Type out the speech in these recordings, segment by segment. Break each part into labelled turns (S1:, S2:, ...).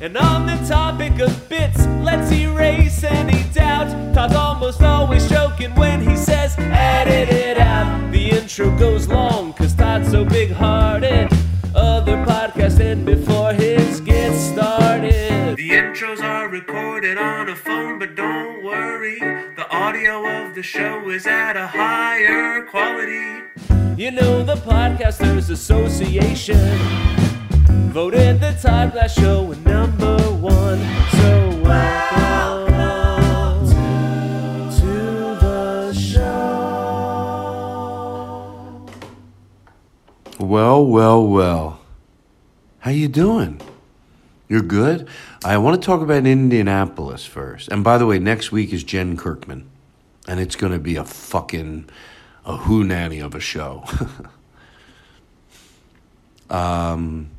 S1: And on the topic of bits, let's erase any doubt. Todd's almost always joking when he says, edit it out. The intro goes long, cause Todd's so big hearted. Other podcasts end before his gets started. The intros are recorded on a phone, but don't worry. The audio of the show is at a higher quality. You know, the Podcasters Association voted the Todd Glass Show a number one. So welcome to, the show.
S2: Well, well, well. How you doing? You're good? I want to talk about Indianapolis first. And by the way, next week is Jen Kirkman. And it's going to be a fucking a who nanny of a show. um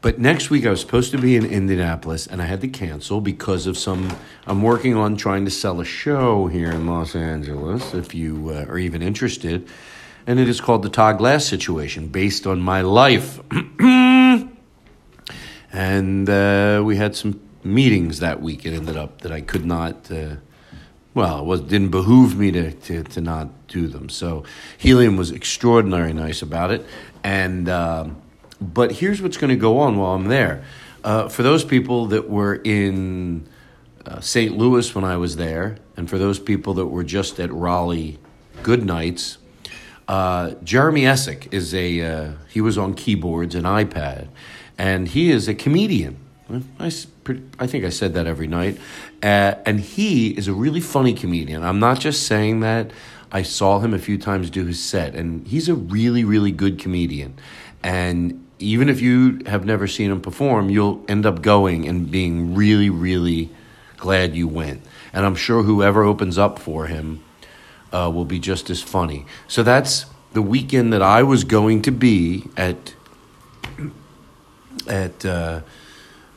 S2: but next week I was supposed to be in Indianapolis and I had to cancel because of some I'm working on trying to sell a show here in Los Angeles if you uh, are even interested. And it is called the Todd Glass situation based on my life. and uh, we had some meetings that week. It ended up that I could not. Uh, well, it was, didn't behoove me to, to, to not do them. So Helium was extraordinary nice about it. And um but here's what's going to go on while I'm there. Uh, for those people that were in uh, St. Louis when I was there, and for those people that were just at Raleigh, good nights. Uh, Jeremy Essick is a uh, he was on keyboards and iPad, and he is a comedian. I, s- pre- I think I said that every night, uh, and he is a really funny comedian. I'm not just saying that. I saw him a few times do his set, and he's a really really good comedian. And even if you have never seen him perform, you'll end up going and being really really glad you went. And I'm sure whoever opens up for him uh, will be just as funny. So that's the weekend that I was going to be at at uh,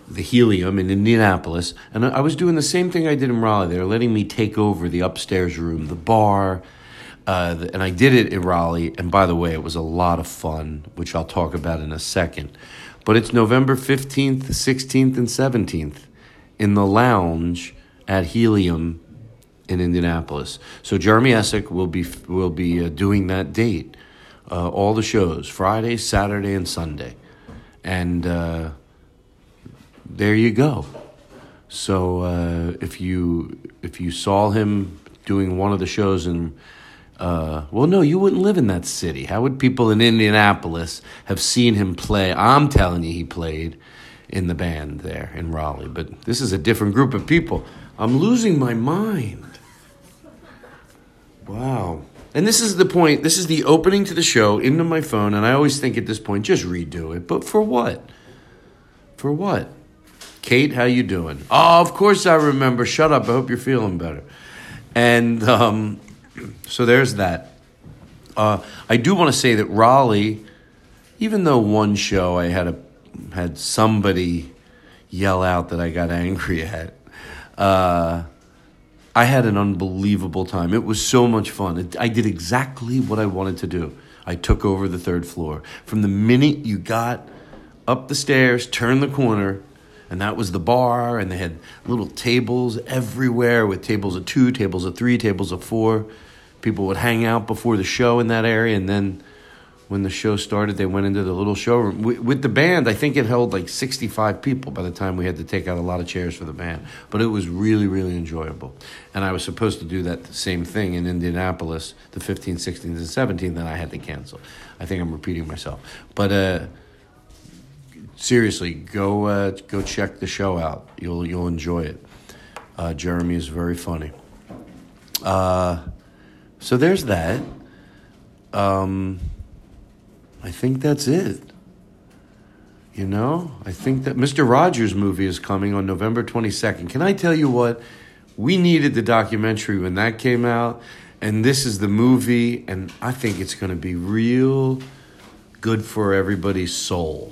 S2: the Helium in Indianapolis, and I I was doing the same thing I did in Raleigh. They were letting me take over the upstairs room, the bar. Uh, the- and I did it in Raleigh, and by the way, it was a lot of fun, which I'll talk about in a second. But it's November 15th, 16th, and 17th in the lounge at Helium in Indianapolis. So Jeremy Essick will be will be uh, doing that date, uh, all the shows Friday, Saturday, and Sunday, and uh, there you go. So uh, if you if you saw him doing one of the shows in uh, well, no, you wouldn't live in that city. How would people in Indianapolis have seen him play? I'm telling you, he played in the band there in Raleigh. But this is a different group of people. I'm losing my mind. Wow. And this is the point, this is the opening to the show into my phone. And I always think at this point, just redo it. But for what? For what? Kate, how you doing? Oh, of course I remember. Shut up. I hope you're feeling better. And um, so there's that. Uh, I do want to say that Raleigh, even though one show I had a had somebody yell out that I got angry at, uh, I had an unbelievable time. It was so much fun. It, I did exactly what I wanted to do. I took over the third floor. From the minute you got up the stairs, turned the corner, and that was the bar, and they had little tables everywhere with tables of two, tables of three, tables of four. People would hang out before the show in that area, and then when the show started, they went into the little showroom. With, with the band, I think it held like 65 people by the time we had to take out a lot of chairs for the band. But it was really, really enjoyable. And I was supposed to do that same thing in Indianapolis, the 15th, 16th, and 17th, and I had to cancel. I think I'm repeating myself. But, uh, seriously, go uh, go check the show out. You'll you'll enjoy it. Uh, Jeremy is very funny. Uh, so there's that. Um, I think that's it. You know, I think that Mr. Rogers movie is coming on November 22nd. Can I tell you what? we needed the documentary when that came out, and this is the movie, and I think it's going to be real good for everybody's soul.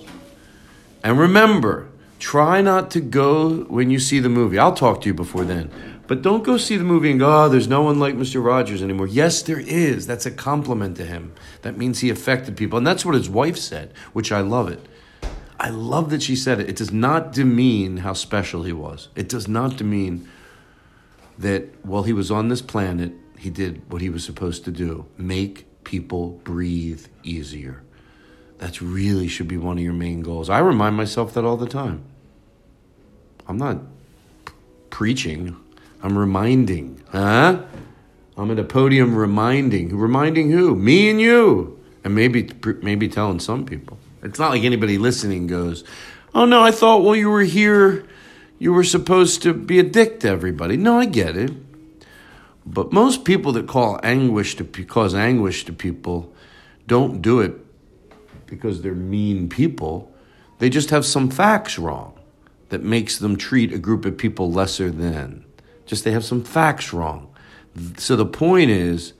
S2: And remember, try not to go when you see the movie. I'll talk to you before then. But don't go see the movie and go, oh, there's no one like Mr. Rogers anymore. Yes, there is. That's a compliment to him. That means he affected people. And that's what his wife said, which I love it. I love that she said it. It does not demean how special he was. It does not demean that while he was on this planet, he did what he was supposed to do make people breathe easier. That's really should be one of your main goals. I remind myself that all the time. I'm not p- preaching, I'm reminding. Huh? I'm at a podium reminding. Reminding who? Me and you. And maybe maybe telling some people. It's not like anybody listening goes, "Oh no, I thought while you were here, you were supposed to be a dick to everybody." No, I get it. But most people that call anguish to pe- cause anguish to people don't do it because they're mean people. They just have some facts wrong that makes them treat a group of people lesser than. Just they have some facts wrong. So the point is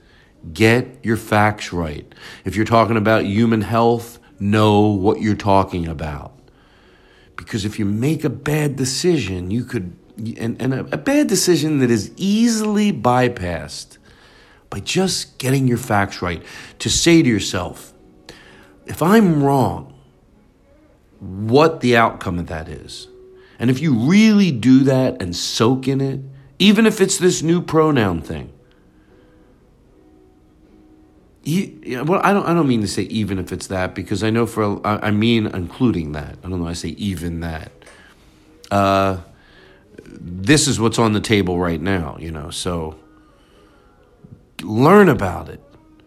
S2: get your facts right. If you're talking about human health, know what you're talking about. Because if you make a bad decision, you could, and, and a, a bad decision that is easily bypassed by just getting your facts right, to say to yourself, if I'm wrong, what the outcome of that is. And if you really do that and soak in it, even if it's this new pronoun thing, you, well, I don't, I don't mean to say even if it's that because I know for, I, I mean including that. I don't know, I say even that. Uh, this is what's on the table right now, you know, so learn about it.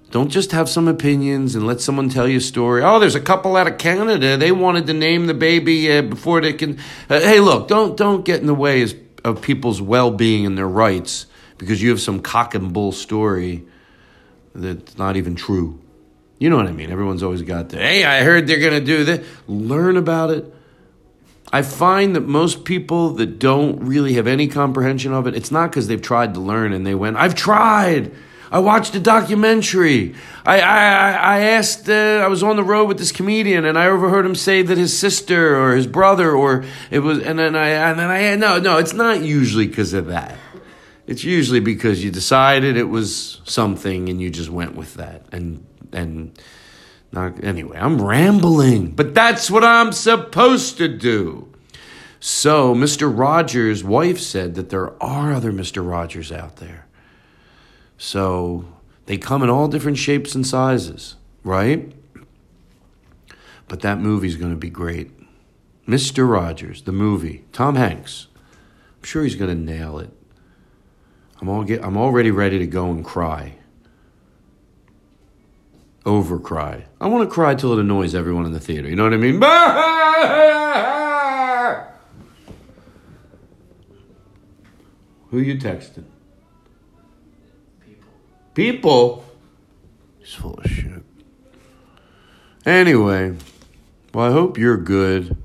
S2: Don't just have some opinions and let someone tell you a story. Oh, there's a couple out of Canada. They wanted to name the baby uh, before they can. Uh, hey, look, don't don't get in the way as, of people's well being and their rights because you have some cock and bull story that's not even true. You know what I mean? Everyone's always got the hey, I heard they're gonna do this. Learn about it. I find that most people that don't really have any comprehension of it, it's not because they've tried to learn and they went, I've tried. I watched a documentary. I, I, I asked, uh, I was on the road with this comedian and I overheard him say that his sister or his brother or it was, and then I, and then I, no, no, it's not usually because of that. It's usually because you decided it was something and you just went with that. And, and not, anyway, I'm rambling, but that's what I'm supposed to do. So, Mr. Rogers' wife said that there are other Mr. Rogers out there. So they come in all different shapes and sizes, right? But that movie's going to be great. Mr. Rogers, the movie, Tom Hanks. I'm sure he's going to nail it. I'm all get, I'm already ready to go and cry. Over cry. I want to cry till it annoys everyone in the theater. You know what I mean? Who you texting? people. He's full of shit. Anyway, well, I hope you're good.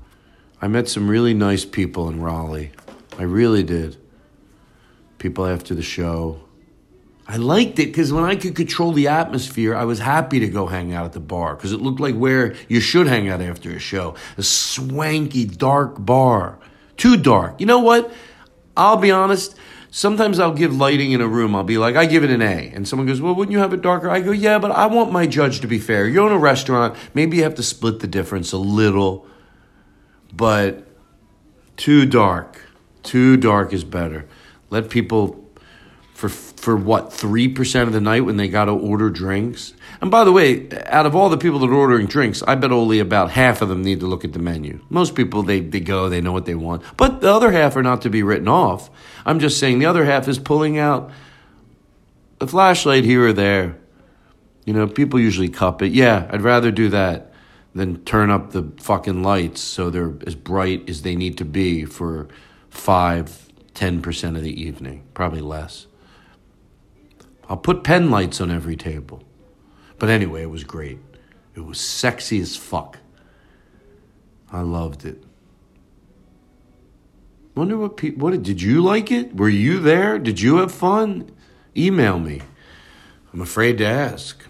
S2: I met some really nice people in Raleigh. I really did. People after the show. I liked it because when I could control the atmosphere, I was happy to go hang out at the bar because it looked like where you should hang out after a show a swanky, dark bar. Too dark. You know what? I'll be honest. Sometimes I'll give lighting in a room. I'll be like, I give it an A. And someone goes, Well, wouldn't you have it darker? I go, Yeah, but I want my judge to be fair. You own a restaurant. Maybe you have to split the difference a little, but too dark. Too dark is better. Let people, for, for what, 3% of the night when they got to order drinks? And by the way, out of all the people that are ordering drinks, I bet only about half of them need to look at the menu. Most people, they, they go, they know what they want. But the other half are not to be written off. I'm just saying the other half is pulling out a flashlight here or there. You know, people usually cup it. Yeah, I'd rather do that than turn up the fucking lights so they're as bright as they need to be for five, ten percent of the evening, probably less. I'll put pen lights on every table. But anyway, it was great. It was sexy as fuck. I loved it. Wonder what people. What did you like it? Were you there? Did you have fun? Email me. I'm afraid to ask.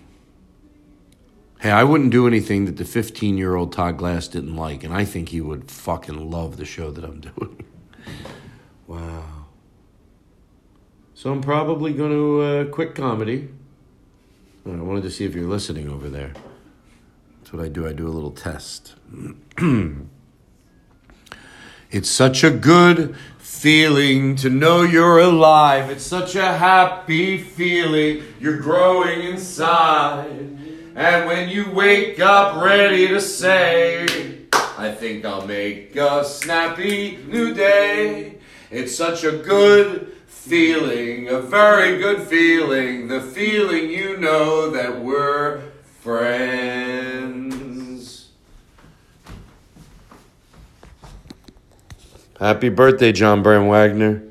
S2: Hey, I wouldn't do anything that the 15 year old Todd Glass didn't like, and I think he would fucking love the show that I'm doing. wow. So I'm probably going to uh, quit comedy. I wanted to see if you're listening over there. That's what I do. I do a little test. It's such a good feeling to know you're alive. It's such a happy feeling. You're growing inside. And when you wake up ready to say, I think I'll make a snappy new day. It's such a good feeling, a very good feeling. The feeling you know that we're friends. Happy birthday, John Byrne Wagner.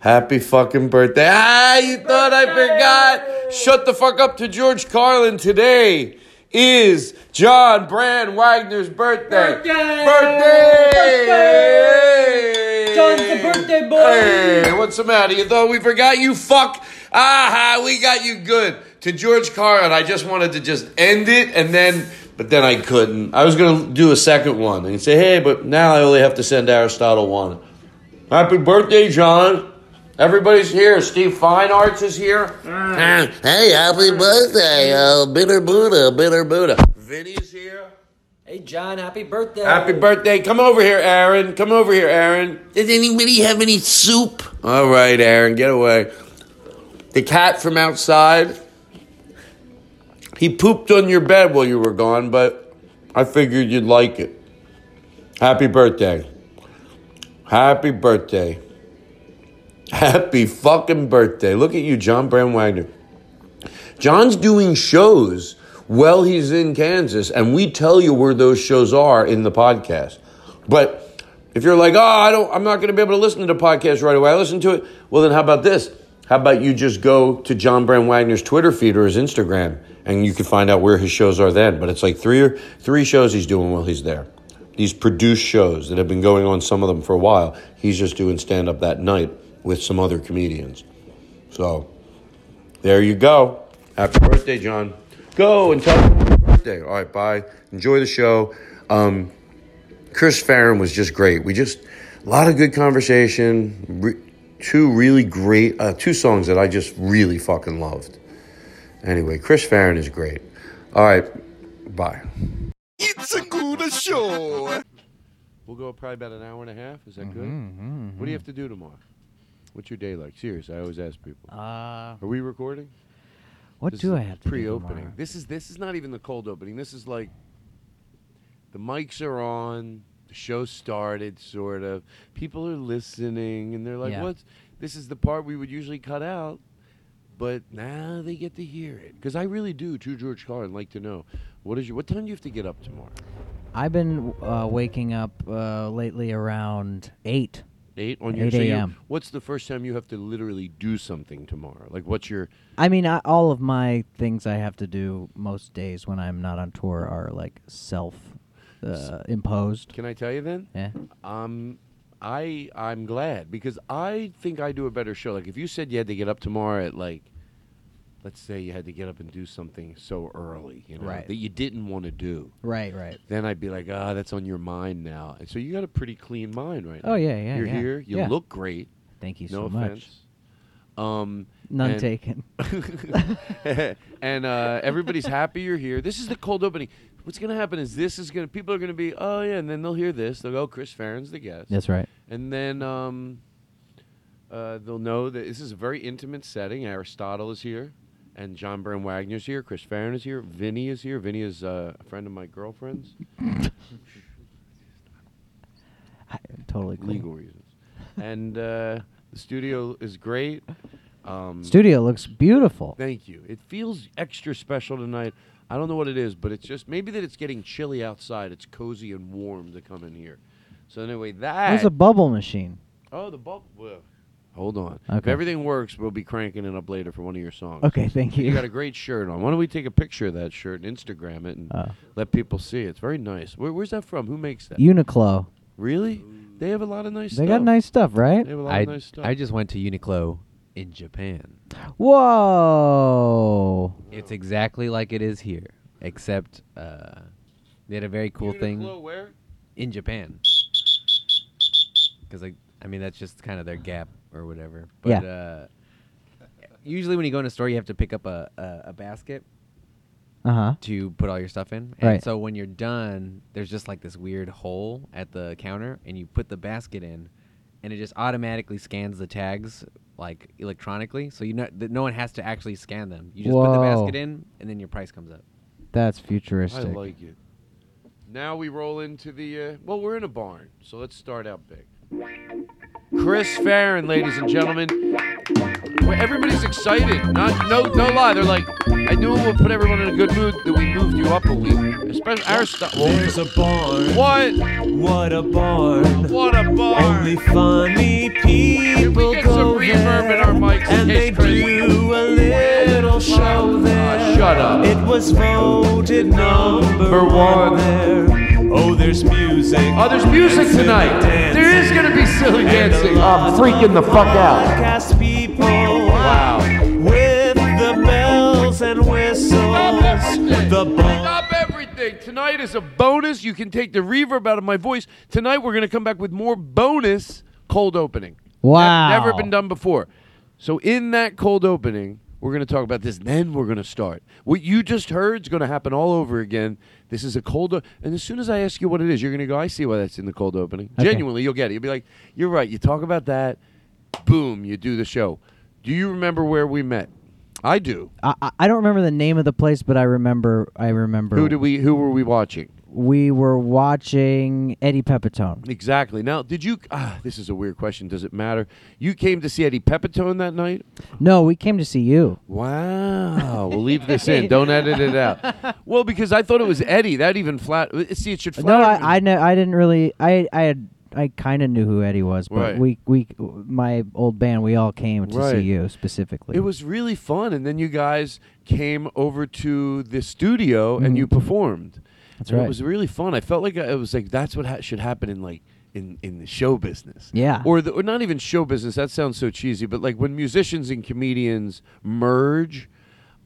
S2: Happy fucking birthday. Ah, you thought I forgot. Shut the fuck up to George Carlin. Today is John Brand Wagner's birthday.
S3: Birthday!
S2: Birthday!
S3: Birthday! John's the birthday boy.
S2: Hey, what's the matter? You thought we forgot you? Fuck. Aha, we got you good. To George Carlin, I just wanted to just end it and then, but then I couldn't. I was going to do a second one and say, hey, but now I only have to send Aristotle one. Happy birthday, John. Everybody's here. Steve Fine Arts is here. Hey, happy birthday, uh, Bitter Buddha, Bitter Buddha. Vinny's here.
S3: Hey, John, happy birthday.
S2: Happy birthday. Come over here, Aaron. Come over here, Aaron. Does anybody have any soup? All right, Aaron, get away. The cat from outside, he pooped on your bed while you were gone, but I figured you'd like it. Happy birthday. Happy birthday. Happy fucking birthday. Look at you, John Bram Wagner. John's doing shows while he's in Kansas, and we tell you where those shows are in the podcast. But if you're like, oh, I don't, I'm not going to be able to listen to the podcast right away. I listen to it. Well, then how about this? How about you just go to John Bram Wagner's Twitter feed or his Instagram, and you can find out where his shows are then. But it's like three or three shows he's doing while he's there. These produced shows that have been going on, some of them for a while. He's just doing stand up that night with some other comedians. So there you go. Happy birthday, John. Go and tell them happy birthday. All right, bye. Enjoy the show. Um, Chris Farron was just great. We just a lot of good conversation. Re- two really great uh, two songs that I just really fucking loved. Anyway, Chris Farron is great. All right, bye. It's a good show. We'll go probably about an hour and a half. Is that good? What do you have to do tomorrow? What's your day like? Serious, I always ask people.
S1: Uh,
S2: Are we recording?
S1: what
S2: This
S1: do
S2: is
S1: I have to do
S2: pre-opening.
S1: tomorrow?
S2: This is this is not even the cold opening. This is like the mics are on, the show started, sort of. People are listening, and they're like,
S1: Yeah.
S2: "What's?" This is the part we would usually cut out, but now they get to hear it because I really do. True George Carlin like to know what is your what time do you have to get up tomorrow?
S1: I've been uh, waking up uh, lately around eight.
S2: Eight on your
S1: 8
S2: so you-
S1: a.m..
S2: What's the first time you have to literally do something tomorrow? Like, what's your
S1: I mean, I, all of my things I have to do most days when I'm not on tour are like self-imposed.
S2: Can I tell you then?
S1: yeah.
S2: Um, I I'm glad because I think I do a better show. Like if you said you had to get up tomorrow at like, let's say you had to get up and do something so early, you know,
S1: Right.
S2: that you didn't want to do,
S1: Right. Right.
S2: then I'd be like, ah, that's on your mind now. And so you got a pretty clean mind right now.
S1: Oh, yeah, yeah,
S2: You're
S1: yeah.
S2: here. You
S1: Yeah.
S2: look great.
S1: Thank you so
S2: no
S1: much.
S2: offense. Um,
S1: None
S2: and-
S1: taken.
S2: and uh, everybody's happy you're here. This is the cold opening. What's going to happen is this is going to people are going to be oh yeah, and then they'll hear this. They'll go, Chris Farron's the guest.
S1: That's right.
S2: And then um, uh, they'll know that this is a very intimate setting. Aristotle is here, and John Byrne Wagner's here. Chris Farron is here. Vinny is here. Vinny is uh, a friend of my girlfriend's.
S1: I, totally cool.
S2: Legal reasons. And uh, the studio is great. Um,
S1: Studio looks beautiful.
S2: Thank you. It feels extra special tonight. I don't know what it is, but it's just maybe that it's getting chilly outside. It's cozy and warm to come in here. So anyway, that
S1: There's a bubble machine.
S2: oh the bulb. whoa. Hold on. If
S1: Okay.
S2: everything works, we'll be cranking it up later for one of your songs.
S1: Okay. Thank you.
S2: You got a great shirt on. Why don't we take a picture of that shirt and Instagram it and
S1: Oh.
S2: let people see it? It's very nice. Where, where's that from? Who makes that?
S1: Uniqlo.
S2: really? They have a lot of nice
S4: They
S2: stuff.
S4: got nice stuff, right?
S2: They have a lot
S1: I,
S2: of nice stuff.
S1: I just went to Uniqlo in Japan.
S4: Whoa.
S1: It's exactly like it is here, except uh, they had a very cool thing
S2: Where?
S1: in Japan. Because like, I mean, that's just kind of their gap or whatever. But
S4: Yeah.
S1: uh, usually when you go in a store, you have to pick up a, a, a basket
S4: Uh huh.
S1: to put all your stuff in. And
S4: Right.
S1: so when you're done, there's just like this weird hole at the counter, and you put the basket in, and it just automatically scans the tags like electronically. So you know that no one has to actually scan them. You just put the
S4: Whoa.
S1: basket in, and then your price comes up.
S4: That's
S2: I
S4: futuristic.
S2: like it. Now we roll into the. Uh, well, we're in a barn, so let's start out big. Chris Farron, ladies and gentlemen. Well, Everybody's excited. Not no no lie. They're like, I knew it would put everyone in a good mood that we moved you up a week. Especially our stuff.
S5: There's a barn.
S2: what?
S5: What a barn.
S2: What a barn!
S5: Only funny people
S2: get some
S5: go
S2: reverb in
S5: there,
S2: our mics in
S5: and they
S2: case Oh Chris-
S5: do a little show there.
S2: Ah, shut up.
S5: It was voted number
S2: Number one.
S5: one there. Oh, there's music.
S2: Oh, there's music
S5: and silly
S2: tonight. There is
S5: dancing,
S2: gonna be silly
S5: and a
S2: dancing.
S5: lot of Podcast people.
S2: Oh, Wow.
S5: With the bells and whistles,
S2: Stop everything.
S5: the barn.
S2: Stop everything. Tonight is a bonus. You can take the reverb out of my voice. Tonight we're gonna come back with more bonus cold opening.
S4: Wow.
S2: Never been done before. So in that cold opening, we're gonna talk about this. Then we're gonna start. What you just heard is gonna happen all over again. This is a cold, o- and as soon as I ask you what it is, you're gonna go. I see why that's in the cold opening.
S4: Okay.
S2: Genuinely, you'll get it. You'll be like, "You're right." You talk about that. Boom, you do the show. Do you remember where we met? I do.
S4: I, I- I don't remember the name of the place, but I remember. I remember.
S2: Who did we? Who were we watching?
S4: we were watching Eddie Pepitone.
S2: Exactly. Now, did you? Ah, this is a weird question. Does it matter? You came to see Eddie Pepitone that night.
S4: No, we came to see you.
S2: Wow. we'll leave this in. Don't edit it out. Well, because I thought it was Eddie. That even flat. See, it should flatter.
S4: No,
S2: me.
S4: I I, know, I didn't really. I I had I kind of knew who Eddie was, but
S2: Right.
S4: we we my old band we all came to see
S2: Right.
S4: you specifically.
S2: It was really fun, and then you guys came over to the studio and you performed.
S4: Mm-hmm. That's
S2: And It
S4: right.
S2: was really fun. I felt like I, it was like that's what ha- should happen in like in in the show business.
S4: Yeah.
S2: Or the, or not even show business. That sounds so cheesy, but like when musicians and comedians merge,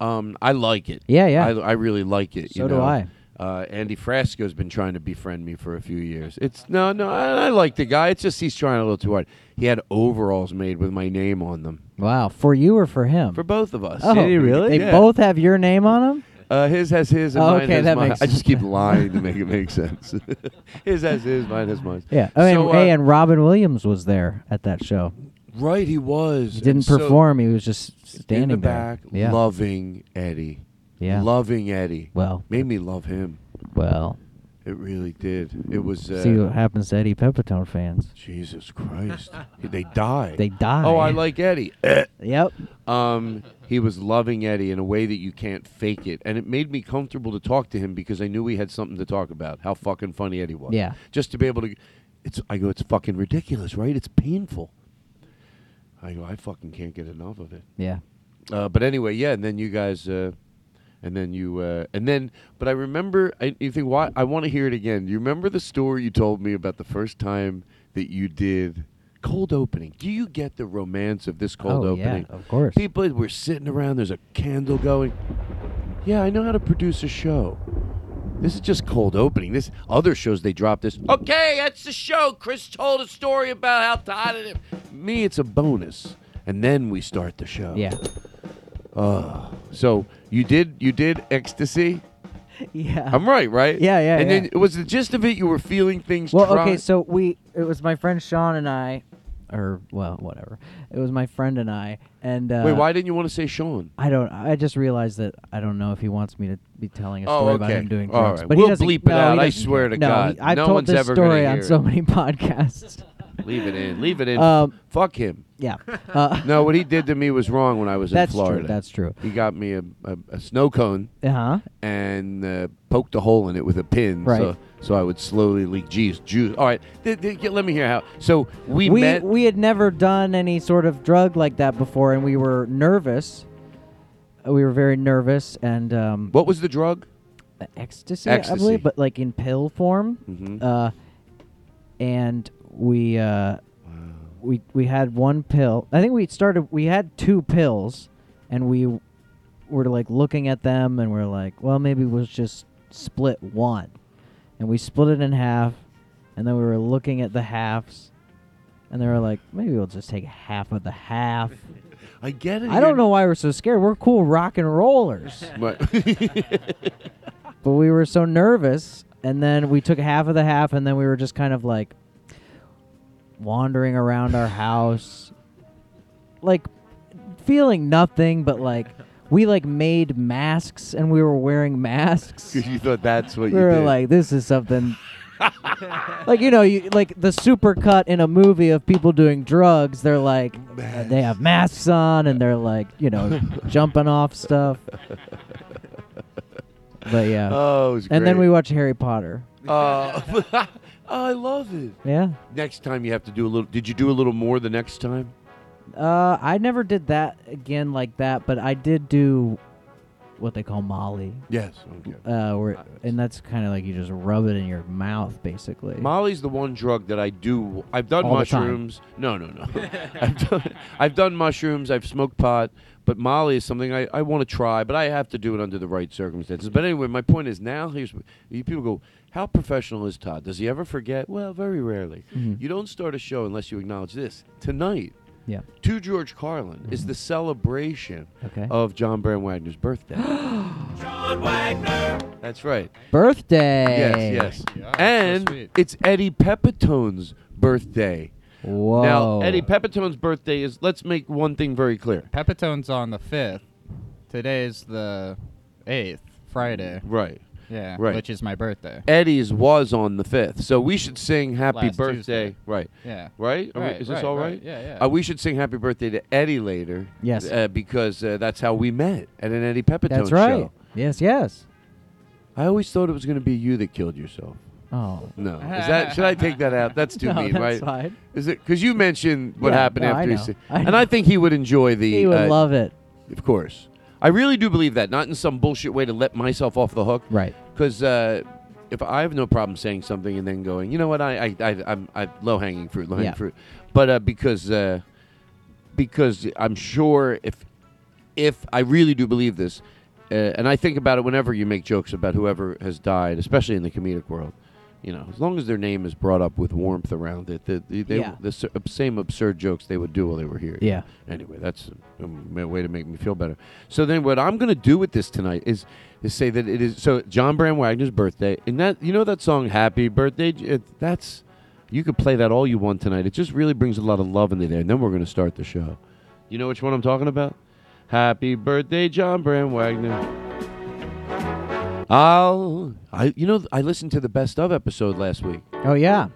S2: um, I like it.
S4: Yeah, yeah.
S2: I, I really like it. you
S4: So do
S2: know?
S4: I.
S2: Uh, Andy Frasco's been trying to befriend me for a few years. It's no, no. I, I like the guy. It's just he's trying a little too hard. He had overalls made with my name on them.
S4: wow for you or for him?
S2: For both of us.
S4: oh, They
S2: Yeah.
S4: both have your name on them.
S2: Uh, his has his and
S4: Oh,
S2: mine
S4: okay,
S2: has
S4: that
S2: mine.
S4: makes
S2: I just keep lying to make it make sense. his has his, mine has mine.
S4: Yeah. Oh, and,
S2: So, uh,
S4: hey, and Robin Williams was there at that show.
S2: right, he was.
S4: He didn't perform. he was just standing
S2: in the
S4: there.
S2: back,
S4: yeah.
S2: loving Eddie.
S4: Yeah.
S2: Loving Eddie.
S4: Well,
S2: Made me love him.
S4: well.
S2: It really did. It was. Uh,
S4: See what happens to Eddie Pepitone fans.
S2: Jesus Christ. they die.
S4: They die.
S2: Oh, I like Eddie.
S4: Yep.
S2: um, he was loving Eddie in a way that you can't fake it, and it made me comfortable to talk to him because I knew we had something to talk about. How fucking funny Eddie was.
S4: Yeah.
S2: Just to be able to, it's I go, it's fucking ridiculous, right? It's painful. I go, I fucking can't get enough of it.
S4: Yeah.
S2: Uh, but anyway, yeah, and then you guys, uh, and then you, uh, and then, but I remember, I, you think, why? I want to hear it again. You remember the story you told me about the first time that you did cold opening? Do you get the romance of this cold
S4: Oh, yeah,
S2: opening?
S4: of course.
S2: People were sitting around, there's a candle going. Yeah, I know how to produce a show. This is just cold opening. This other shows they drop this. Okay, that's the show. Chris told a story about how tired it is. Me, it's a bonus, and then we start the show.
S4: Yeah.
S2: So you did you did ecstasy.
S4: Yeah.
S2: I'm right, right?
S4: Uh-huh. Yeah, yeah,
S2: And
S4: yeah.
S2: then was the gist of it you were feeling things.
S4: Well,
S2: dry-
S4: okay, so we it was my friend Sean and I, or well, whatever. It was my friend and I, and uh,
S2: wait, why didn't you want to say Sean?
S4: I don't. I just realized that I don't know if he wants me to be telling a
S2: Oh,
S4: story about
S2: okay.
S4: him doing
S2: All
S4: drugs.
S2: right.
S4: But
S2: We'll
S4: he doesn't,
S2: bleep it
S4: no, he
S2: out, I
S4: doesn't-
S2: swear to
S4: no,
S2: God.
S4: he- I've
S2: No
S4: told
S2: one's
S4: this
S2: ever gonna
S4: story on
S2: hear
S4: so
S2: it.
S4: many podcasts.
S2: Leave it in. Leave it in.
S4: Um,
S2: Fuck him.
S4: yeah, uh,
S2: No, what he did to me was wrong when I was
S4: that's
S2: in Florida.
S4: true. That's true.
S2: He got me a, a, a snow cone
S4: Uh huh.
S2: and uh, poked a hole in it with a pin. So,
S4: Right.
S2: so I would slowly leak juice. Juice. All right. Th- th- let me hear how. So we,
S4: we
S2: met.
S4: we had never done any sort of drug like that before, and we were nervous. Uh, We were very nervous, and um,
S2: what was the drug?
S4: ecstasy, I
S2: Ecstasy.
S4: believe, but like in pill form. Uh, and we uh, we we had one pill. I think we started. We had two pills, and we were like looking at them, and we are like, well, maybe we'll just split one, and we split it in half, and then we were looking at the halves, and they were like, maybe we'll just take half of the half.
S6: I get it.
S4: I don't know why we're so scared. We're cool rock and rollers.
S6: But
S4: but we were so nervous and then we took half of the half and then we were just kind of like wandering around our house like feeling nothing but like we like made masks and we were wearing masks
S2: Because you thought that's what
S4: we
S2: you
S4: were
S2: did.
S4: like this is something like you know you like the supercut in a movie of people doing drugs they're like they have masks on and they're like you know jumping off stuff but yeah
S2: oh, it was
S4: and then we
S2: great.
S4: watch Harry Potter.
S2: Oh, oh, I love it.
S4: Yeah.
S2: Next time you have to do a little. Did you do a little more the next time?
S4: Uh, I never did that again like that, but I did do what they call Molly.
S2: Yes. Okay.
S4: Uh, where, and that's kind of like you just rub it in your mouth, basically.
S2: Molly's the one drug that I do. I've done
S4: All the time.
S2: mushrooms. No, no, no. I've, done, I've done mushrooms. I've smoked pot. But Molly is something I, I want to try, but I have to do it under the right circumstances. But anyway, my point is now here's you people go, how professional is Todd? Does he ever forget? Well, very rarely. You don't start a show unless you acknowledge this. Tonight,
S4: yeah.
S2: to George Carlin, is the celebration
S4: Mm-hmm. Okay.
S2: of John Brand Wagner's birthday.
S7: John Wagner.
S2: That's right.
S4: Birthday.
S2: Yes, yes. and it's Eddie Pepitone's birthday.
S4: Whoa.
S2: Now, Eddie Pepitone's birthday is, let's make one thing very clear.
S8: Pepitone's on the fifth. Today's the eighth, Friday.
S2: Right.
S8: Yeah,
S2: Right.
S8: which is my birthday.
S2: Eddie's was on the 5th. So we should sing happy
S8: Last
S2: birthday.
S8: Tuesday.
S2: Right.
S8: Yeah.
S2: Right? Are we-
S8: Right,
S2: is this
S8: right,
S2: all right?
S8: right. Yeah, yeah.
S2: Uh, we should sing happy birthday to Eddie later.
S4: Yes.
S2: Uh, because uh, that's how we met at an Eddie Pepitone
S4: That's right.
S2: show.
S4: Yes, yes.
S2: I always thought it was going to be you that killed yourself.
S4: Oh.
S2: No. Is that should I take that out? That's too
S4: No,
S2: mean, right?
S4: that's fine.
S2: Is it cuz you mentioned what
S4: Yeah,
S2: happened
S4: no, I
S2: after you
S4: know.
S2: said-
S4: I
S2: And
S4: know.
S2: I think he would enjoy the
S4: He would
S2: uh,
S4: love it.
S2: Of course. I really do believe that, not in some bullshit way to let myself off the hook.
S4: Right.
S2: Because uh, if I have no problem saying something and then going, you know what, I, I, I I'm, I low hanging fruit, low hanging
S4: Yeah.
S2: fruit. But uh, because, uh, because I'm sure if, if I really do believe this, uh, and I think about it whenever you make jokes about whoever has died, especially in the comedic world. You know, as long as their name is brought up with warmth around it, the, the, they,
S4: Yeah.
S2: the s- same absurd jokes they would do while they were here.
S4: Yeah.
S2: Anyway, that's a m- a way to make me feel better. So then, what I'm going to do with this tonight is is say that it is so John Bram Wagner's birthday, and that you know that song "Happy Birthday." J- It, that's you could play that all you want tonight. It just really brings a lot of love into there, and then we're going to start the show. You know which one I'm talking about? Happy birthday, John Bram Wagner. I'll, I, you know, I listened to the best of episode last week.
S4: Oh, yeah.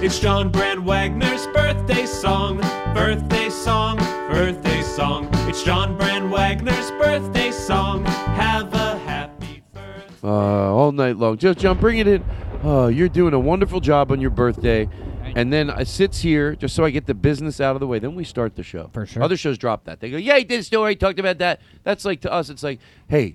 S7: It's John Brand Wagner's birthday song, birthday song, birthday song. It's John Brand Wagner's birthday song. Have a happy birthday.
S2: uh, all night long. Just John, bring it in. Oh, you're doing a wonderful job on your birthday. And then I sits here just so I get the business out of the way. Then we start the show.
S4: For sure.
S2: Other shows drop that. They go, yeah, he did a story, he talked about that. That's like to us, it's like, hey,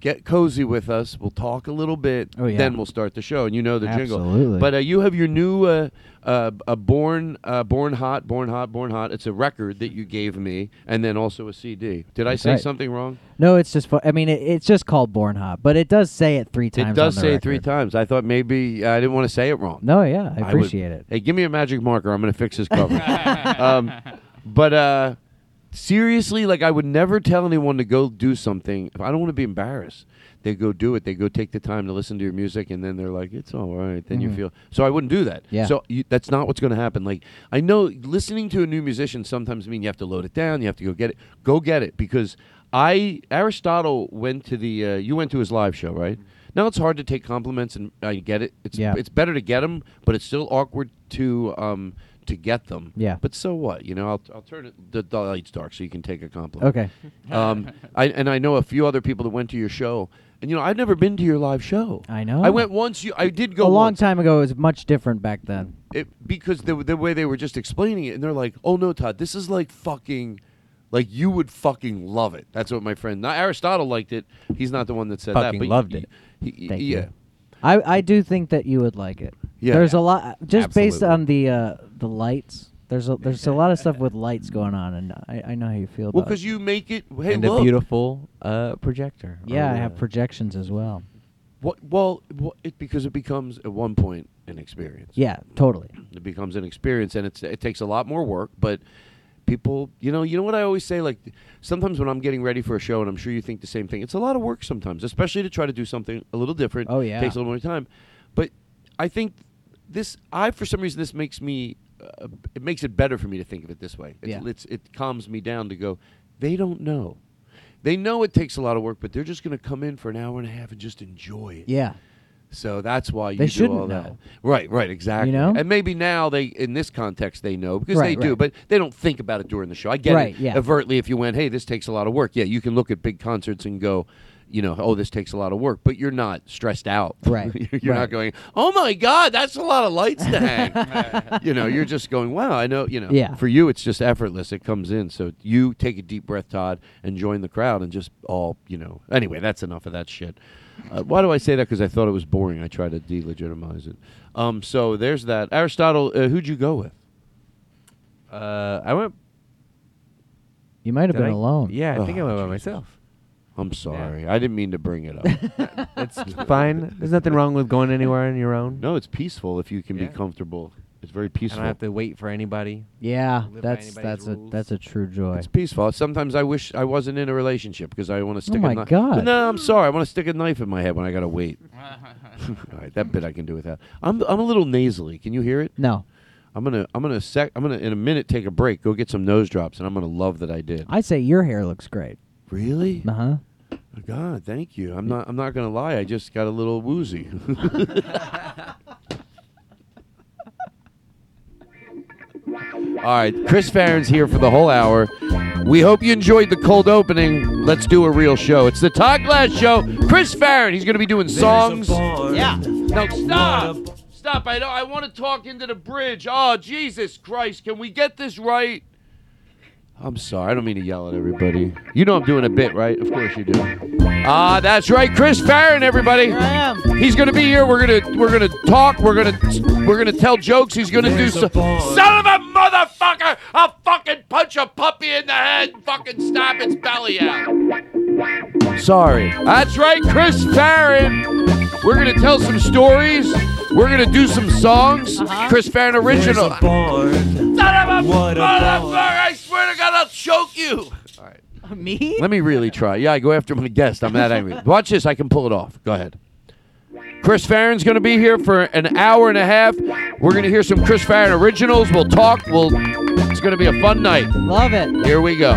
S2: get cozy with us. We'll talk a little bit.
S4: Oh, yeah.
S2: Then we'll start the show. And you know the jingle.
S4: Absolutely.
S2: But uh, you have your new uh, uh, uh, born uh, born hot, born hot, born hot. It's a record that you gave me, and then also a CD. Did I say
S4: right.
S2: something wrong?
S4: No, it's just. Fu- I mean, it, it's just called Born Hot, but it does say it three times.
S2: It does
S4: on
S2: say
S4: the
S2: it three
S4: record.
S2: times. I thought maybe I didn't want to say it wrong.
S4: No, yeah, I
S2: would-
S4: appreciate it.
S2: Hey, give me a magic marker. I'm going to fix this cover. um, but uh, seriously, like I would never tell anyone to go do something. I don't want to be embarrassed. They go do it. They go take the time to listen to your music, and then they're like, "It's all right." Then you feel so. I wouldn't do that.
S4: Mm. Yeah.
S2: So you, that's not what's going to happen. Like I know listening to a new musician sometimes mean you have to load it down. You have to go get it. Go get it because I Aristotle went to the. Uh, you went to his live show, right?
S4: Mm.
S2: Now it's hard to take compliments, and I get it. It's
S4: Yeah.
S2: it's better to get them, but it's still awkward to um to get them.
S4: Yeah.
S2: But so what? You know, I'll, I'll turn it, the, the lights dark so you can take a compliment.
S4: Okay.
S2: Um, I and I know a few other people that went to your show, and you know I've never been to your live show.
S4: I know.
S2: I went once. You, I did go
S4: a long
S2: once.
S4: time ago it was much different back then
S2: It, because the the way they were just explaining it, and they're like, "Oh no, Todd, this is like fucking." Like you would fucking love it. That's what my friend. Not Aristotle liked it. He's not the one that said
S1: Fucking
S2: that. But
S1: loved
S2: y-
S1: it.
S2: y- y-
S4: Thank
S2: yeah.
S4: you. I I do think that you would like it.
S2: Yeah.
S4: There's a lot just based
S1: Absolutely.
S4: on the uh, the lights. There's a, there's a lot of stuff with lights going on, and I, I know how you feel
S2: Well,
S4: about. it.
S2: because you make it. Hey,
S1: and
S2: look.
S1: a beautiful uh, projector. or
S4: yeah, I have
S1: whatever.
S4: projections as well.
S2: What, well, what, it, because it becomes at one point an experience.
S4: Yeah, totally.
S2: it becomes an experience and it's it takes a lot more work but people you know you know what i always say like sometimes when i'm getting ready for a show and i'm sure you think the same thing it's a lot of work sometimes especially to try to do something a little different
S4: Oh, yeah.
S2: takes a little more time but i think this i for some reason this makes me uh, it makes it better for me to think of it this way it's,
S4: Yeah.
S2: it's it calms me down to go they don't know they know it takes a lot of work but they're just going to come in for an hour and a half and just enjoy it
S4: Yeah,
S2: so that's why you
S4: They
S2: do all
S4: shouldn't
S2: that.
S4: know.
S2: Right, right, exactly.
S4: know?
S2: And maybe now they in this context they know because
S4: Right,
S2: they do,
S4: right.
S2: but they don't think about it during the show. I get
S4: Right,
S2: it.
S4: yeah.
S2: Overtly if you went, "Hey, this takes a lot of work." Yeah, you can look at big concerts and go, you know, "Oh, this takes a lot of work," but you're not stressed out.
S4: Right,
S2: you're you're not
S4: right.
S2: going, "Oh my god, that's a lot of lights to hang." you know, you're just going, "Wow, I know, you know."
S4: Yeah.
S2: For you it's just effortless. It comes in. So you take a deep breath, Todd, and join the crowd and just all, you know. Anyway, that's enough of that shit. Uh, why do I say that? Because I thought it was boring. I try to delegitimize it. Um, so there's that. Aristotle, uh, who'd you go with?
S1: Uh, I went.
S4: you might have
S1: did
S4: been
S1: I-
S4: alone.
S1: Yeah, I think I
S2: Oh,
S1: went by
S2: Jesus.
S1: myself.
S2: I'm sorry. I didn't mean to bring it up.
S1: It's fine. There's nothing wrong with going anywhere on your own.
S2: no, it's peaceful if you can
S1: Yeah.
S2: be comfortable. It's very
S1: I
S2: peaceful.
S1: don't have to wait for anybody.
S4: yeah.
S1: by
S4: That's
S1: anybody's
S4: that's a
S1: rules.
S4: that's a true joy.
S2: It's peaceful. Sometimes I wish I wasn't in a relationship because I want to stick.
S4: Oh my
S2: a kni-
S4: God.
S2: No, I'm sorry. I want to stick a knife in my head when I gotta wait. All right, that bit I can do without. I'm I'm a little nasally. Can you hear it?
S4: No,
S2: I'm gonna I'm gonna sec I'm gonna in a minute take a break. Go get some nose drops, and I'm gonna love that I did.
S4: I say your hair looks great.
S2: really?
S4: Uh huh.
S2: Oh, God, thank you. I'm not I'm not gonna lie. I just got a little woozy. All right, Chris Farron's here for the whole hour. We hope you enjoyed the cold opening. Let's do a real show. It's the Todd Glass Show. Chris Farron, he's going to be doing songs.
S7: Yeah.
S2: No, stop! Stop! I don't. I want to talk into the bridge. Oh, Jesus Christ! Can we get this right? I'm sorry. I don't mean to yell at everybody. You know I'm doing a bit, right? Of course you do. Ah, that's right, Chris Farron, everybody.
S4: Here I am.
S2: He's gonna be here. We're gonna we're gonna talk. We're gonna we're gonna tell jokes. He's gonna
S7: There's
S2: do
S7: a
S2: so-
S7: bar.
S2: Son of a motherfucker! I'll fucking punch a puppy in the head. and Fucking stab its belly out. Sorry. That's right, Chris Farron. We're gonna tell some stories. We're gonna do some songs. Chris Farron
S7: Uh-huh. There's
S2: original.
S7: a barn.
S2: Son of a
S7: What a
S2: motherfucker!
S7: ball.
S2: I swear to God, I'll choke you.
S4: Me?
S2: Let Uh, me really try. Yeah, I go after my guest. I'm that angry. Watch this. I can pull it off. Go ahead. Chris Farron's going to be here for an hour and a half. We're going to hear some Chris Farron originals. We'll talk. We'll. It's going to be a fun night.
S4: Love it.
S2: Here we go.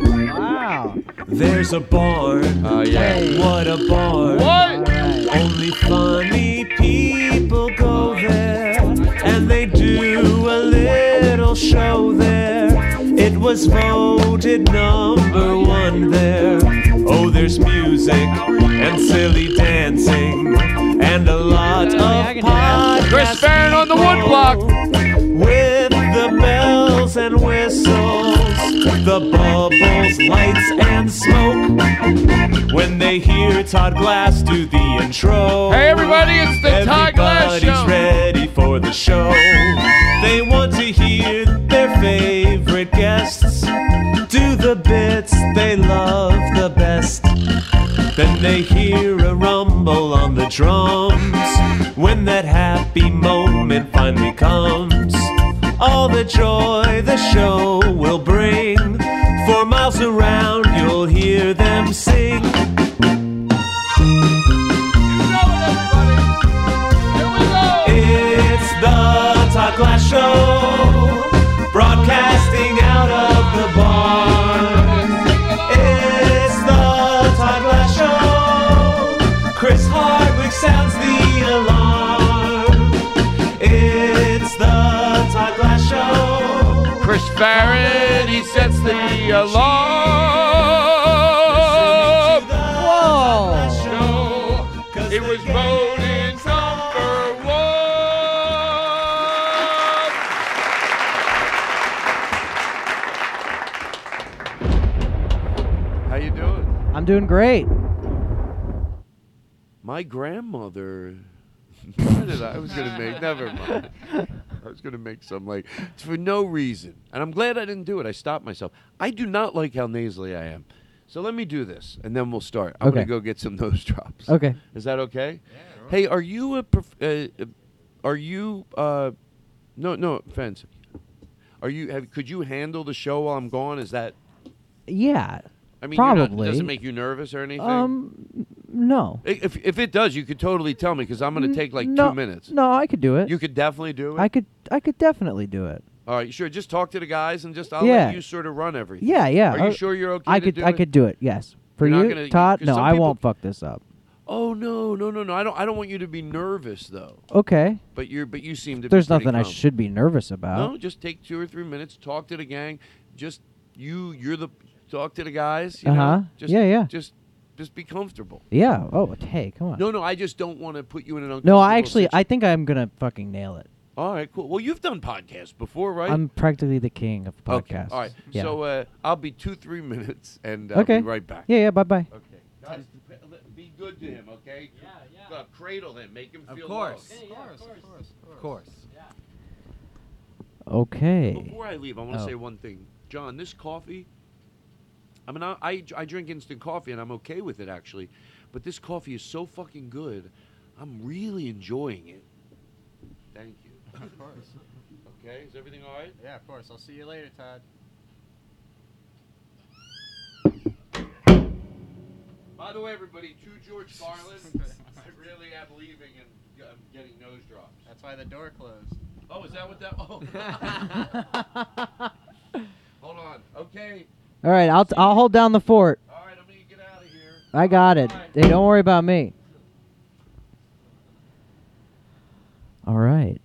S4: Wow.
S7: There's a barn.
S2: Oh yeah.
S7: What a barn.
S2: What?
S7: Only funny people go there, and they do a little show there. It was voted number one there. Oh, there's music and silly dancing, and a lot of podcasts.
S2: Chris Farron on the wood block.
S7: With the bells and whistles, the bubbles, lights, and smoke. When they hear Todd Glass do the intro.
S2: Hey everybody, it's the Todd Glass
S7: Everybody's
S2: Show.
S7: ready for the show. They want to hear their favorite guests do the bits they love the best. Then they hear a rumble on the drums. When that happy moment finally comes, all the joy the show will bring. For miles around, you'll hear them sing. It's the Todd Glass Show, broadcasting out of the barn. It's the Todd Glass Show. Chris Hardwick sounds the alarm. It's the Todd Glass Show.
S2: Chris Farron, he sets the alarm. Show. It was voted number one. How you doing?
S4: I'm doing great.
S2: My grandmother. Why did I, I was gonna make. Never mind. I was gonna make some like for no reason, and I'm glad I didn't do it. I stopped myself. I do not like how nasally I am. So let me do this, and then we'll start. I'm
S4: Okay.
S2: gonna go get some nose drops.
S4: Okay.
S2: Is that okay? Hey, are you a? Prof- uh, uh, are you? Uh, no, no offense. Are you? Have, could you handle the show while I'm gone? Is that?
S4: Yeah.
S2: I mean, you're not,
S4: probably.
S2: it doesn't make you nervous or anything.
S4: um, n- no.
S2: I- if if it does, you could totally tell me because I'm gonna take like
S4: no,
S2: two minutes.
S4: No, I could do it.
S2: You could definitely do it.
S4: I could. I could definitely do it.
S2: All right, sure. Just talk to the guys and just I'll
S4: Yeah.
S2: let you sort of run everything.
S4: Yeah, yeah.
S2: Are you
S4: I-
S2: sure you're okay
S4: I
S2: to
S4: could.
S2: do
S4: I
S2: it?
S4: could do it. Yes. For
S2: You're not
S4: you,
S2: gonna-
S4: Todd.
S2: 'cause
S4: No,
S2: some
S4: I
S2: people-
S4: won't fuck this up.
S2: Oh no, no, no, no. I don't. I don't want you to be nervous though.
S4: Okay.
S2: But you're. But you seem to. be
S4: There's
S2: pretty
S4: nothing I
S2: calm.
S4: should be nervous about.
S2: No, just take two or three minutes. Talk to the gang. Just you. You're the. Talk to the guys. You
S4: Uh-huh.
S2: Know? Just,
S4: Yeah, yeah.
S2: Just. Just be comfortable.
S4: Yeah. Oh, hey, come on.
S2: No, no. I just don't want to put you in an uncomfortable.
S4: No, I actually.
S2: situ-
S4: I think I'm gonna fucking nail it.
S2: All right. Cool. Well, you've done podcasts before, right?
S4: I'm practically the king of podcasts.
S2: Okay. All right.
S4: Yeah.
S2: So uh, I'll be two, three minutes, and uh,
S4: okay.
S2: I'll be right back.
S4: Yeah. Yeah. Bye. Bye.
S2: Okay. Guys, be good to him, okay? Yeah, yeah. cradle him, make him
S1: Of
S2: feel
S1: course.
S2: loved.
S8: course, of course,
S1: Of course.
S4: Okay.
S2: Before I leave, I want to
S4: Oh.
S2: say one thing. John, this coffee, I mean, I, I, I drink instant coffee and I'm okay with it, actually, but this coffee is so fucking good, I'm really enjoying it. Thank you.
S8: Of course.
S2: Okay, is everything all right?
S8: Yeah, of course. I'll see you later, Todd.
S2: By the way, everybody, to George Garland, I really am leaving and I'm getting nose drops.
S8: That's why the door closed.
S2: Oh, is that what that? Oh. Hold on. Okay.
S4: All right. I'll. T- I'll hold down the fort.
S2: All right. I'm gonna get out of here.
S4: I got it.
S2: Bye.
S4: Hey, don't worry about me. All right.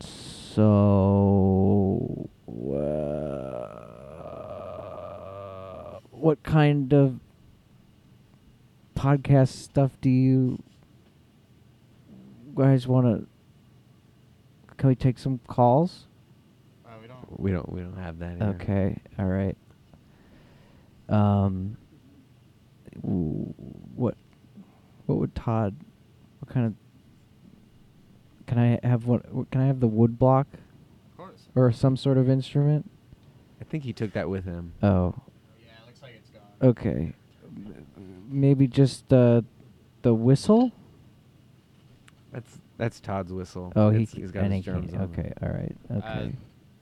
S4: So, uh, what kind of podcast stuff do you guys want to? Can we take some calls?
S8: Oh, we don't.
S1: We don't. We don't have that. here.
S4: Okay. All right. Um. w- What? What would Todd? What kind of? Can I have what? what can I have the wood block
S8: Of course.
S4: or some sort of instrument?
S1: I think he took that with him.
S4: Oh.
S8: Yeah, it looks like it's gone.
S4: Okay. Maybe just the the whistle.
S1: That's that's Todd's whistle.
S4: Oh, he,
S1: It's- he's got
S4: and
S1: his
S4: he
S1: drums
S4: can't-
S1: on it.
S4: Okay. All right. Okay.
S8: Uh,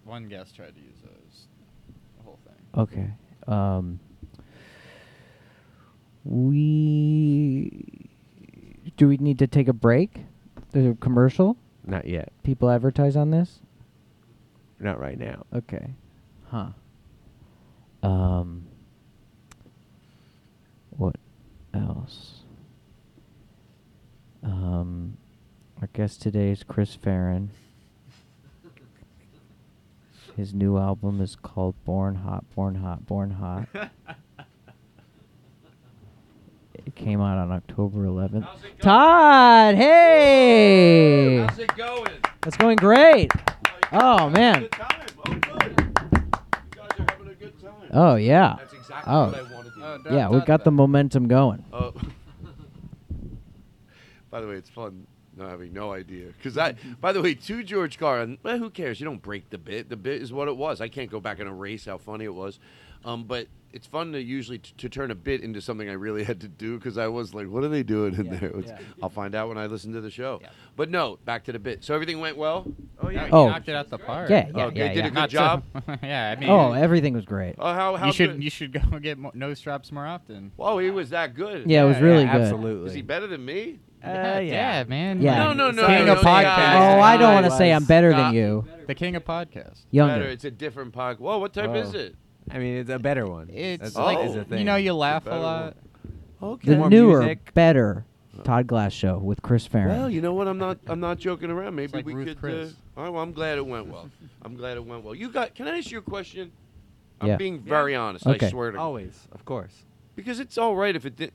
S8: one guest tried to use those. The whole thing.
S4: Okay. Um, we do we need to take a break? There's a commercial.
S1: Not yet.
S4: People advertise on this.
S1: Not right now.
S4: Okay. Huh. Um. What else? Um, our guest today is Chris Farron. His new album is called Born Hot, Born Hot, Born Hot. it came out on October 11th.
S2: How's it going?
S4: Todd, hey!
S2: How's it going?
S4: That's going great.
S2: Oh,
S4: Oh, man.
S2: Good time. Oh, good. You guys are having a good time.
S4: Oh, yeah.
S2: That's exactly
S4: oh.
S2: what I wanted to. do.
S4: Yeah, we got the momentum going.
S2: Oh. by the way, it's fun not having no idea. Cause I,
S4: Mm-hmm.
S2: by the way, to George Carlin. Well, who cares? You don't break the bit. The bit is what it was. I can't go back and erase how funny it was. Um, but it's fun to usually t- to turn a bit into something I really had to do because I was like, what are they doing in there? It's- I'll find out when I listen to the show. But no, back to the bit. So everything went well.
S8: Oh yeah,
S4: Oh.
S8: you knocked it out the park.
S4: Yeah, Oh, yeah,
S2: okay,
S4: yeah,
S2: did
S4: yeah.
S2: a good job.
S8: yeah, I mean,
S4: Oh, everything was great.
S2: Oh, how how
S8: you should
S2: good?
S8: you should go get mo- nose drops more often.
S2: Whoa, he was that good.
S4: Yeah, it was
S8: yeah,
S4: really good.
S1: Absolutely.
S2: Is he better than me?
S8: yeah, yeah, man.
S4: Uh, Yeah.
S2: No, no, no.
S8: King
S2: no,
S8: of
S2: no,
S8: podcast.
S2: guys.
S4: Oh, I don't
S8: I
S4: want to say
S1: was-
S4: I'm better
S2: Nah.
S4: than you.
S8: The king of podcast.
S2: Better.
S4: Younger. Oh.
S2: It's a different podcast. Whoa, what type
S1: Whoa.
S2: is it?
S1: I mean, it's a better one.
S8: It's
S1: That's
S2: like-
S8: like
S1: is a thing.
S8: you know you laugh a
S2: better
S8: lot.
S2: Okay.
S4: The
S1: More
S4: newer,
S1: music.
S4: better Todd Glass show with Chris
S2: Well,
S4: Farron.
S2: you know what? I'm not. I'm not joking around. Maybe
S8: like
S2: we
S8: Ruth
S2: could.
S8: Chris.
S2: Uh, all right. Well, I'm glad it went well. I'm glad it went well. You got? Can I ask you a question? I'm
S4: Yeah.
S2: being very honest. I
S4: Okay.
S2: swear to. God.
S1: Always, of course.
S2: Because it's all right if it did.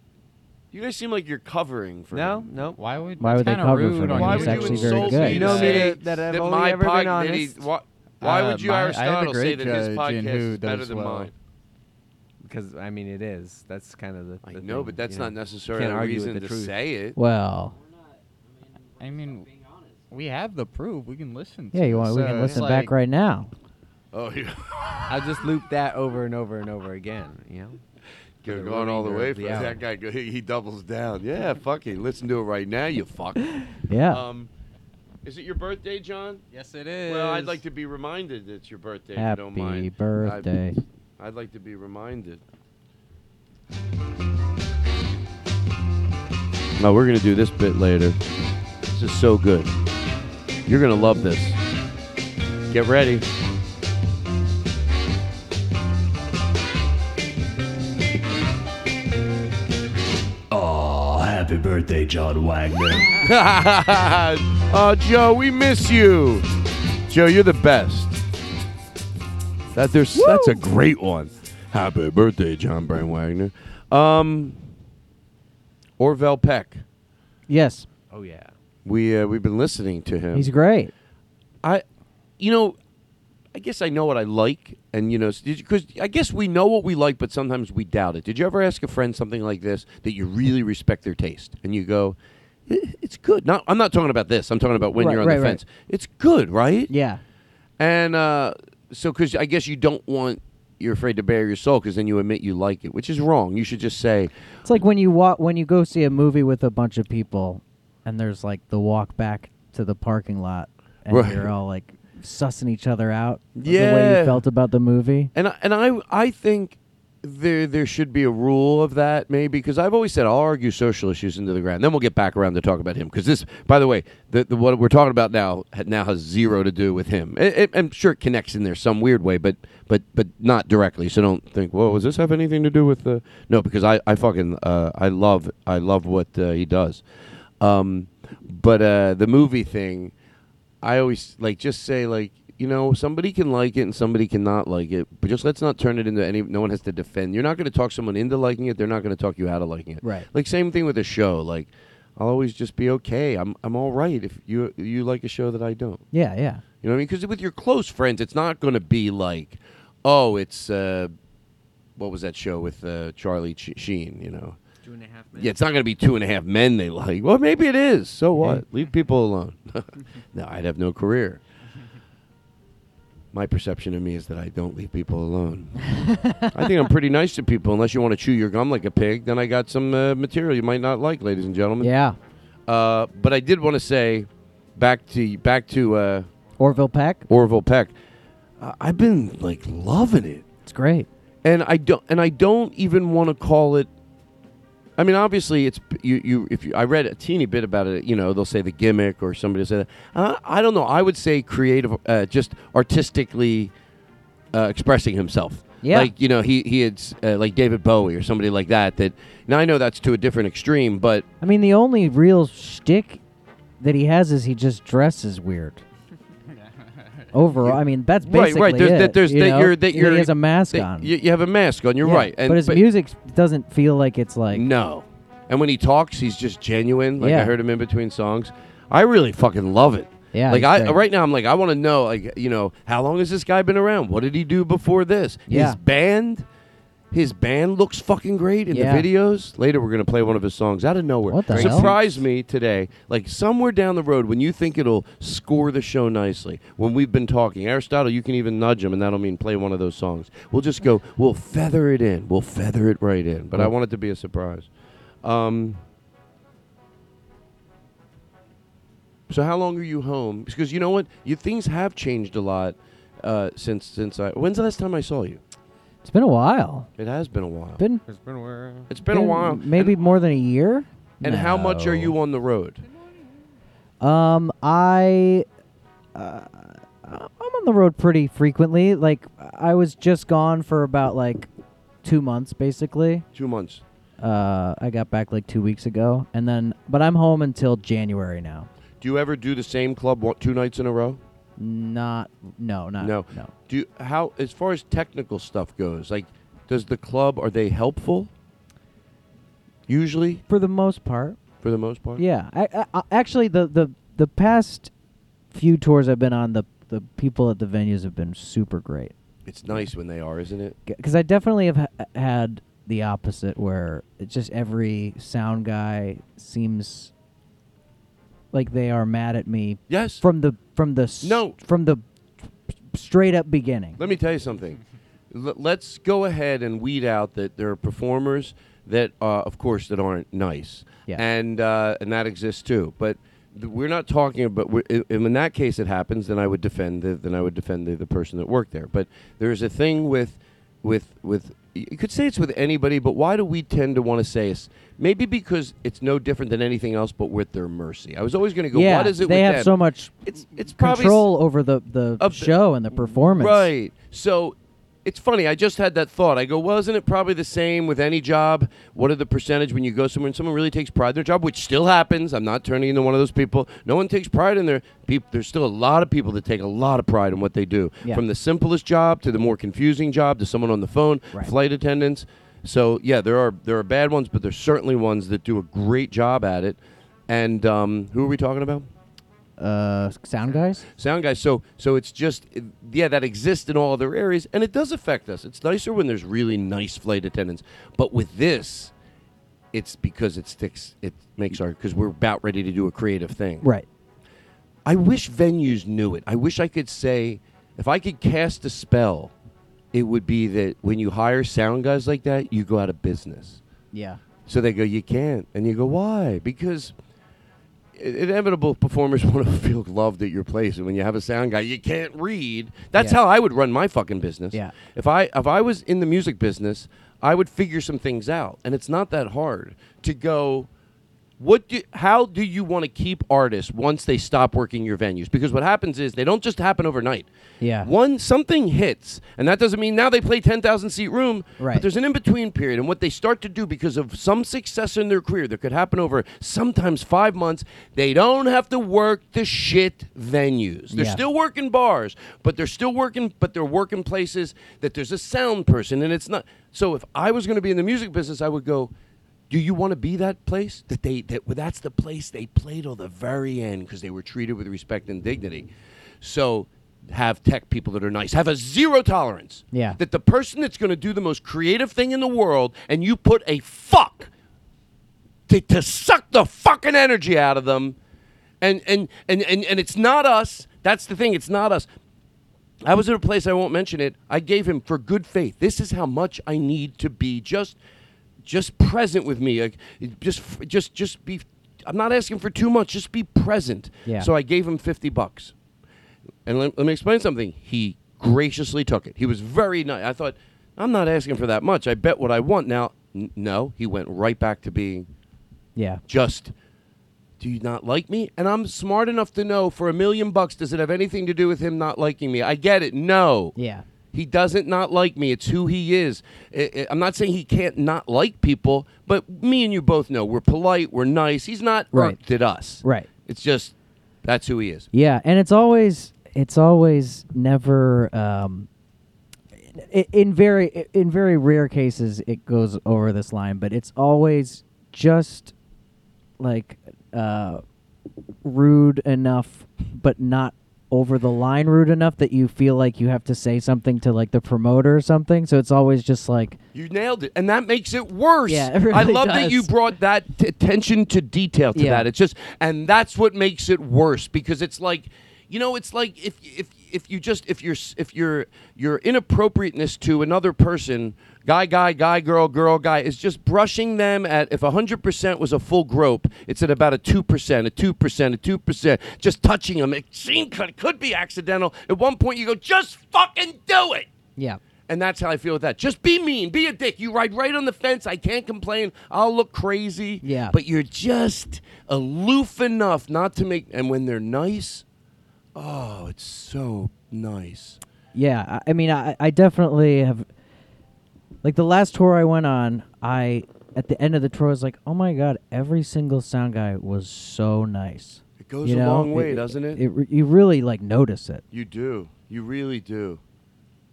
S2: You guys seem like you're covering for
S1: No,
S2: him.
S1: no.
S8: Why would
S4: Why
S8: that's
S4: would they
S8: kinda
S4: cover
S8: rude
S4: for me?
S8: on
S2: Why
S4: He's
S2: would
S8: you.
S4: actually
S2: you
S4: very
S2: insult
S4: good.
S2: me?
S4: You
S2: to
S4: know me
S2: say
S1: that- that I've only
S2: my
S1: ever been
S2: pod- that he-
S1: honest? Um,
S2: why why
S8: Uh,
S2: would you
S8: my- I had a
S2: Aristotle say
S8: great
S2: that his
S8: judge in
S2: podcast
S8: who
S2: is better
S8: does
S2: than
S8: well.
S2: mine?
S1: because I mean it is. That's kind of the.
S2: I
S1: the
S2: know,
S1: thing,
S2: but that's
S1: you know.
S2: not necessarily
S1: Can't
S2: a
S1: argue with
S2: reason
S1: the
S2: to
S1: truth.
S2: say it.
S4: Well,
S8: I mean, we have the proof. We can listen.
S4: yeah,
S8: to
S4: you
S8: it.
S4: want? we
S8: So
S4: can
S8: it's
S4: listen back
S8: like-
S4: right now.
S2: Oh, you're
S1: I'll just loop that over and over and over again. You know. For the
S2: going all the
S1: remainder
S2: way
S1: of
S2: for
S1: the hour.
S2: that guy. go- He doubles down. Yeah, fuck it. Listen to it right now, you fuck.
S4: Yeah.
S2: Um, is it your birthday, John?
S8: Yes, it is.
S2: Well, I'd like to be reminded it's your birthday. if you don't mind.
S4: Happy
S2: I'd-
S4: birthday.
S2: I'd like to be reminded. No, we're gonna do this bit later. This is so good. You're gonna love this. Get ready.
S7: Oh, happy birthday, John Wagner.
S2: oh, Joe, we miss you. Joe, you're the best. That there's that's a great one. Happy birthday, John Brain Wagner. Um, Orville Peck.
S4: Yes,
S1: Oh yeah.
S2: We uh, we've been listening to him.
S4: he's great.
S2: I, you know, I guess I know what I like, and you know, because I guess we know what we like, but sometimes we doubt it. Did you ever ask a friend something like this that you really respect their taste, and you go, "Eh, "It's good." Not, I'm not talking about this. I'm talking about when
S4: Right,
S2: you're on
S4: right,
S2: the
S4: right.
S2: fence. It's good, right?
S4: Yeah.
S2: And uh, so, because I guess you don't want. You're afraid to bare your soul because then you admit you like it, which is wrong. You should just say,
S4: It's like when you walk when you go see a movie with a bunch of people, and there's like the walk back to the parking lot, and
S2: Right.
S4: you're all like sussing each other out. of The way
S2: Yeah.
S4: you felt about the movie.
S2: And I, and I I think there there should be a rule of that maybe because I've always said I'll argue social issues into the ground. Then we'll get back around to talk about him because this, by the way, the, the what we're talking about now ha- now has zero to do with him. It, it, I'm sure it connects in there some weird way, but but but not directly. So don't think, whoa, does this have anything to do with the? No, because I I fucking uh, I love I love what uh, he does. Um, but uh, the movie thing. I always like just say like you know somebody can like it and somebody cannot like it, but just let's not turn it into any. No one has to defend. You're not going to talk someone into liking it. They're not going to talk you out of liking it.
S4: Right.
S2: Like same thing with a show. Like I'll always just be okay. I'm I'm all right if you you like a show that I don't.
S4: Yeah, yeah.
S2: You know what I mean? Because with your close friends, it's not going to be like, oh, it's uh, what was that show with uh, Charlie Ch- Sheen? You know.
S1: Two and a half minutes.
S2: Yeah, it's not going to be two and a half men they like. Well, maybe it is. So what? Leave people alone. no, I'd have no career. My perception of me is that I don't leave people alone. I think I'm pretty nice to people, unless you want to chew your gum like a pig. Then I got some uh, material you might not like, ladies and gentlemen.
S4: Yeah.
S2: Uh, but I did want to say, back to back to uh,
S4: Orville Peck.
S2: Orville Peck. I I've been like loving it
S4: It's great.
S2: and I don't and I don't even want to call it. I mean, obviously, it's you. You if you, I read a teeny bit about it, you know, they'll say the gimmick or somebody will say that. Uh, I don't know. I would say creative, uh, just artistically uh, expressing himself.
S4: Yeah.
S2: Like you know, he he had s- uh, like David Bowie or somebody like that. That now I know that's to a different extreme, but
S4: I mean, the only real shtick that he has is he just dresses weird. Overall, I mean that's basically
S2: right, right. There's
S4: it.
S2: that there's
S4: you
S2: that
S4: know?
S2: you're that
S4: He
S2: you're
S4: has a mask
S2: that
S4: on.
S2: You, you have a mask on. You're
S4: Yeah,
S2: right.
S4: but his music doesn't feel like it's like
S2: no. And when he talks, he's just genuine. Like I
S4: Yeah.
S2: heard him in between songs. I really fucking love it.
S4: Yeah,
S2: Like
S4: he's
S2: I
S4: great.
S2: right now, I'm like I want to know, like you know, how long has this guy been around? What did he do before this?
S4: Yeah.
S2: His band, his band looks fucking great in
S4: Yeah.
S2: the videos. Later, we're gonna play one of his songs out of nowhere.
S4: What the hell?
S2: Surprised me today. Like somewhere down the road, when you think it'll score the show nicely, when we've been talking, Aristotle, you can even nudge him, and that'll mean play one of those songs. We'll just go. We'll feather it in. We'll feather it right in. But I want it to be a surprise. Um, so how long are you home? Because you know what, you things have changed a lot uh, since since I. When's the last time I saw you?
S4: It's been a while.
S2: It has been a while.
S4: Been
S1: It's been a while.
S2: it's been a while.
S4: Maybe more than a year.
S2: And how much are
S4: No.
S2: you on the road?
S4: Um, I, uh, I'm on the road pretty frequently. Like I was just gone for about like two months, basically.
S2: Two months.
S4: Uh, I got back like two weeks ago, and then but I'm home until January now.
S2: Do you ever do the same club one, two nights in a row?
S4: Not no not
S2: no.
S4: Uh, no.
S2: Do you, how as far as technical stuff goes, like does the club are they helpful? Usually,
S4: For the most part,
S2: for the most part.
S4: yeah. I, I, I actually the the the past few tours I've been on the the people at the venues have been super great.
S2: It's nice when they are, isn't it?
S4: because I definitely have ha- had the opposite where it's just every sound guy seems like they are mad at me
S2: Yes.
S4: from the from the s-
S2: No.
S4: from the straight up beginning.
S2: Let me tell you something. L- let's go ahead and weed out that there are performers that, uh, of course, that aren't nice,
S4: Yeah.
S2: and uh, and that exists too. But th- we're not talking about. We're, i- in that case, it happens. Then I would defend. The, then I would defend the, the person that worked there. But there is a thing with, with with. You could say it's with anybody, but why do we tend to want to say it's maybe because it's no different than anything else, but with their mercy. I was always going to go.
S4: yeah,
S2: what is it?
S4: they
S2: with them?
S4: have so much
S2: It's it's probably s-
S4: control over the the
S2: of the-
S4: show and the performance.
S2: Right. So it's funny. I just had that thought. I go, well, isn't it probably the same with any job? What are the percentage when you go somewhere and someone really takes pride in their job, which still happens? I'm not turning into one of those people. No one takes pride in their people. There's still a lot of people that take a lot of pride in what they do,
S4: Yeah.
S2: from the simplest job to the more confusing job to someone on the phone,
S4: Right.
S2: flight attendants. So yeah, there are there are bad ones, but there's certainly ones that do a great job at it. And um, who are we talking about?
S4: Uh, sound guys.
S2: sound guys. So so it's just it- yeah, that exists in all other areas, and it does affect us. It's nicer when there's really nice flight attendants, but with this, it's because it sticks. It makes our because we're about ready to do a creative thing.
S4: Right.
S2: I wish venues knew it. I wish I could say, if I could cast a spell, it would be that when you hire sound guys like that, you go out of business.
S4: Yeah.
S2: So they go, you can't. And you go, why? Because i- inevitable performers want to feel loved at your place. And when you have a sound guy, you can't read. That's
S4: Yeah.
S2: how I would run my fucking business.
S4: Yeah.
S2: If I if I was in the music business, I would figure some things out. And it's not that hard to go. What do, how do you want to keep artists once they stop working your venues? Because what happens is they don't just happen overnight.
S4: Yeah.
S2: One something hits, and that doesn't mean now they play ten thousand seat room.
S4: Right.
S2: But there's an in between period, and what they start to do because of some success in their career that could happen over sometimes five months, they don't have to work the shit venues. They're
S4: Yeah.
S2: still working bars, but they're still working, but they're working places that there's a sound person, and it's not. So if I was going to be in the music business, I would go. Do you want to be that place that they that well, that's the place they played till the very end because they were treated with respect and dignity. So have tech people that are nice. Have a zero tolerance.
S4: Yeah.
S2: That the person that's going to do the most creative thing in the world and you put a fuck to, to suck the fucking energy out of them. And and, and and and it's not us. That's the thing. It's not us. I was at a place I won't mention it. I gave him for good faith. This is how much I need to be just just present with me. Like, just just just be I'm not asking for too much. Just be present.
S4: Yeah.
S2: So I gave him 50 bucks. And let, let me explain something. He graciously took it. He was very nice. I thought, I'm not asking for that much. I bet what I want now. N- no, he went right back to being
S4: Yeah.
S2: just do you not like me? And I'm smart enough to know for a million bucks, does it have anything to do with him not liking me? I get it. No.
S4: Yeah.
S2: He doesn't not like me. It's who he is. I- I- I'm not saying he can't not like people, but me and you both know we're polite, we're nice. He's not
S4: Right.
S2: irked at us.
S4: Right.
S2: It's just that's who he is.
S4: Yeah, and it's always it's always never um i- in very in very rare cases it goes over this line, but it's always just like uh rude enough but not over the line rude enough that you feel like you have to say something to like the promoter or something. So it's always just like
S2: You nailed it, and that makes it worse.
S4: Yeah, it
S2: I
S4: really
S2: love that you
S4: does.
S2: brought that t- attention to detail to
S4: Yeah.
S2: that. It's just, and that's what makes it worse because it's like, you know, it's like if if if you just if your s- if your your inappropriateness to another person, guy, guy, guy, girl, girl, guy, is just brushing them at if hundred percent was a full grope, it's at about a two percent, a two percent, a two percent, just touching them. It seemed could could be accidental. At one point, you go, just fucking do it.
S4: yeah.
S2: And that's how I feel with that. Just be mean, be a dick. You ride right on the fence. I can't complain. I'll look crazy.
S4: Yeah.
S2: But you're just aloof enough not to make. And when they're nice, oh, it's so nice.
S4: Yeah, I I mean, I, I definitely have. Like the last tour I went on, I at the end of the tour I was like, "Oh my god, every single sound guy was so nice."
S2: It goes a long way, doesn't it?
S4: it? re- You really like notice it.
S2: You do. You really do.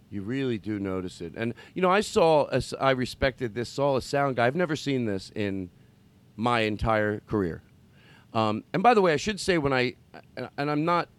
S2: You really do notice it. And you know, I saw. a s- I respected this. Saw a sound guy. I've never seen this in my entire career. Um, and by the way, I should say when I and- and I'm not.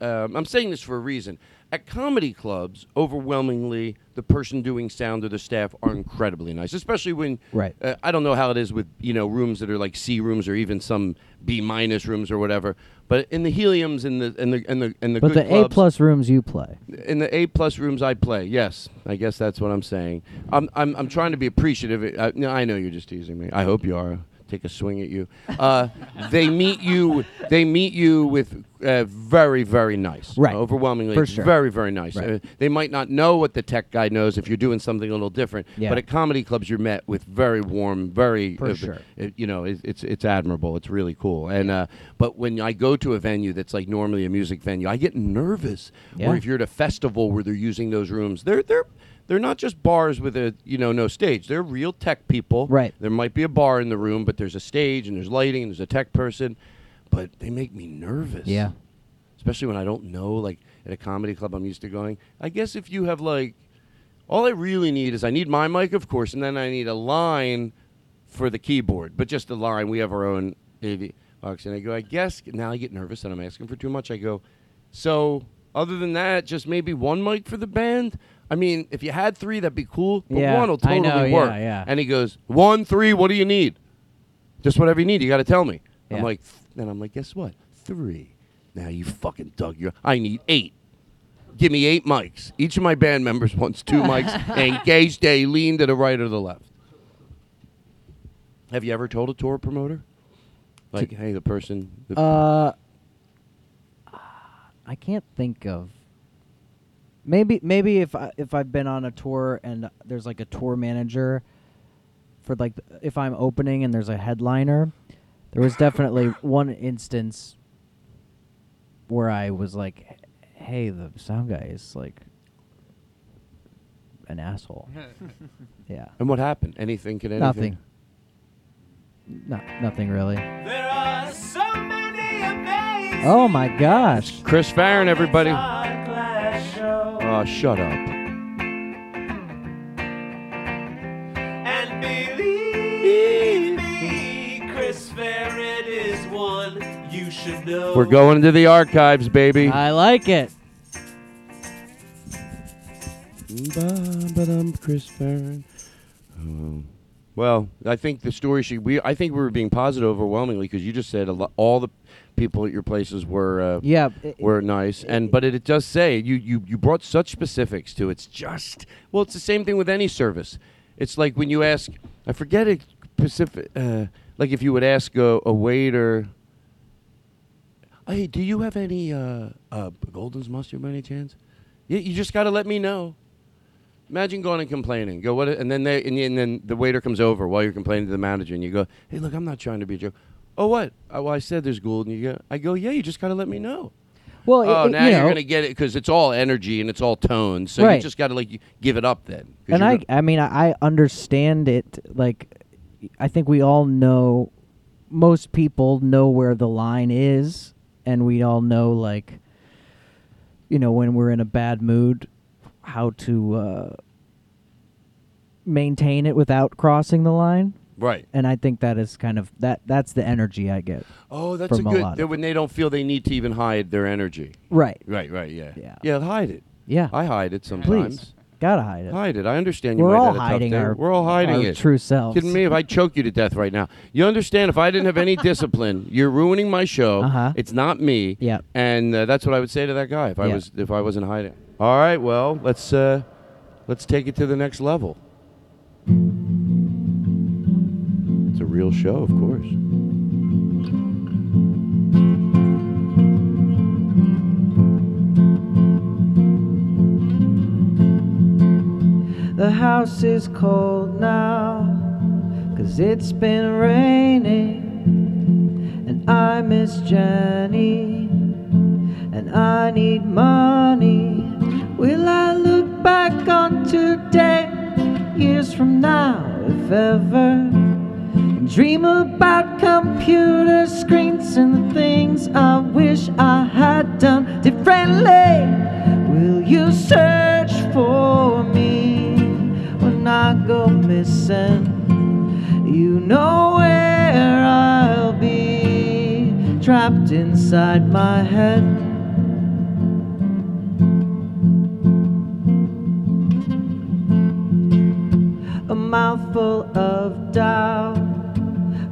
S2: Um, I'm saying this for a reason. At comedy clubs, overwhelmingly, the person doing sound or the staff are incredibly nice, especially when
S4: Right.
S2: uh, I don't know how it is with you know rooms that are like C rooms or even some B minus rooms or whatever. But in the heliums and the and the and the and the
S4: But
S2: good
S4: the A
S2: clubs-
S4: plus rooms you play.
S2: in the A plus rooms I play. Yes, I guess that's what I'm saying. I'm I'm, I'm trying to be appreciative. I, no, I know you're just teasing me. I hope you are. Take a swing at you. Uh, they meet you. They meet you with uh, very very nice.
S4: Right.
S2: Overwhelmingly,
S4: For
S2: it's
S4: sure.
S2: very very nice.
S4: Right.
S2: Uh, they might not know what the tech guy knows if you're doing something a little different.
S4: Yeah.
S2: But at comedy clubs, you're met with very warm, very uh,
S4: For sure.
S2: it, you know, it, it's it's admirable. It's really cool. And uh, but when I go to a venue that's like normally a music venue, I get nervous.
S4: Yeah.
S2: Or if you're at a festival where they're using those rooms, they're they're they're not just bars with a you know no stage. They're real tech people.
S4: Right.
S2: There might be a bar in the room, but there's a stage and there's lighting and there's a tech person. But they make me nervous
S4: Yeah.
S2: especially when I don't know. Like at a comedy club, I'm used to going. I guess if you have like, all I really need is I need my mic, of course, and then I need a line for the keyboard, but just a line. We have our own AV box, and I go. I guess now I get nervous and I'm asking for too much. I go. So other than that, just maybe one mic for the band. I mean, if you had three, that'd be cool. But
S4: Yeah,
S2: one will
S4: I
S2: totally
S4: know, yeah,
S2: work.
S4: yeah.
S2: And he goes, one, three. What do you need? Just whatever you need. You got to tell me.
S4: Yeah.
S2: I'm like, then I'm like, guess what? Three. Now you fucking dug your. I need eight. Give me eight mics. Each of my band members wants two mics. and gauge day lean to the right or the left. Have you ever told a tour promoter? Like, hey, the person. The,
S4: Uh, I can't think of. Maybe maybe if I if I've been on a tour and there's like a tour manager, for like th- if I'm opening and there's a headliner, there was definitely one instance where I was like, "Hey, the sound guy is like an asshole." yeah.
S2: and what happened? Anything? Can anything?
S4: Nothing. No, nothing really.
S7: There are so many amazing.
S4: Oh my gosh.
S2: Chris Farron, everybody.
S7: Todd Glass Show.
S2: Oh, shut up.
S7: And believe me, Chris Farron is one you should know.
S2: We're going into the archives, baby.
S4: I like it.
S2: Ba-ba-dum, Chris Farron. Um, Well, I think the story she we I think we were being positive overwhelmingly because you just said a lot, all the people at your places were uh,
S4: Yeah. i-
S2: were nice and but it, it does say you, you you brought such specifics to it's just well it's the same thing with any service it's like when you ask I forget it specific uh, like if you would ask a, a waiter hey do you have any uh, uh, Golden's mustard by any chance yeah you just got to let me know Imagine going and complaining. Go what? And then they and, and then the waiter comes over while you're complaining to the manager, and you go, "Hey, look, I'm not trying to be a jerk." Oh, what? Oh, well, I said there's gold, and you go, "I go, yeah, you just gotta let me know."
S4: Well, i-
S2: oh,
S4: i-
S2: now
S4: you
S2: you are
S4: know,
S2: gonna get it because it's all energy and it's all tone, so
S4: Right.
S2: you just gotta like you- give it up then. 'cause
S4: and
S2: you're
S4: I,
S2: gonna-
S4: I mean, I I understand it. Like, I think we all know, most people know where the line is, and we all know, like, you know, when we're in a bad mood, how to uh, maintain it without crossing the line.
S2: right.
S4: And I think that is kind of that. That's the energy I get.
S2: Oh, that's a
S4: from a
S2: good.
S4: lot of-
S2: that when they don't feel they need to even hide their energy.
S4: Right.
S2: Right. Right. Yeah.
S4: Yeah.
S2: Yeah. Hide it.
S4: Yeah.
S2: I hide it sometimes.
S4: Please, gotta hide it.
S2: Hide it. I understand. You
S4: We're
S2: might
S4: all
S2: have a tough
S4: hiding
S2: day.
S4: our
S2: We're all hiding
S4: our
S2: it.
S4: true selves.
S2: Kidding me? If I choke you to death right now, you understand? If I didn't have any discipline, you're ruining my show.
S4: Uh-huh.
S2: It's not me.
S4: Yeah.
S2: And uh, that's what I would say to that guy if I
S4: Yeah.
S2: was if I wasn't hiding. All right. Well, let's uh, let's take it to the next level. It's a real show, of course.
S4: The house is cold now, cause it's been raining. And I miss Jenny, and I need money. Will I look back on today, years from now, if ever? And dream about computer screens and the things I wish I had done differently. Will you search for me when I go missing? You know where I'll be, trapped inside my head. of doubt.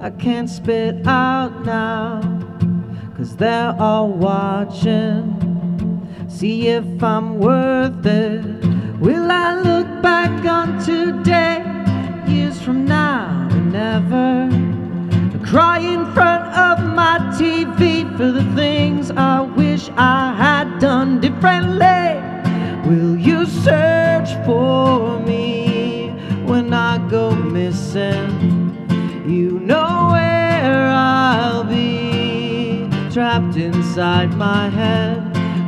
S4: I can't spit out now, cause they're all watching. See if I'm worth it. Will I look back on today, years from now, or never? cry in front of my TV for the things I wish I had done differently. Will you search for me when I go missing? You know where I'll be trapped inside my head.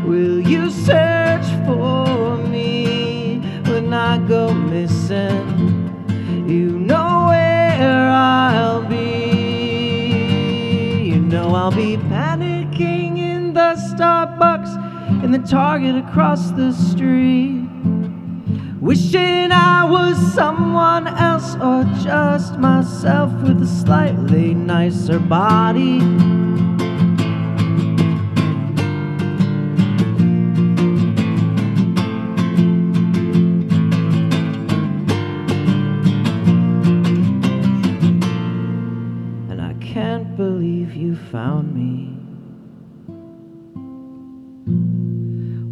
S4: Will you search for me when I go missing? You know where I'll be. You know I'll be panicking in the Starbucks in the Target across the street. Wishing I was someone else or just myself with a slightly nicer body. And I can't believe you found me.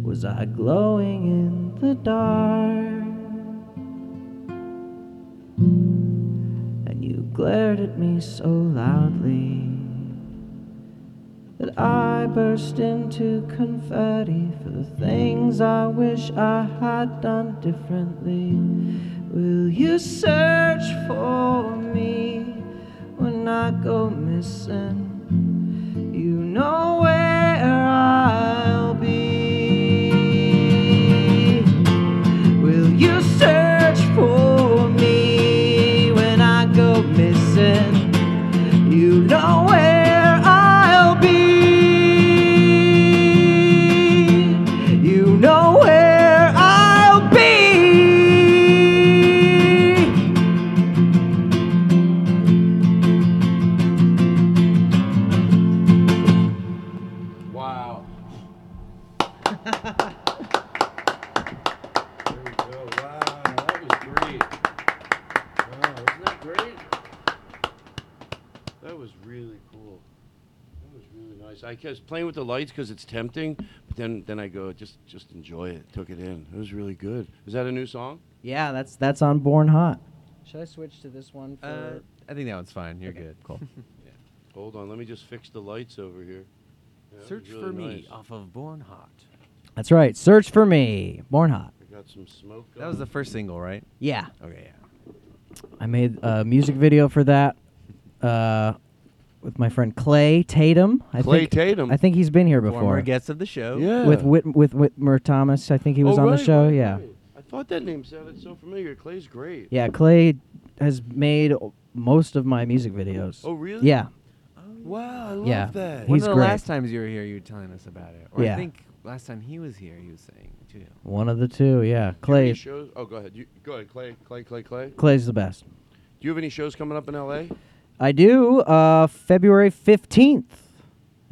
S4: Was I glowing in the dark? And you glared at me so loudly that I burst into confetti for the things I wish I had done differently. Will you search for me when I go missing? You know where I'll be. Will you search for me when I go missing? You know where I'll be. You know where I'll be.
S2: Wow. there we go. Wow, that was great. Wow, wasn't that great? That was really cool. That was really nice. I was playing with the lights because it's tempting, but then then I go just just enjoy it. Took it in. It was really good. Is that a new song?
S9: Yeah, that's that's on Born Hot. Should I switch to this one? For
S1: Uh, I think that one's fine. You're good. Cool.
S2: Hold on, let me just fix the lights over here. Yeah, that was
S1: Search
S2: really
S1: for me
S2: nice.
S1: off of Born Hot.
S9: That's right. Search for me. Born Hot.
S2: I got some smoke.
S1: That was
S2: on.
S1: the first single, right?
S9: Yeah.
S1: Okay, yeah.
S9: I made a music video for that uh, with my friend Clay Tatum. I
S2: Clay
S9: think,
S2: Tatum.
S9: I think he's been here before.
S1: Former guest of the show.
S2: yeah.
S9: With Whit- with Whitmer Thomas, I think he was
S2: Oh,
S9: on
S2: right,
S9: the show.
S2: right,
S9: yeah.
S2: right. I thought that name sounded so familiar. Clay's great.
S9: Yeah, Clay has made o- most of my music videos.
S2: Oh, really?
S9: Yeah.
S2: Wow, I love
S9: Yeah.
S2: that.
S9: He's
S1: One of the
S9: great.
S1: last times you were here, you were telling us about it. Or
S9: Yeah.
S1: I think last time he was here, he was saying too.
S9: One of the two, yeah.
S2: Do you have any
S9: Clay
S2: shows? Oh, go ahead. You, go ahead, Clay. Clay. Clay. Clay. Do
S9: Clay's the best.
S2: you have any shows coming up in L.A.?
S9: I do uh, February 15th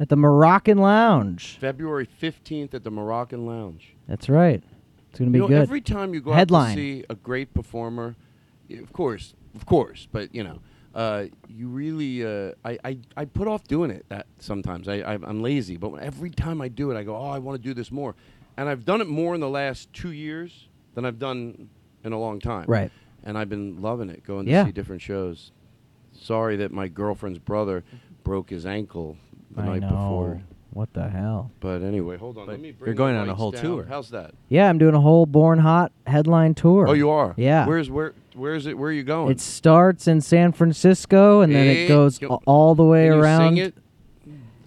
S9: at the Moroccan Lounge.
S2: February fifteenth at the Moroccan Lounge.
S9: That's right. It's going to be
S2: you know,
S9: good.
S2: every time you go out
S9: Headline.
S2: to see a great performer, y- of course, of course, but you know, uh, you really, uh, I, I, I put off doing it that sometimes. I, I, I'm lazy, but every time I do it, I go, oh, I want to do this more, and I've done it more in the last two years than I've done in a long time.
S9: Right.
S2: And I've been loving it, going
S9: Yeah.
S2: to see different shows. Sorry that my girlfriend's brother broke his ankle the
S9: I
S2: night
S9: know.
S2: before.
S9: What the hell?
S2: But anyway, hold on.
S1: But
S2: Let me
S1: you're
S2: bring the
S1: going on a
S2: lights
S1: whole
S2: down.
S1: tour.
S2: How's that?
S9: Yeah, I'm doing a whole Born Hot headline tour.
S2: Oh, you are.
S9: Yeah.
S2: Where's where? Where is it? Where are you going?
S9: It starts in San Francisco and then
S2: Eh,
S9: it goes
S2: go-
S9: a- all the way
S2: Can you
S9: around.
S2: Sing it?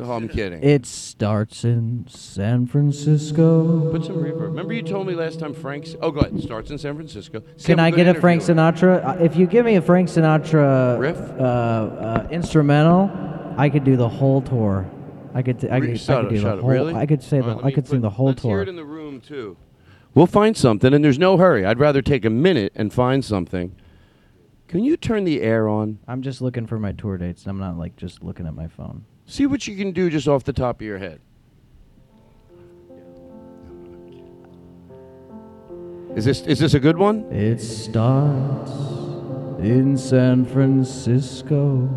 S2: Oh, I'm kidding.
S9: It starts in San Francisco.
S2: Put some reverb. Remember you told me last time Frank's. Oh, go ahead. Starts in San Francisco. Sam,
S9: Can I
S2: we're gonna
S9: get a Frank
S2: interview him.
S9: Sinatra? Uh, If you give me a Frank Sinatra
S2: Riff?
S9: Uh, uh, instrumental, I could do the whole tour. I could, t- I
S2: Re-
S9: could,
S2: shut
S9: I could
S2: up,
S9: do
S2: shut
S9: the
S2: up.
S9: whole.
S2: Really?
S9: I could say
S2: All
S9: the.
S2: right, let
S9: I
S2: me
S9: could sing
S2: put-
S9: the whole
S2: let's
S9: tour.
S2: Hear it in the room too. We'll find something, and there's no hurry. I'd rather take a minute and find something. Can you turn the air on?
S9: I'm just looking for my tour dates. I'm not like just looking at my phone.
S2: See what you can do just off the top of your head. Is this is this a good one?
S9: It starts
S4: in San Francisco.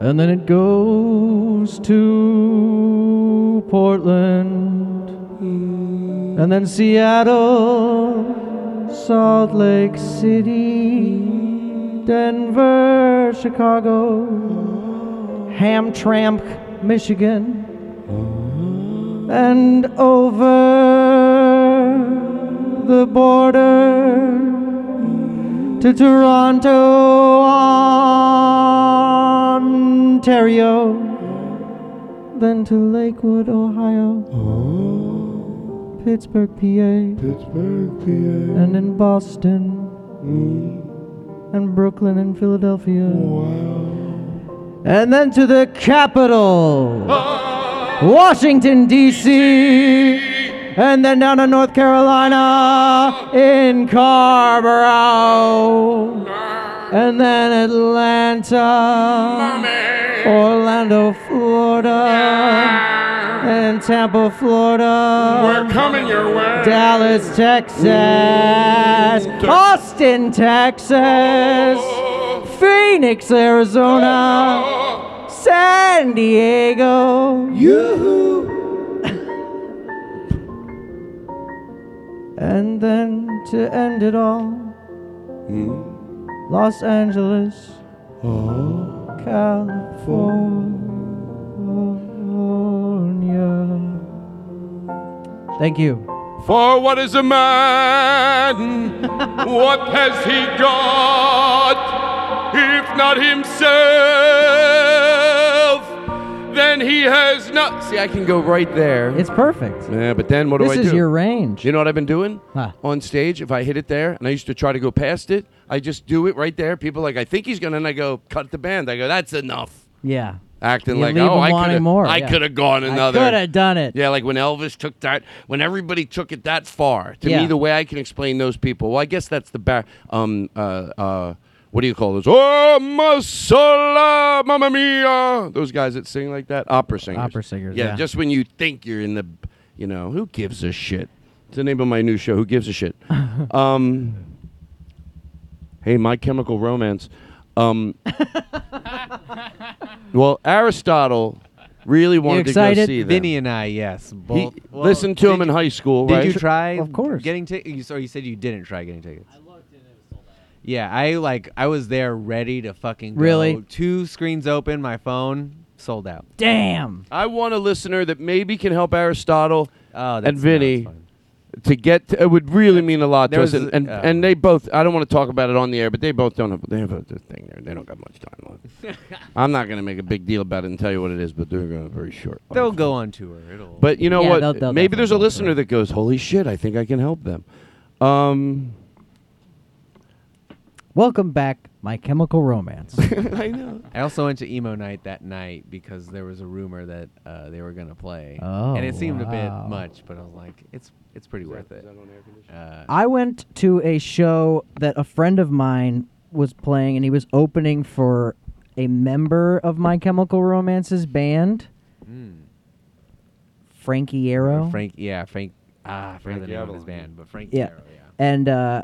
S4: And then it goes to Portland. And then Seattle, Salt Lake City, Denver, Chicago, Hamtramck, Michigan and over the border to Toronto, Ontario, then to Lakewood, Ohio, Pittsburgh, PA, and in Boston, and Brooklyn, and Philadelphia, and then to the capital. Washington, D.C., and then down to North Carolina in Carborough, and then Atlanta, Orlando, Florida, and Tampa, Florida. We're coming your way. Dallas, Texas, Austin, Texas, Phoenix, Arizona. San Diego. Yoo-hoo. and then to end it all,
S2: Hmm?
S4: Los Angeles,
S2: Oh.
S4: California. Thank you.
S2: For what is a man? what has he got? If not himself, then he has not. See, I can go right there.
S4: It's perfect.
S2: Yeah, but then what do
S4: This
S2: I do?
S4: is your range.
S2: You know what I've been doing
S4: Huh.
S2: on stage? If I hit it there, and I used to try to go past it, I just do it right there. People are like, I think he's gonna, and I go cut the band. I go, that's enough.
S4: Yeah.
S2: Acting
S4: You
S2: like,
S4: leave
S2: oh,
S4: him
S2: I
S4: wanting
S2: could
S4: more,
S2: I
S4: yeah.
S2: could have gone another.
S4: I could have done it.
S2: Yeah, like when Elvis took that, when everybody took it that far. To
S4: Yeah.
S2: me, the way I can explain those people, well, I guess that's the bar. Um, uh, uh, what do you call those? Oh, masala, mamma mia! Those guys that sing like that, opera singers.
S4: Opera singers, yeah.
S2: just when you think you're in the, you know, who gives a shit? It's the name of my new show. Who gives a shit? um, hey, My Chemical Romance. Um, well, Aristotle really wanted to go
S4: excited?
S2: see them.
S1: Vinny and I, yes.
S2: He
S1: Both. well,
S2: listened to him
S1: did
S2: in high school,
S1: Did
S2: right?
S1: you try?
S4: Of course.
S1: Getting tickets? Or you said you didn't try getting tickets? I looked and it was sold out. Yeah, I like I was there ready to fucking go.
S4: Really?
S1: Two screens open, my phone sold out.
S4: Damn.
S2: I want a listener that maybe can help Aristotle uh,
S1: Oh, that's
S2: and
S1: no,
S2: Vinny
S1: that's fine.
S2: to get. To, it would really mean a lot to
S1: There
S2: us.
S1: was
S2: And
S1: a-
S2: and,
S1: oh.
S2: and they both. I don't want to talk about it on the air, but they both don't have. They have a thing there. They don't got much time left. I'm not going to make a big deal about it and tell you what it is, but they're going to very short. life.
S1: They'll go on tour. It'll.
S2: But you know
S4: Yeah,
S2: what?
S4: they'll- they'll
S2: maybe there's a
S4: definitely go
S2: listener
S4: through.
S2: that goes, "Holy shit! I think I can help them." Um,
S4: Welcome back, My Chemical Romance.
S2: I know.
S1: I also went to emo night that night because there was a rumor that uh, they were gonna play,
S4: Oh,
S1: and it seemed a
S4: wow.
S1: bit much. But I was like, it's it's pretty worth it. Uh,
S4: I went to a show that a friend of mine was playing, and he was opening for a member of My Chemical Romance's band, Frankie Arrow.
S1: Frank, yeah, Frank. Ah, I forgot the
S2: Frank
S1: name of his
S2: Avalon.
S1: band, but Frank.
S4: yeah.
S1: Darrow, yeah.
S4: And uh,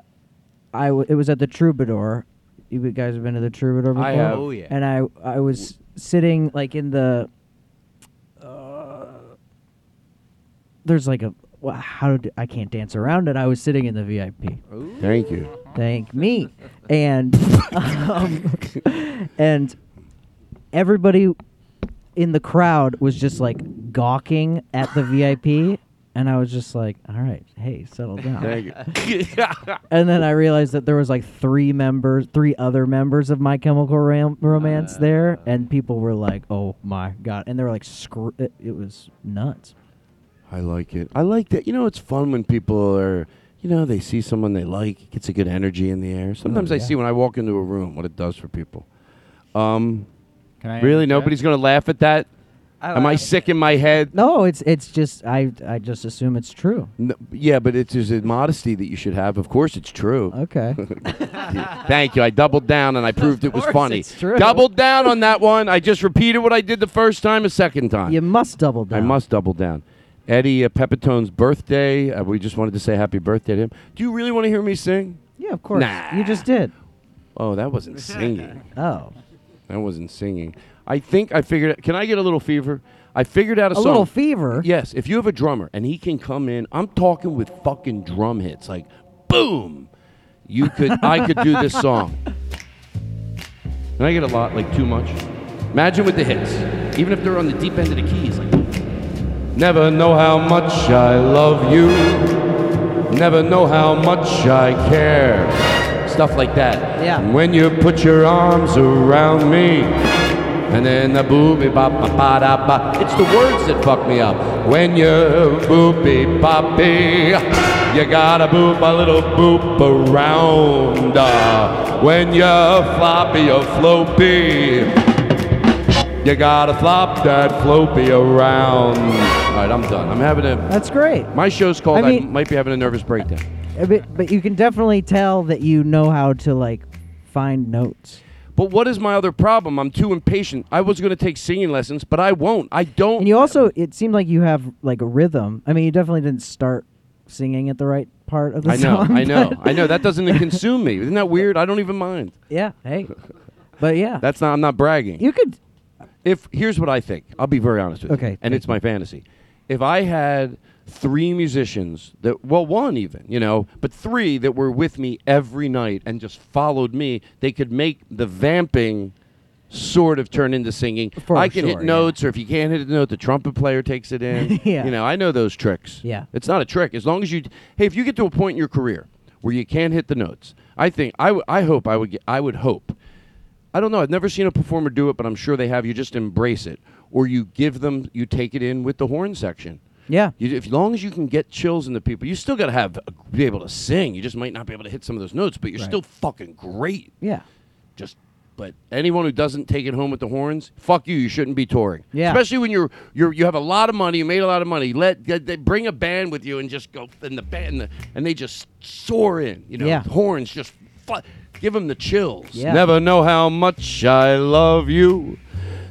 S4: I w- it was at the Troubadour. You guys have been to the Troubadour before?
S2: I have.
S1: Oh, yeah.
S4: And I I was sitting like in the. Uh, there's like a well, how do I can't dance around it. I was sitting in the VIP.
S2: Thank you.
S4: thank me and um, and everybody in the crowd was just like gawking at the vip and i was just like all right hey settle down
S2: Thank you.
S4: and then i realized that there was like three members three other members of my chemical Ram-
S2: Uh.
S4: romance there and people were like oh my god and they were like screw it, it was nuts
S2: I like it. I like that. You know, it's fun when people are, you know, they see someone they like. It gets a good energy in the air. Sometimes I
S4: Oh, yeah.
S2: see when I walk into a room what it does for people. Um,
S8: Can I
S2: really,
S8: interject?
S2: nobody's going to laugh at that. Am I sick in my head?
S4: no it's it's just i i just assume it's true
S2: No, yeah, but it's just a modesty that you should have. Of course, it's true.
S4: okay
S2: Thank you. I doubled down and I proved it was
S4: course
S2: funny.
S4: it's true.
S2: Doubled down on that one. I just repeated what I did the first time a second time.
S4: you must double down
S2: I must double down. Eddie uh, Pepitone's birthday. Uh, we just wanted to say happy birthday to him. Do you really want to hear me sing?
S4: yeah of course
S2: Nah.
S4: you just did
S2: Oh, that wasn't singing.
S4: Oh,
S2: That wasn't singing. I think I figured. out- Can I get a little fever? I figured out a,
S4: a
S2: song.
S4: little fever.
S2: Yes, if you have a drummer and he can come in, I'm talking with fucking drum hits like boom. You could I could do this song. And I get a lot, like too much. Imagine with the hits. Even if they're on the deep end of the keys, like Never know how much I love you. Never know how much I care. Stuff like that.
S4: Yeah.
S2: When you put your arms around me. And then the booby bop ba ba da ba. It's the words that fuck me up. When you booby boppy, you gotta boop a little boop around. Uh, when you floppy or floppy, you gotta flop that floppy around. All right, I'm done. I'm having a.
S4: That's great.
S2: My show's called.
S4: I
S2: I,
S4: mean-
S2: might be having a nervous breakdown.
S4: Uh, But, but you can definitely tell that you know how to like find notes.
S2: But what is my other problem? I'm too impatient. I was gonna take singing lessons, but I won't. I don't.
S4: And you also, it seemed like you have like a rhythm. I mean, you definitely didn't start singing at the right part of the
S2: I know,
S4: song.
S2: I know,
S4: but-
S2: I know. That doesn't consume me. Isn't that weird? I don't even mind.
S4: yeah. Hey. But yeah,
S2: That's not. I'm not bragging.
S4: you could.
S2: if here's what I think, I'll be very honest with you.
S4: Okay,
S2: And it's my fantasy. If I had three musicians that, well, one even, you know, but three that were with me every night and just followed me, they could make the vamping sort of turn into singing.
S4: For
S2: I can hit
S4: sure, yeah.
S2: notes, or if you can't hit a note, the trumpet player takes it in.
S4: Yeah.
S2: You know, I know those tricks.
S4: Yeah.
S2: It's not a trick. As long as you, hey, if you get to a point in your career where you can't hit the notes, I think I, w- I hope I would get, I would hope. I don't know. I've never seen a performer do it, but I'm sure they have. You just embrace it, or you give them, you take it in with the horn section.
S4: Yeah.
S2: You, if, as long as you can get chills in the people, you still got to have be able to sing. You just might not be able to hit some of those notes, but you're still fucking great.
S4: Yeah.
S2: Just, but anyone who doesn't take it home with the horns, fuck you. You shouldn't be touring.
S4: Yeah.
S2: Especially when you're you're you have a lot of money, you made a lot of money. Let get- they bring a band with you and just go and the band the, and they just soar in. You know,
S4: Yeah.
S2: horns just fu- give them the chills.
S4: Yeah.
S2: Never know how much I love you.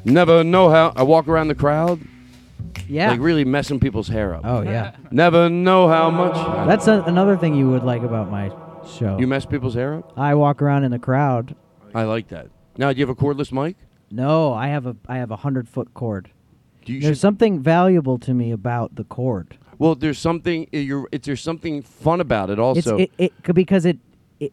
S2: Never know how I walk around the crowd,
S4: Yeah.
S2: like really messing people's hair up.
S4: oh yeah.
S2: Never know how much I-
S4: That's a, another thing you would like about my show.
S2: you mess people's hair up.
S4: I walk around in the crowd.
S2: I like that. Now, do you have a cordless mic?
S4: No, I have a I have a hundred foot cord.
S2: Do you
S4: There's
S2: should-
S4: something valuable to me about the cord.
S2: Well, there's something. i- You're, it's there's something fun about it
S4: It's
S2: also,
S4: it, it c- because it, it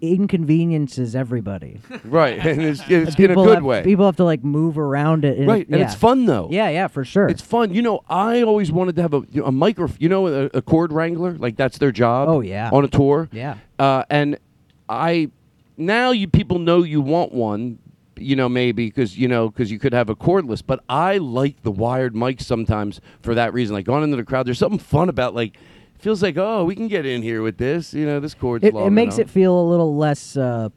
S4: inconveniences everybody.
S2: right? And it's, it's in a
S4: People
S2: good
S4: have,
S2: way,
S4: People have to like move around it. And
S2: right?
S4: it-
S2: And
S4: yeah.
S2: it's fun though.
S4: Yeah, yeah, for sure.
S2: it's fun. You know, I always wanted to have a you know, a micro. You know, a, a cord wrangler. Like that's their job.
S4: Oh, yeah.
S2: On a tour.
S4: Yeah.
S2: Uh, and I now you people know you want one. You know, maybe because you know because you could have a cordless, but I like the wired mic sometimes for that reason. Like going into the crowd, there's something fun about like. Feels like oh we can get in here with this you know this cord's
S4: it,
S2: long
S4: it makes
S2: enough.
S4: it feel a little less uh,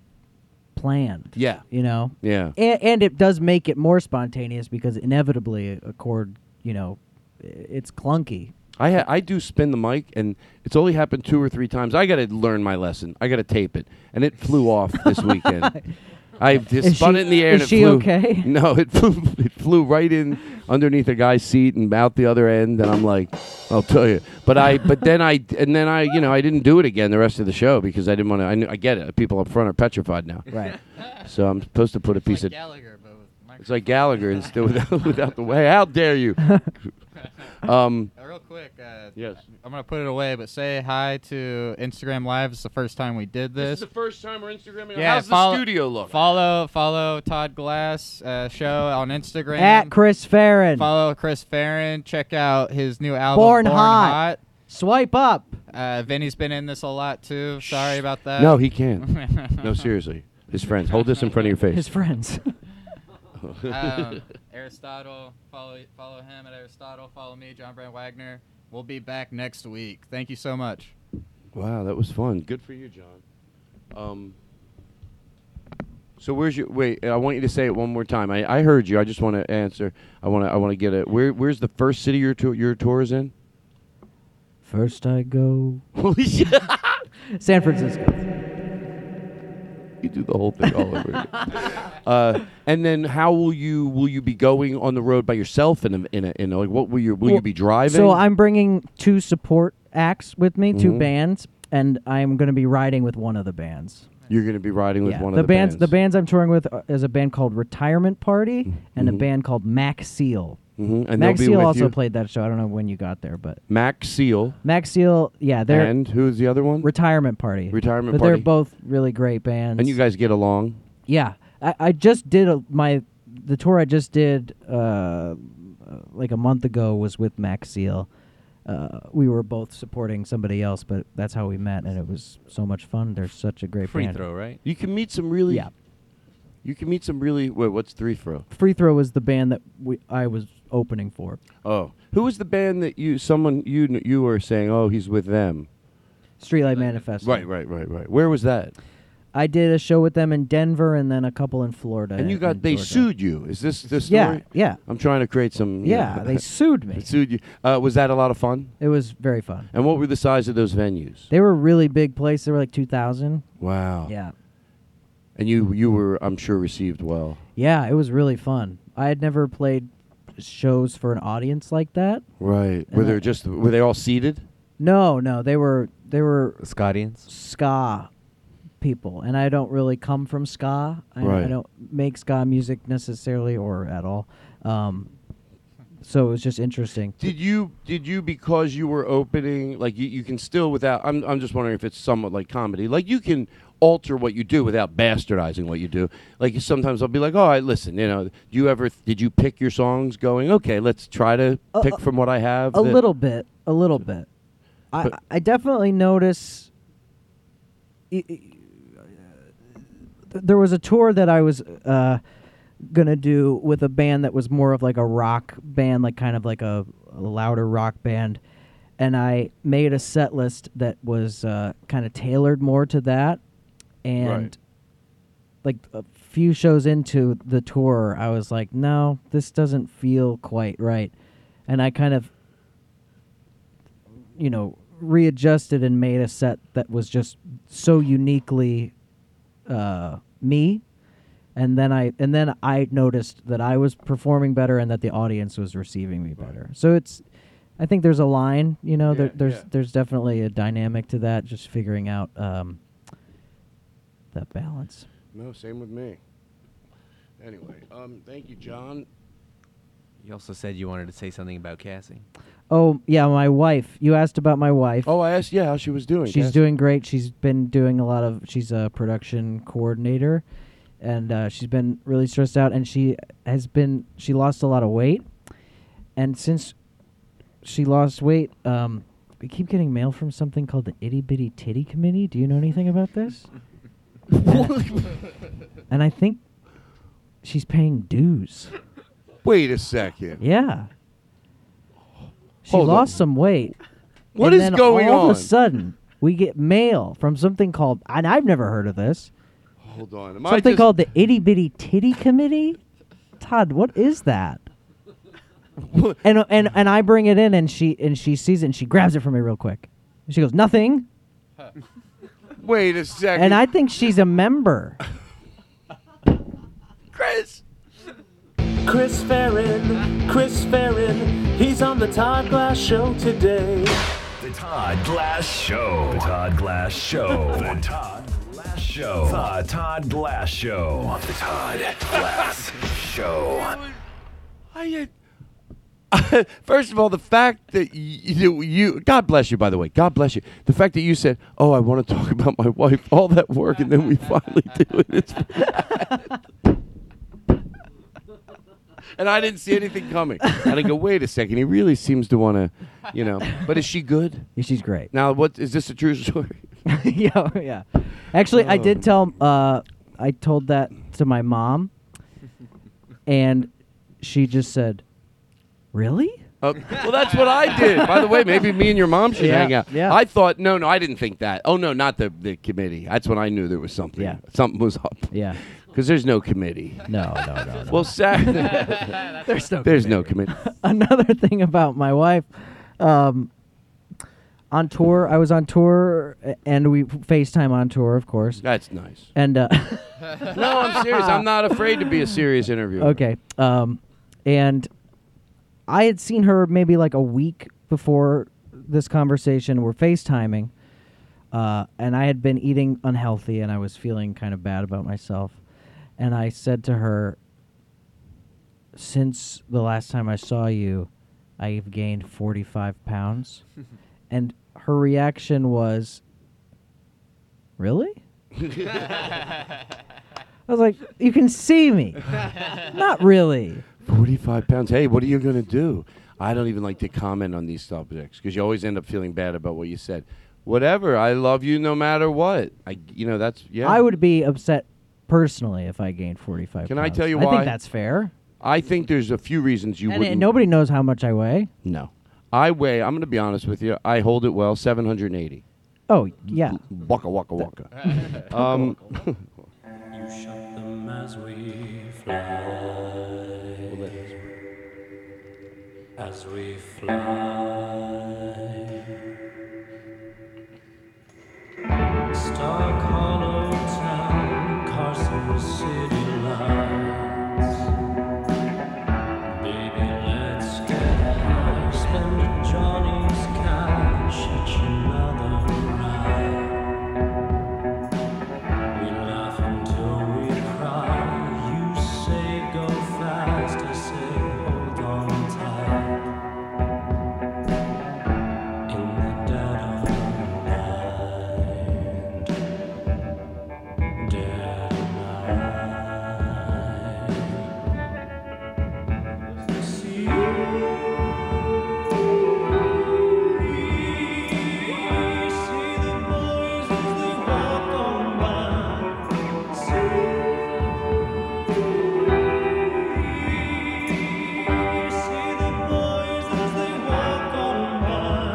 S4: planned.
S2: Yeah.
S4: you know.
S2: Yeah.
S4: And, and it does make it more spontaneous because inevitably a chord, you know, i- it's clunky.
S2: I ha- I do spin the mic, and it's only happened two or three times. I got to learn my lesson. I got to tape it, and it flew off this weekend. I just
S4: Is
S2: spun
S4: she-
S2: it in the air. and
S4: is
S2: it
S4: she
S2: flew.
S4: okay?
S2: No, it flew. It flew right in underneath a guy's seat and out the other end. And I'm like, I'll tell you. But I. But then I. And then I. You know, I didn't do it again the rest of the show because I didn't want to. I, kn- I get it. People up front are petrified now.
S4: Right.
S2: So I'm supposed to put a piece
S8: Like
S2: of
S8: Gallagher, but with
S2: it's like Gallagher and still without, without the way. How dare you? um.
S8: Uh, real quick, uh,
S2: Yes.
S8: I'm gonna put it away, but say hi to Instagram Live. It's the first time we did
S2: This
S8: this.
S2: is the first time we're Instagramming.
S8: Yeah,
S2: How's
S8: follow-
S2: the studio look?
S8: follow follow Todd Glass uh, show on Instagram.
S4: At Chris Farron,
S8: follow Chris Farron. Check out his new album
S4: Born
S8: Born,
S4: Hot.
S8: Hot.
S4: swipe up.
S8: Uh, Vinny's been in this a lot too. Sorry about that.
S2: no, he can't. no, seriously. His friends. Hold this in front of your face.
S4: His friends.
S8: um, Aristotle. Follow follow him at Aristotle. Follow me, John Brand Wagner. We'll be back next week. Thank you so much.
S2: wow, that was fun. Good for you, John. Um. So where's your wait? I want you to say it one more time. I, I heard you. I just want to answer. I want to. I want to get it. Where Where's the first city your tour your tour is in?
S4: First I go
S2: Holy shit!
S4: San Francisco.
S2: You do the whole thing all over. Again. Uh, and then how will you will you be going on the road by yourself? In a, in a, in a, like what will you will you
S4: Well,
S2: be driving?
S4: So I'm bringing two
S2: Mm-hmm.
S4: support acts with me, two bands, and I'm going to be riding with one of the bands.
S2: you're going to be riding with
S4: Yeah.
S2: one
S4: the
S2: of the
S4: bands,
S2: bands.
S4: the bands I'm touring with are- is a band called Retirement Party and a band called Max Seal.
S2: Mhm, and
S4: Max
S2: they'll be
S4: Seal
S2: with
S4: also
S2: you.
S4: played that show. I don't know when you got there, but
S2: Max Seal
S4: Max Seal, yeah, they're
S2: and who's the other one?
S4: Retirement Party.
S2: Retirement
S4: but
S2: Party.
S4: they're both really great bands.
S2: and you guys get along.
S4: yeah, I, I just did a, my the tour I just did uh, like a month ago was with Max Seal. Uh, we were both supporting somebody else, but that's how we met, and it was so much fun. They're such a great
S1: Free
S4: band.
S1: throw, right?
S2: You can meet some really.
S4: Yeah.
S2: You can meet some really. Wait, what's three throw?
S4: Free Throw was the band that we, I was opening for.
S2: Oh, who was the band that you? Someone you kn- you were saying, oh, he's with them.
S4: Streetlight Manifesto.
S2: Right, right, right, right. Where was that?
S4: I did a show with them in Denver and then a couple in Florida.
S2: and you got
S4: in
S2: they
S4: Georgia.
S2: sued you. Is this the story?
S4: Yeah, yeah.
S2: I'm trying to create some.
S4: Yeah, they sued
S2: They
S4: me.
S2: sued you. Uh, was that a lot of fun?
S4: It was very fun.
S2: And what were the size of those venues?
S4: They were really big place. They were like 2,000.
S2: Wow.
S4: Yeah.
S2: And you you were I'm sure received well.
S4: Yeah, it was really fun. I had never played shows for an audience like that.
S2: Right. Were
S4: And
S2: they
S4: I-
S2: just were they all seated?
S4: No, no, they were they were
S1: Scottians.
S4: ska people, and I don't really come from ska. I,
S2: Right.
S4: I don't make ska music necessarily or at all. Um, so it was just interesting.
S2: Did you did you because you were opening like you, you can still without I'm I'm just wondering if it's somewhat like comedy like you can alter what you do without bastardizing what you do like sometimes I'll be like all right listen you know do you ever did you pick your songs going okay let's try to pick from what I have
S4: a
S2: that-
S4: little bit a little bit i
S2: But-
S4: i definitely notice i- i- uh, there was a tour that i was uh gonna do with a band that was more of like a rock band like kind of like a, a louder rock band and i made a set list that was uh kind of tailored more to that and
S2: Right.
S4: like a few shows into the tour, I was like, no, this doesn't feel quite right. And I kind of, you know, readjusted and made a set that was just so uniquely uh, me. And then I and then I noticed that I was performing better and that the audience was receiving me better. So it's, I think there's a line, you know, there, there's there's definitely a dynamic to that. Just figuring out um, that balance.
S2: No, same with me. Anyway, um, thank you, John.
S1: You also said you wanted to say something about Cassie.
S4: Oh yeah, my wife. You asked about my wife.
S2: Oh, I asked, yeah, how she was doing.
S4: she's
S2: Cass.
S4: doing great. She's been doing a lot of. She's a production coordinator, and uh, she's been really stressed out. And she has been. She lost a lot of weight, and since she lost weight, um, we keep getting mail from something called the Itty Bitty Titty Committee. Do you know anything about this? and, and I think she's paying dues.
S2: Wait a second.
S4: Yeah. She
S2: Hold on.
S4: lost some weight.
S2: What
S4: and
S2: is
S4: then
S2: going
S4: all of
S2: on?
S4: a sudden, we get mail from something called, and I've never heard of this,
S2: Hold on. Am I
S4: something
S2: just-
S4: called the Itty Bitty Titty Committee. Todd, what is that? and and and I bring it in, and she and she sees it, and she grabs it from me real quick. She goes, nothing.
S2: Wait a second.
S4: And I think she's a member.
S2: Chris.
S7: Chris Farron, Chris Farron, he's on the Todd Glass Show today.
S10: The Todd Glass Show. The Todd Glass Show. The Todd Glass Show. The Todd Glass Show. The Todd Glass Show.
S2: I, uh, first of all, the fact that y- you, you, God bless you, by the way, God bless you. The fact that you said, "Oh, I want to talk about my wife," all that work, and then we finally do it. It's and I didn't see anything coming. And I go, "Wait a second, he really seems to want to, you know." But is she good?
S4: She's great.
S2: Now, what is this a true story?
S4: yeah, yeah. Actually, I did tell. Uh, I told that to my mom, and she just said, "Really?"
S2: Uh, well, that's what I did. By the way, maybe me and your mom should
S4: Yeah,
S2: hang out.
S4: yeah.
S2: I thought, no, no, I didn't think that. Oh, no, not the, the committee. That's when I knew there was something.
S4: Yeah.
S2: Something was up.
S4: Yeah.
S2: Because there's no committee.
S4: No, no, no. no.
S2: Well, sad.
S4: there's no.
S2: there's no committee.
S4: Another thing about my wife, um, on tour. I was on tour, a- and we FaceTime on tour, of course.
S2: That's nice.
S4: And uh,
S2: No, I'm serious. I'm not afraid to be a serious interviewer.
S4: okay, um, and I had seen her maybe like a week before this conversation. We're FaceTiming. Uh, and I had been eating unhealthy and I was feeling kind of bad about myself. And I said to her, Since the last time I saw you, I've gained 45 pounds. and her reaction was, Really? I was like, You can see me. Not really.
S2: 45 pounds. Hey, what are you going to do? I don't even like to comment on these subjects because you always end up feeling bad about what you said. Whatever. I love you no matter what. I, you know, that's, yeah.
S4: I would be upset personally if I gained 45
S2: Can I
S4: pounds.
S2: tell you
S4: I
S2: why?
S4: think that's fair.
S2: I think there's a few reasons you
S4: And
S2: wouldn't.
S4: it, nobody knows how much I weigh.
S2: No. I weigh, I'm going to be honest with you, I hold it well, 780.
S4: Oh, yeah.
S2: Waka, waka, waka. um,
S11: As we fly, Stark Hollow Town, Carson City lights. Baby, let's get high. Spend Johnny's cash at another ride. We laugh until we cry. You say go fast, I say hold on tight. In the dead of night, dead of night. See you, see the boys as they walk on by. See, see the boys as they walk on by.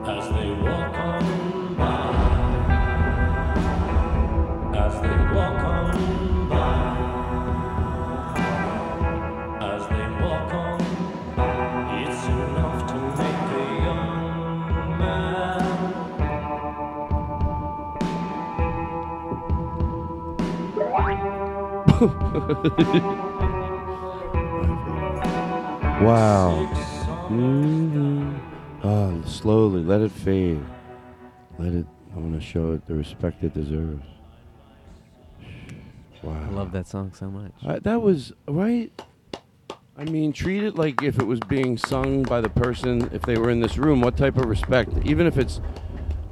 S11: as they walk on by. As they walk on by. As they walk on, it's enough to make a young man.
S2: wow. Ah, slowly, let it fade. Let it, I want to show it the respect it deserves. Wow.
S1: I love that song so much.
S2: Uh, that was right. I mean, treat it like if it was being sung by the person, if they were in this room. What type of respect? Even if it's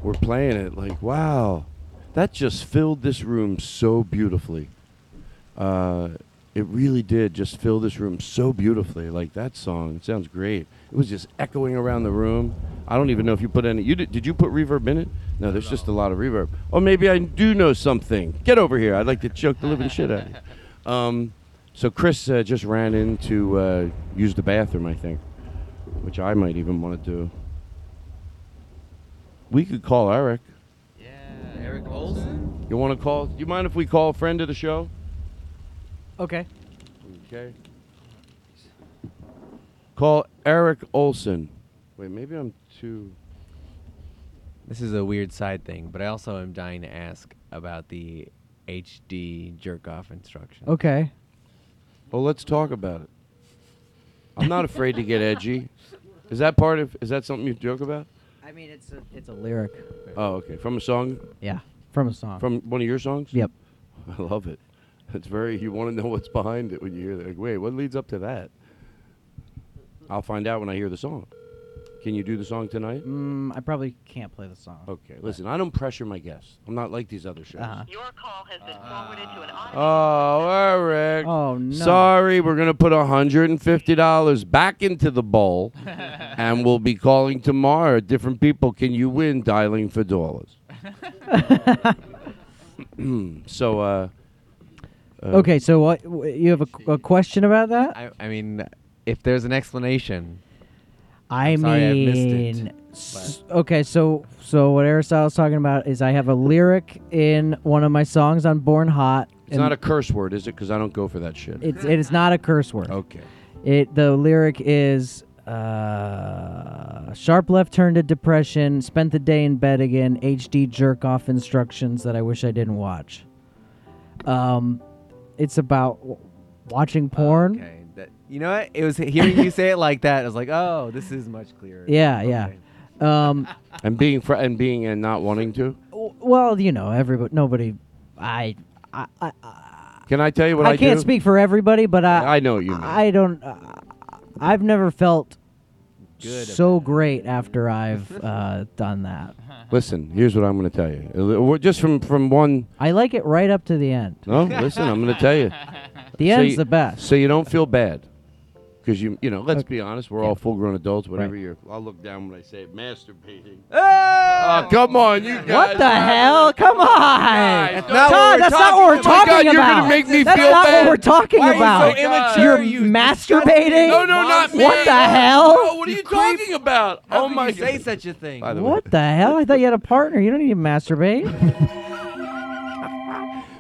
S2: we're playing it, like wow, that just filled this room so beautifully. Uh, it really did just fill this room so beautifully. Like that song, it sounds great. It was just echoing around the room. I don't even know if you put any. You did? Did you put reverb in it? No, there's just a lot of reverb. Oh, maybe I do know something. Get over here. I'd like to choke the living shit out of you. Um, so Chris uh, just ran in to uh, use the bathroom, I think, which I might even want to do. We could call Eric.
S8: Yeah, Eric Olson.
S2: You want to call? You mind if we call a friend of the show?
S4: Okay.
S2: Okay. Call Eric Olson. Wait, maybe I'm too.
S1: This is a weird side thing, but I also am dying to ask about the HD jerk off instruction.
S4: Okay.
S2: Oh, let's talk about it. I'm not afraid to get edgy. Is that part of? Is that something you joke about?
S4: I mean, it's a, it's a lyric.
S2: Oh, okay. From a song?
S4: Yeah. From a song.
S2: From one of your songs?
S4: Yep.
S2: I love it. It's very. You want to know what's behind it when you hear that. Like, wait, what leads up to that? I'll find out when I hear the song. Can you do the song tonight?
S4: Mm, I probably can't play the song.
S2: Okay. Listen, I don't pressure my guests. I'm not like these other shows.
S4: Uh-huh.
S12: Your call has been forwarded to an automated.
S2: Oh, Eric.
S4: Oh, no.
S2: Sorry, we're gonna put hundred and fifty dollars back into the bowl, and we'll be calling tomorrow. Different people, can you win dialing for dollars? so, uh,
S4: Okay, so what w- you have a, qu- a question about that?
S1: I, I mean, if there's an explanation,
S4: I mean,
S1: sorry, I missed it,
S4: s- okay, so so what Aristotle was talking about is I have a lyric in one of my songs on Born Hot.
S2: it's not a curse word, is it? Because I don't go for that shit.
S4: It's it is not a curse word.
S2: okay.
S4: It the lyric is uh, sharp left turn to depression. Spent the day in bed again. HD jerk off instructions that I wish I didn't watch. Um, it's about w- watching porn.
S1: Okay, that, you know what? It was hearing you say it like that. I was like, oh, this is much clearer.
S4: Yeah, yeah.
S1: Okay.
S4: Um,
S2: and being fr- and being and not wanting to.
S4: w- well, you know, everybody, nobody, I, I, I,
S2: Can I tell you what I,
S4: I can't
S2: do?
S4: speak for everybody, but I,
S2: I know what you mean.
S4: I don't, uh, I've never felt
S2: Good
S4: so great after I've uh, done that.
S2: Listen, here's what I'm going to tell you. A li- we're- Just from from one.
S4: I like it right up to the end.
S2: No, listen, I'm going to tell you.
S4: The
S2: So
S4: end's
S2: you-
S4: the best.
S2: So you don't feel bad, because you you know. Let's be honest. We're all full grown adults. Whatever
S10: Right.
S2: you're. I'll look down when I say masturbating. Oh, come on, you guys.
S4: Ah, What the hell? Come on.
S2: That's not what
S4: Todd,
S2: we're
S4: that's not what we're
S2: talking- Oh my
S4: talking
S2: God, you're
S4: about.
S2: gonna make me
S4: that's
S2: feel
S4: not
S2: bad.
S4: what we're talking
S2: Why are you so
S4: about.
S2: immature,
S4: You're
S2: you
S4: masturbating?
S2: No, no, not me.
S4: What the hell?
S2: what are you talking about?
S1: How
S2: oh
S1: could
S2: my
S1: you say
S2: God.
S1: such a thing?
S2: By the way-
S4: What the hell? I thought you had a partner. You don't need to masturbate.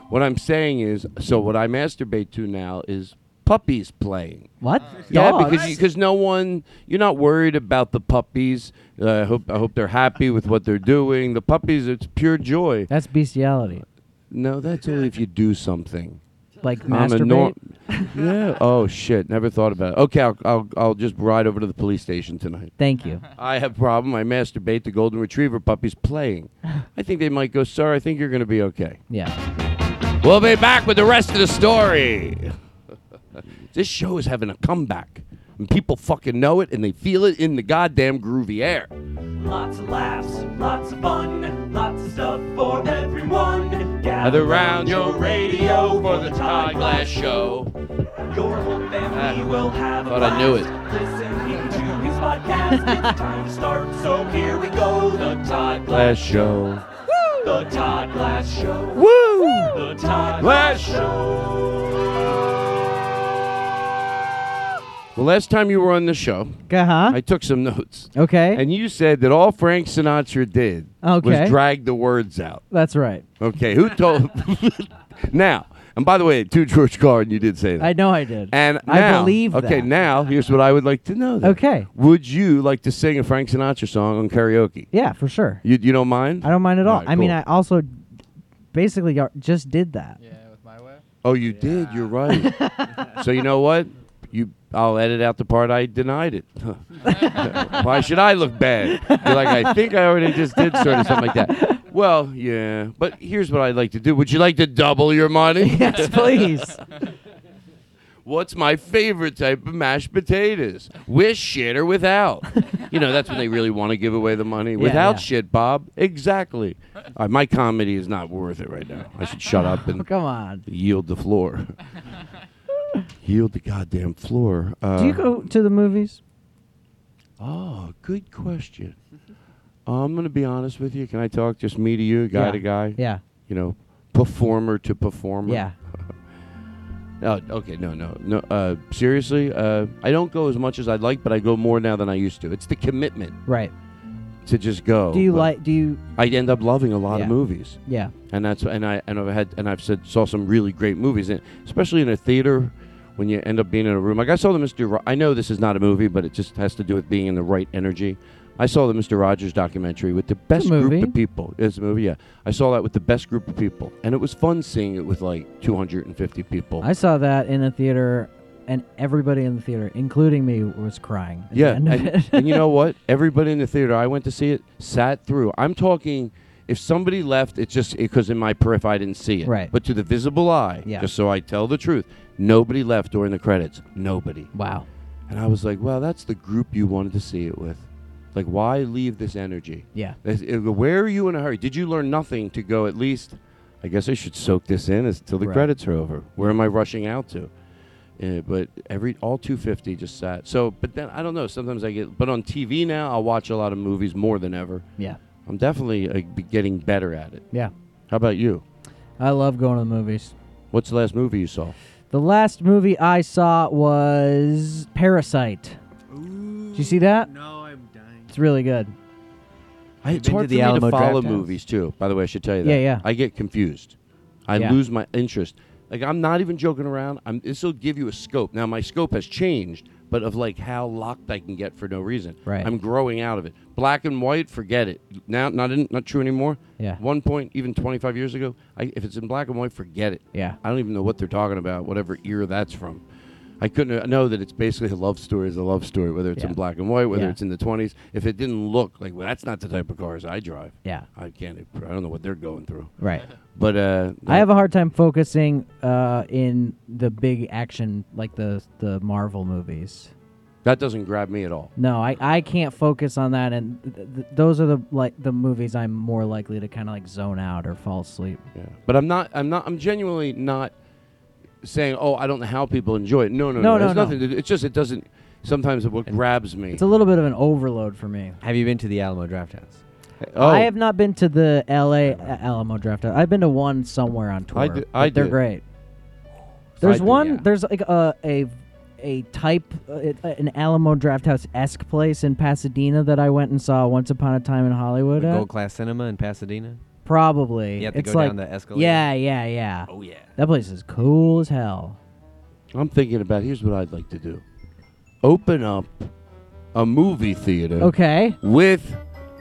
S2: What I'm saying is, so what I masturbate to now is puppies playing.
S4: What?
S2: Yeah,
S4: Dogs.
S2: because because no one, you're not worried about the puppies. Uh, I hope I hope they're happy with what they're doing. The puppies, it's pure joy.
S4: That's bestiality.
S2: No, that's only if you do something.
S4: Like
S2: I'm a
S4: masturbate.
S2: nor- yeah. Oh shit! Never thought about it. Okay, I'll, I'll I'll just ride over to the police station tonight.
S4: Thank you.
S2: I have problem. I masturbate the golden retriever puppies playing. I think they might go, sir. I think you're gonna be okay.
S4: Yeah.
S2: We'll be back with the rest of the story. this show is having a comeback. And people fucking know it and they feel it in the goddamn groovy air.
S11: Lots of laughs, lots of fun, lots of stuff for everyone.
S2: Gather round your
S11: radio for the Todd
S2: Glass Show.
S11: Your whole family
S2: Ah,
S11: will have
S2: thought
S11: a
S2: I knew
S11: blast Listening to his podcast, it's time to start. So here we go, the
S2: Glass
S11: Todd Glass.
S2: Show.
S11: The Todd Glass Show.
S2: Woo!
S11: The Todd
S2: Glass
S11: Glass Show.
S2: Well, last time you were on the show,
S4: Uh-huh.
S2: I took some notes.
S4: Okay.
S2: And you said that all Frank Sinatra did
S4: Okay.
S2: was drag the words out.
S4: that's right.
S2: Okay, who told. now, and by the way, to George Carlin, you did say that.
S4: I know I did.
S2: And
S4: I
S2: now-
S4: believe
S2: Okay,
S4: that.
S2: now here's what I would like to know. then.
S4: Okay.
S2: Would you like to sing a Frank Sinatra song on karaoke?
S4: Yeah, for sure.
S2: You, you don't mind?
S4: I don't mind at all.
S2: Alright,
S4: I mean,
S2: cool.
S4: I also basically uh, just did that.
S8: Yeah, with my way.
S2: Oh, you did. You're right. so you know what? You, I'll edit out the part I denied it. Why should I look bad? You're like, I think I already just did sort of something like that. Well, yeah. But here's what I'd like to do. Would you like to double your money?
S4: yes, please.
S2: What's my favorite type of mashed potatoes? With shit or without? you know, that's when they really want to give away the money. without
S4: yeah.
S2: shit, Bob. Exactly. Uh, my comedy is not worth it right now. I should shut up and
S4: Oh, Come on.
S2: yield the floor. yield the goddamn floor. Uh,
S4: Do you go to the movies?
S2: Oh, good question. Uh, I'm going to be honest with you. Can I talk just me to you, guy
S4: Yeah.
S2: to guy?
S4: Yeah.
S2: You know, performer to performer.
S4: Yeah.
S2: Oh, okay, no, no, no. Uh, seriously, uh, I don't go as much as I'd like, but I go more now than I used to. It's the commitment
S4: Right.
S2: to just go.
S4: Do you
S2: Oh, but
S4: like? Do you?
S2: I end up loving a lot of
S4: Yeah.
S2: movies,
S4: Yeah.
S2: and that's and I and I've had and I've said saw some really great movies, and especially in a theater when you end up being in a room. Like I saw the Mister. Ro- I know this is not a movie, but it just has to do with being in the right energy. I saw the Mister Rogers documentary with the best group
S4: movie.
S2: of people. It's a movie, yeah. I saw that with the best group of people, and it was fun seeing it with like 250 people.
S4: I saw that in a theater, and everybody in the theater, including me, was crying. At
S2: Yeah,
S4: The end of
S2: and,
S4: it.
S2: and you know what? Everybody in the theater I went to see it sat through. I'm talking. If somebody left, it's just because in my periphery I didn't see it.
S4: Right.
S2: But to the visible eye,
S4: Yeah.
S2: just so I tell the truth, nobody left during the credits. Nobody.
S4: wow.
S2: And I was like, wow, that's the group you wanted to see it with. Like, why leave this energy?
S4: Yeah.
S2: This- it- uh, Where are you in a hurry? Did you learn nothing to go at least? I guess I should soak this in as- till the
S4: Right.
S2: credits are over. Where am I rushing out to? Uh, but every all 250 just sat. So, but then I don't know. Sometimes I get. But on TV now, I'll watch a lot of movies more than ever.
S4: Yeah.
S2: I'm definitely uh, be getting better at it.
S4: Yeah.
S2: How about you?
S4: I love going to the movies.
S2: What's the last movie you saw?
S4: The last movie I saw was Parasite. Did you see that?
S1: No, I'm dying.
S4: It's really good.
S2: I, it's
S1: been to
S2: hard
S1: the
S2: for me
S1: Alamo
S2: to follow
S1: Drafthouse?
S2: movies too. By the way, I should tell you that.
S4: Yeah, yeah.
S2: I get confused. I
S4: Yeah.
S2: lose my interest. Like I'm not even joking around. I'm this will give you a scope. Now my scope has changed, but of like how locked I can get for no reason.
S4: Right.
S2: I'm growing out of it. Black and white, forget it. Now not in, not true anymore.
S4: Yeah.
S2: One point, even 25 years ago, I, if it's in black and white, forget it.
S4: Yeah.
S2: I don't even know what they're talking about. Whatever ear that's from. I couldn't know that it's basically a love story is a love story, whether it's in
S4: Yeah.
S2: black and white, whether
S4: Yeah.
S2: it's in the 20s. If it didn't look like, well, that's not the type of cars I drive.
S4: Yeah.
S2: I can't, I don't know what they're going through.
S4: Right.
S2: But, uh,
S4: I have a hard time focusing uh, in the big action, like the the Marvel movies.
S2: that doesn't grab me at all.
S4: No, I, I can't focus on that, and th- th- those are the like the movies I'm more likely to kind of like zone out or fall asleep.
S2: Yeah. But I'm not. I'm not. I'm genuinely not saying, "Oh, I don't know how people enjoy it." No, no,
S4: No,
S2: no.
S4: no,
S2: There's
S4: no.
S2: nothing. To do. It's just it doesn't. Sometimes it what grabs me.
S4: It's a little bit of an overload for me.
S1: Have you been to the Alamo Draft House?
S2: oh,
S4: I have not been to the L.A. A- uh, Alamo Draft. House. I've been to one somewhere on tour.
S2: I did- I
S4: but they're
S2: did.
S4: great. There's
S2: did,
S4: one.
S2: yeah.
S4: There's like a a a type uh, it- uh, an Alamo Draft House esque place in Pasadena that I went and saw once upon a time in Hollywood.
S1: The
S4: at.
S1: Gold Class Cinema in Pasadena.
S4: Probably.
S1: You have to
S4: it's
S1: go
S4: like,
S1: down the escalator?
S4: Yeah, yeah, yeah.
S1: Oh yeah.
S4: That place is cool as hell.
S2: I'm thinking about. Here's what I'd like to do: open up a movie theater.
S4: Okay,
S2: With,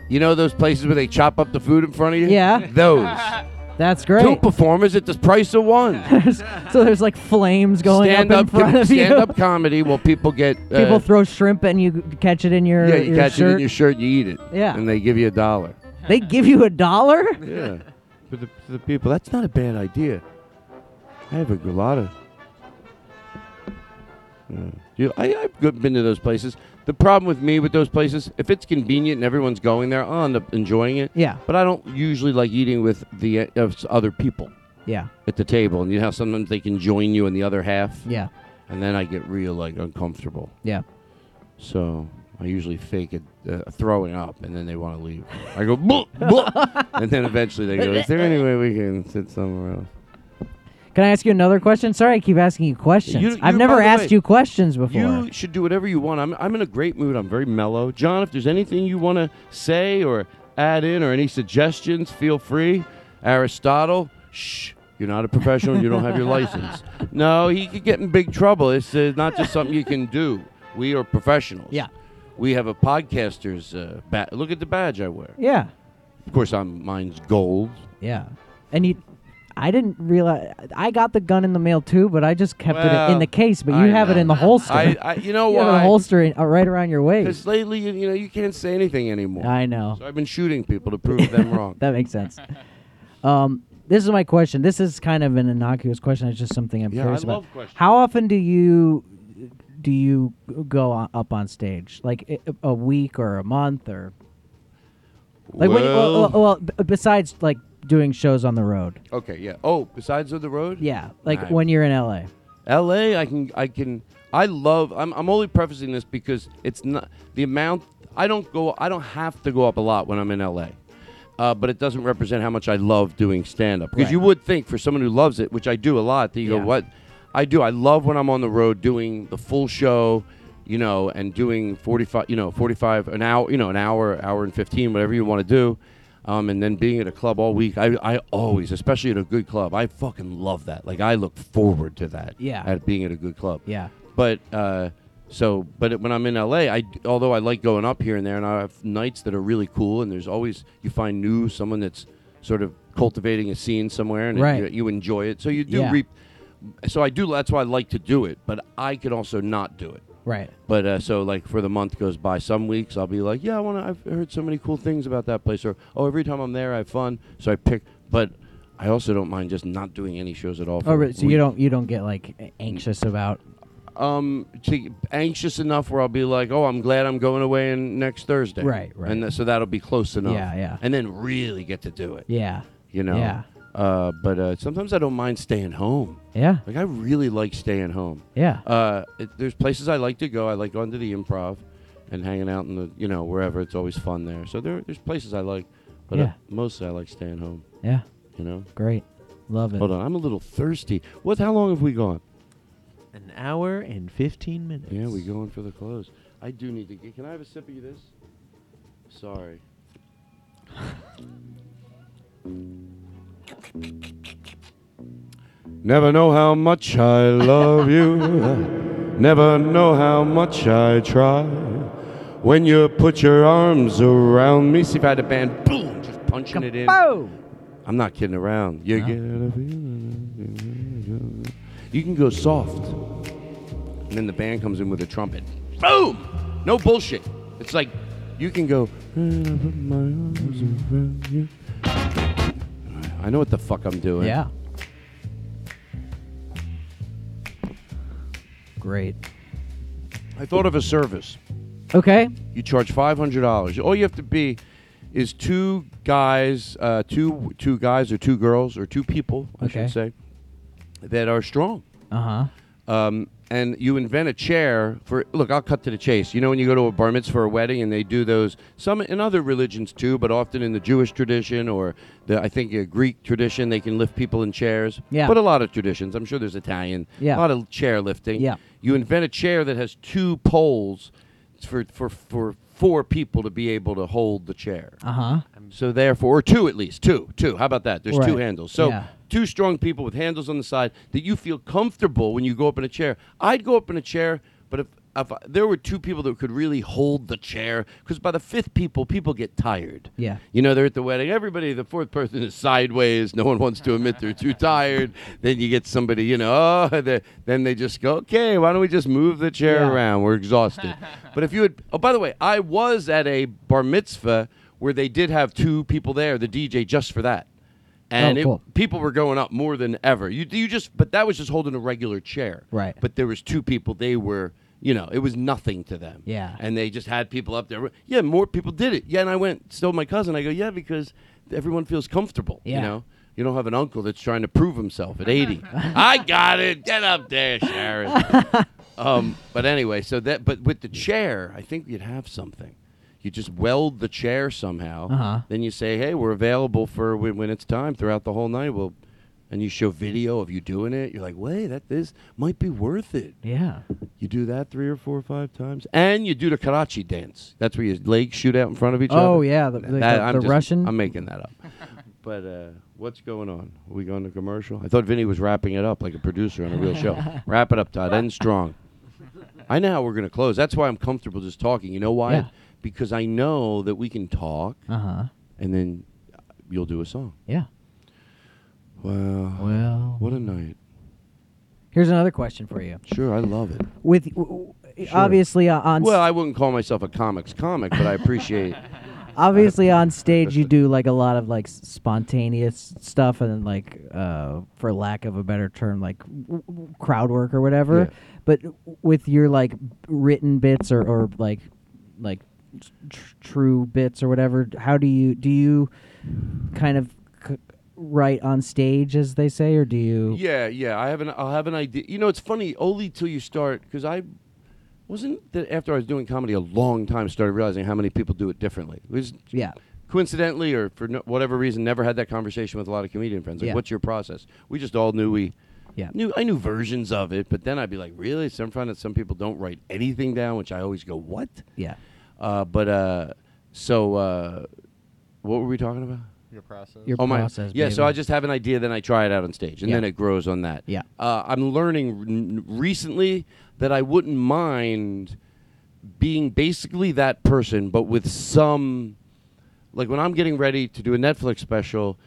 S2: you know, those places where they chop up the food in front of you.
S4: Yeah.
S2: Those
S4: that's
S2: two
S4: great.
S2: performers at the price of one.
S4: so there's like flames going
S2: stand
S4: up in front of you.
S2: stand up comedy while people get uh,
S4: People throw shrimp and you catch it in your
S2: yeah, you
S4: your
S2: catch it in
S4: shirt.
S2: your shirt, you eat it.
S4: Yeah.
S2: And they give you a dollar.
S4: they give you a dollar.
S2: Yeah. For the, for the people. That's not a bad idea. I have a gulata. Yeah. uh, You- I, I've good- been to those places. The problem with me with those places, if it's convenient and everyone's going there, I'll end up enjoying it.
S4: Yeah.
S2: But I don't usually like eating with the uh, of s- other people
S4: Yeah,
S2: at the table. And you know how sometimes they can join you in the other half?
S4: yeah,
S2: And then I get real, like, uncomfortable.
S4: yeah.
S2: So I usually fake it, uh, throwing up, and then they want to leave. I go, "Bleh, bleh," and then eventually they go, "Is there any way we can sit somewhere else?"
S4: Can I ask you another question? Sorry, I keep asking you questions.
S2: You-
S4: I've
S2: you- by
S4: never
S2: the
S4: asked
S2: way,
S4: you questions before.
S2: You should do whatever you want. I'm, I'm in a great mood. I'm very mellow. John, if there's anything you want to say or add in or any suggestions, feel free. Aristotle, shh, you're not a professional. you don't have your license. No, he could get in big trouble. It's uh, not just something you can do. We are professionals.
S4: Yeah.
S2: We have a podcaster's uh, badge. Look at the badge I wear.
S4: yeah,
S2: Of course, I'm mine's gold.
S4: yeah. And you, I didn't realize I got the gun in the mail too, but I just kept it in
S2: Well,
S4: the case. But you
S2: I
S4: have it
S2: know.
S4: in the holster.
S2: I, I you know
S4: you have it in the
S2: why?
S4: holster in, uh, right around your waist.
S2: Because lately, you, you know, you can't say anything anymore.
S4: I know.
S2: So I've been shooting people to prove them wrong.
S4: That makes sense. Um, this is my question. This is kind of an innocuous question. It's just something I'm
S2: Yeah,
S4: curious
S2: I
S4: about.
S2: love questions.
S4: How often do you do you go on, up on stage? Like i- a week or a month or like when you, uh, well, well, well, b- besides like doing shows on the road.
S2: okay, yeah. Oh, besides of the road,
S4: Yeah, like
S2: Nice.
S4: when you're in LA.
S2: L.A. I can, I can, I love. I'm, I'm only prefacing this because it's not the amount. I don't go. I don't have to go up a lot when I'm in L.A. Uh, but it doesn't represent how much I love doing stand up. Because you would think, for someone who loves it, which I do a lot, that you
S4: Yeah.
S2: go, what? I do. I love when I'm on the road doing the full show, you know, and doing 45, you know, 45, an hour, you know, an hour, hour and 15, whatever you want to do. Um, and then being at a club all week, I, I always, especially at a good club, I fucking love that. Like, I look forward to that.
S4: Yeah.
S2: At being at a good club.
S4: Yeah.
S2: But, uh, so, but it- when I'm in LA, I d- although I like going up here and there, and I have nights that are really cool, and there's always you find new someone that's sort of cultivating a scene somewhere, and it-
S4: Right.
S2: you, you enjoy it. So you do
S4: Yeah.
S2: reap. So I do. That's why I like to do it, but I could also not do it.
S4: Right.
S2: But uh, so like for the month goes by, some weeks I'll be like, yeah, I want to. I've heard so many cool things about that place, or oh, every time I'm there, I have fun. So I pick, but. I also don't mind just not doing any shows at all. For
S4: Oh,
S2: a
S4: right, so you
S2: week.
S4: don't you don't get like a- anxious about
S2: um to anxious enough where I'll be like, oh, I'm glad I'm going away in next Thursday.
S4: Right, right.
S2: And th- so that'll be close enough.
S4: Yeah, yeah.
S2: And then really get to do it.
S4: yeah.
S2: You know.
S4: Yeah.
S2: Uh, but uh, sometimes I don't mind staying home.
S4: Yeah.
S2: Like I really like staying home.
S4: Yeah.
S2: Uh, it, there's places I like to go. I like going to the improv and hanging out in the you know wherever. It's always fun there. So there there's places I like, but uh,
S4: Yeah.
S2: mostly I like staying home.
S4: yeah.
S2: You know.
S4: Great. Love it.
S2: Hold on, I'm a little thirsty. What? How long have we gone?
S1: An hour and fifteen minutes.
S2: Yeah, we going for the close. I do need to get. Can I have a sip of this? Sorry. Never know how much I love you. Never know how much I try. When you put your arms around me, see if I had a band, boom, just punching it in. I'm not kidding around. You get a feeling. You can go soft. and then the band comes in with a trumpet. Boom! No bullshit. It's like you can go. "And I put my arms around you." I know what the fuck I'm doing.
S4: Yeah. Great.
S2: I thought of a service.
S4: Okay.
S2: You charge five hundred dollars. All you have to be is two guys, uh, two two guys or two girls or two people, I
S4: Okay.
S2: should say, that are strong.
S4: Uh huh.
S2: Um, and you invent a chair for. Look, I'll cut to the chase. You know when you go to a bar mitzvah or a wedding, and they do those some in other religions too, but often in the Jewish tradition or the I think a Greek tradition, they can lift people in chairs.
S4: Yeah.
S2: But a lot of traditions. I'm sure there's Italian.
S4: Yeah.
S2: A lot of chair lifting.
S4: Yeah.
S2: You invent a chair that has two poles for for for four people to be able to hold the chair.
S4: Uh huh.
S2: So therefore, or two at least, two, two. How about that? There's two
S4: Right.
S2: handles. So
S4: Yeah.
S2: two strong people with handles on the side that you feel comfortable when you go up in a chair. I'd go up in a chair, but if if I- there were two people that could really hold the chair, because by the fifth people, people get tired.
S4: Yeah.
S2: You know, they're at the wedding. Everybody, the fourth person is sideways. No one wants to admit they're too tired. Then you get somebody, you know, oh, they- then they just go, okay, why don't we just move the chair
S4: Yeah.
S2: around? We're exhausted. but if you had, oh, by the way, I was at a bar mitzvah where they did have two people there, the DJ, just for that. And
S4: Oh,
S2: it-
S4: cool.
S2: people were going up more than ever. You, you just, but that was just holding a regular chair.
S4: Right.
S2: But there was two people. They were, you know, it was nothing to them.
S4: Yeah.
S2: And they just had people up there. Yeah, more people did it. Yeah, and I went, so my cousin, I go, yeah, because everyone feels comfortable.
S4: Yeah.
S2: You know, you don't have an uncle that's trying to prove himself at 80. I got it. Get up there, Sharon. um, but anyway, so that, but with the chair, I think you'd have something. You just weld the chair somehow.
S4: Uh-huh.
S2: Then you say, hey, we're available for when, when it's time throughout the whole night. Well, and you show video of you doing it. You're like, wait, that this might be worth it.
S4: Yeah.
S2: You do that three or four or five times, and you do the Karachi dance. That's where your legs shoot out in front of each other.
S4: Oh, yeah, the-
S2: Th-
S4: the- the- the Russian?
S2: I'm making that up. but uh, what's going on? Are we going to commercial? I thought Vinny was wrapping it up like a producer on a real show. Wrap it up, Todd. End strong. I know how we're going to close. That's why I'm comfortable just talking. You know why?
S4: Yeah.
S2: Because I know that we can talk,
S4: Uh huh.
S2: and then uh, you'll do a song.
S4: Yeah.
S2: Wow.
S4: Well,
S2: What a night.
S4: here's another question for you.
S2: Sure, I love it.
S4: With w- w- obviously uh, on s-
S2: Well, I wouldn't call myself a comics comic, but I appreciate
S4: obviously on stage you do like a lot of like s- spontaneous stuff and like uh for lack of a better term like w- w- crowd work or whatever
S2: Yeah.
S4: but with your like written bits or or like like tr- tr- true bits or whatever how do you do you kind of c- write on stage as they say or do you
S2: Yeah, yeah. I have an I'll have an idea. You know, it's funny only till you start because I wasn't that after I was doing comedy a long time started realizing how many people do it differently. It was
S4: Yeah.
S2: coincidentally or for no, whatever reason never had that conversation with a lot of comedian friends. Like,
S4: Yeah.
S2: what's your process? We just all knew we.
S4: Yeah.
S2: Knew, I knew versions of it, but then I'd be like, really? Some find that some people don't write anything down, which I always go, what?
S4: yeah
S2: Uh, but uh, so uh, what were we talking about?
S8: Your process.
S4: your
S2: oh my
S4: process
S2: yeah so
S4: baby?
S2: i just have an idea then i try it out on stage and
S4: Yeah.
S2: then it grows on that
S4: Yeah.
S2: uh, i'm learning r- n- recently that i wouldn't mind being basically that person but with some like when i'm getting ready to do a netflix special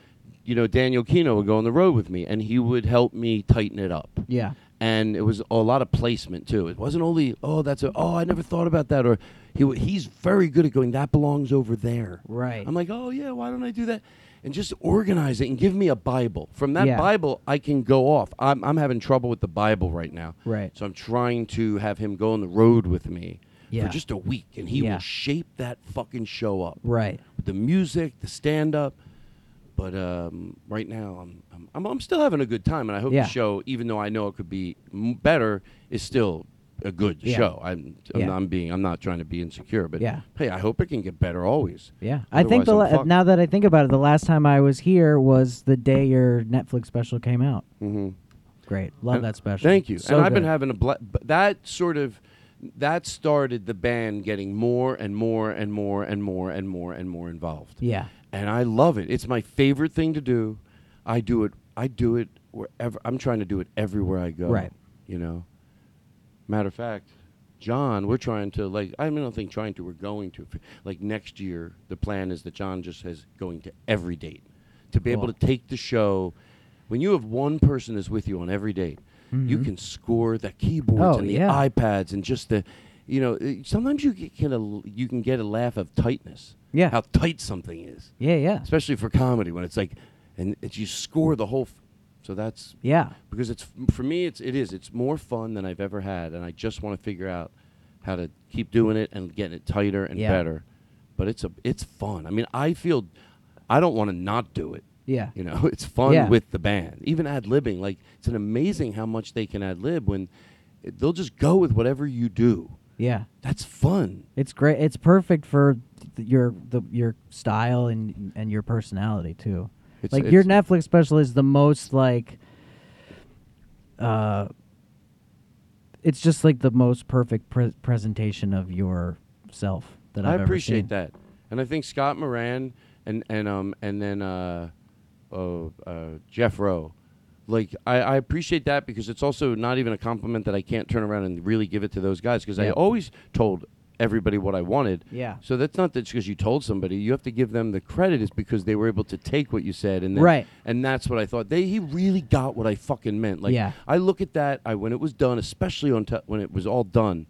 S2: you know daniel kino would go on the road with me and he would help me tighten it up
S4: Yeah.
S2: and it was a lot of placement too. It wasn't only oh that's a oh I never thought about that or he w- he's very good at going that belongs over there.
S4: Right.
S2: I'm like oh yeah why don't I do that and just organize it and give me a Bible. From that
S4: Yeah.
S2: Bible I can go off. I'm I'm having trouble with the Bible right now.
S4: Right.
S2: So I'm trying to have him go on the road with me
S4: Yeah.
S2: for just a week and he
S4: Yeah.
S2: will shape that fucking show up
S4: right
S2: with the music, the stand up. But um, right now, I'm, I'm- I'm I'm still having a good time, and I hope
S4: Yeah.
S2: the show, even though I know it could be m- better, is still a good
S4: Yeah.
S2: show. I'm I'm,
S4: Yeah.
S2: I'm being I'm not trying to be insecure, but
S4: Yeah.
S2: hey, I hope it can get better always.
S4: Yeah, I think
S2: Otherwise,
S4: the
S2: I'm
S4: la-
S2: fucked.
S4: now that I think about it, the last time I was here was the day your Netflix special came out. Mm-hmm. Great, love
S2: And-
S4: that special.
S2: Thank you.
S4: So
S2: and I've been
S4: good.
S2: having a bla- b- that sort of that started the band getting more and more and more and more and more and more involved.
S4: Yeah.
S2: And I love it. It's my favorite thing to do. I do it. I do it wherever. I'm trying to do it everywhere I go.
S4: Right.
S2: You know. Matter of fact, John, we're trying to like. I mean, I don't think trying to. We're going to. Like next year, the plan is that John just has going to every date to be able
S4: Cool.
S2: to take the show. When you have one person that's with you on every date, You can score the keyboards
S4: Mm-hmm. Oh,
S2: and the
S4: yeah.
S2: iPads and just the, you know, uh, sometimes you get- get a you can get a laugh of tightness.
S4: Yeah.
S2: How tight something is.
S4: Yeah, yeah.
S2: Especially for comedy when it's like, and it's, you score the whole. F- so that's
S4: Yeah.
S2: because it's for me it's it is it's more fun than I've ever had, and I just want to figure out how to keep doing it and getting it tighter and
S4: Yeah.
S2: better. But it's a it's fun. I mean, I feel I don't want to not do it.
S4: Yeah.
S2: you know, it's fun
S4: Yeah.
S2: with the band. Even ad libbing, like it's an amazing how much they can ad lib when it- they'll just go with whatever you do.
S4: Yeah.
S2: That's fun.
S4: It's great. It's perfect for th- your the your style and and your personality too.
S2: It's-
S4: like your
S2: it's-
S4: Netflix special is the most like uh it's just like the most perfect pre- presentation of yourself that I've
S2: I
S4: ever
S2: appreciate
S4: seen.
S2: that, and I think Scott Moran and and um and then uh, oh uh, Jeff Rowe, like I, I appreciate that because it's also not even a compliment that I can't turn around and really give it to those guys because I
S4: Yeah.
S2: always told everybody what I wanted.
S4: Yeah.
S2: So that's not that because you told somebody. You have to give them the credit is because they were able to take what you said and then,
S4: Right.
S2: And that's what I thought. They he really got what I fucking meant. Like
S4: Yeah.
S2: I look at that I when it was done, especially on te- when it was all done,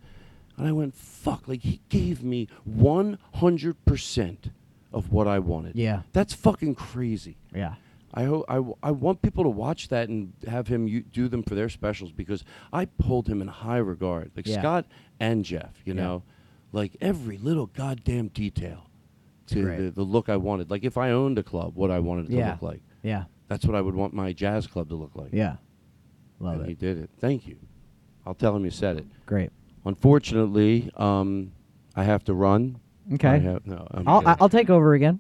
S2: and I went fuck. Like he gave me one hundred percent of what I wanted.
S4: Yeah.
S2: that's fucking crazy.
S4: Yeah.
S2: I hope I, w- I want people to watch that and have him u- do them for their specials because I hold him in high regard, like
S4: Yeah.
S2: Scott and Jeff. You know, like every little goddamn detail to
S4: great.
S2: the, the look I wanted. Like if I owned a club, what I wanted it to
S4: Yeah.
S2: look like.
S4: Yeah.
S2: That's what I would want my jazz club to look like.
S4: Yeah. Love
S2: And He
S4: it.
S2: did it. Thank you. I'll tell him you said it.
S4: Great.
S2: Unfortunately, um, I have to run.
S4: Okay.
S2: I have, no, I'm
S4: I'll
S2: kidding.
S4: I'll take over again.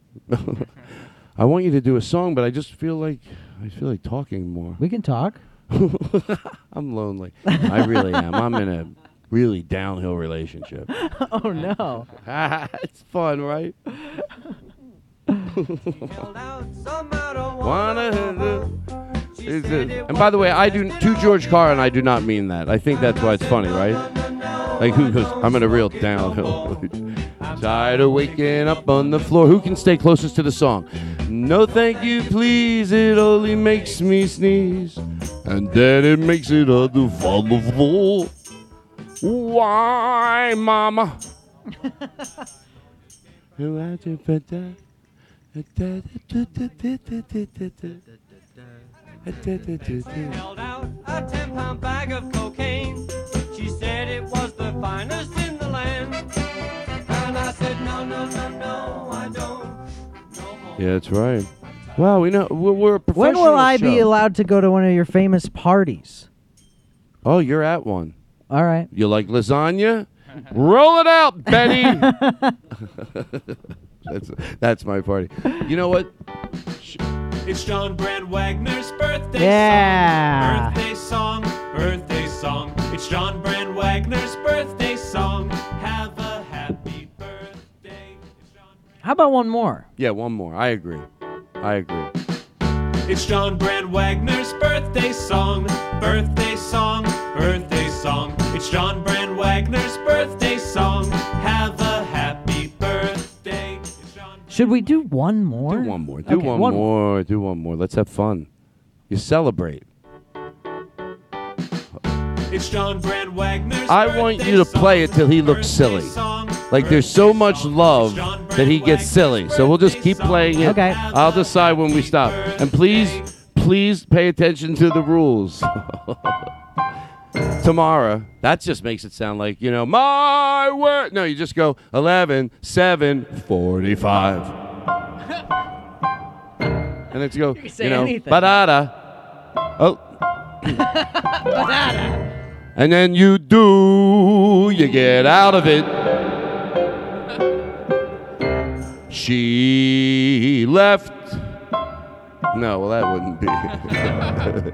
S2: I want you to do a song, but I just feel like I feel like talking more.
S4: We can talk.
S2: I'm lonely. I really am. I'm in a really downhill relationship.
S4: Oh no.
S2: it's fun, right? Wanna- is it- And by the way, I do to George Carr, and I do not mean that. I think that's why it's funny, right? Like who goes? I'm in a real downhill. Tired of waking up on the floor. Who can stay closest to the song? No, thank you, please. It only makes me sneeze, and then it makes it hard to follow floor. Why, Mama? Who had to put that?
S11: Held out a ten pound bag of cocaine. She said it was the finest in the land. And I said, no, no, no, no, I don't.
S2: Yeah, that's right. Wow, we know we're, we're a
S4: When
S2: professional
S4: will I be
S2: show.
S4: allowed to go to one of your famous parties?
S2: Oh, you're at one.
S4: All right.
S2: You like lasagna? Roll it out, Betty. that's that's my party. You know what?
S7: It's John Brand Wagner's birthday
S4: Yeah.
S7: song. Birthday song, birthday song. It's John Brand Wagner's birthday song. Have a happy birthday. It's John Brand-
S4: How about one more?
S2: Yeah, one more. I agree. I agree.
S7: It's John Brand Wagner's birthday song. Birthday song, birthday song. It's John Brand Wagner's birthday song. Have a happy birthday. It's John
S4: Should we do one more?
S2: Do one more. Do
S4: Okay,
S2: one, more. Do one more. Let's have fun. You celebrate.
S7: It's John Brand Wagner's
S2: I want you to
S7: birthday
S2: play it
S7: song.
S2: till he looks
S7: Birthday
S2: silly.
S7: song,
S2: Like there's so
S7: birthday
S2: much
S7: song.
S2: love
S7: It's John
S2: that he
S7: Brand
S2: gets
S7: Wagner's
S2: silly. So we'll just
S7: birthday
S2: keep
S7: song.
S2: playing it.
S4: Okay.
S2: I'll decide when we stop. And please, please pay attention to the rules. Tomorrow. That just makes it sound like, you know, my word. No, you just go 11, 7, 45. and it's go, you,
S4: say
S2: know,
S4: anything.
S2: ba-da-da. Oh. And then you do, you get out of it. She left. No, well, that wouldn't be.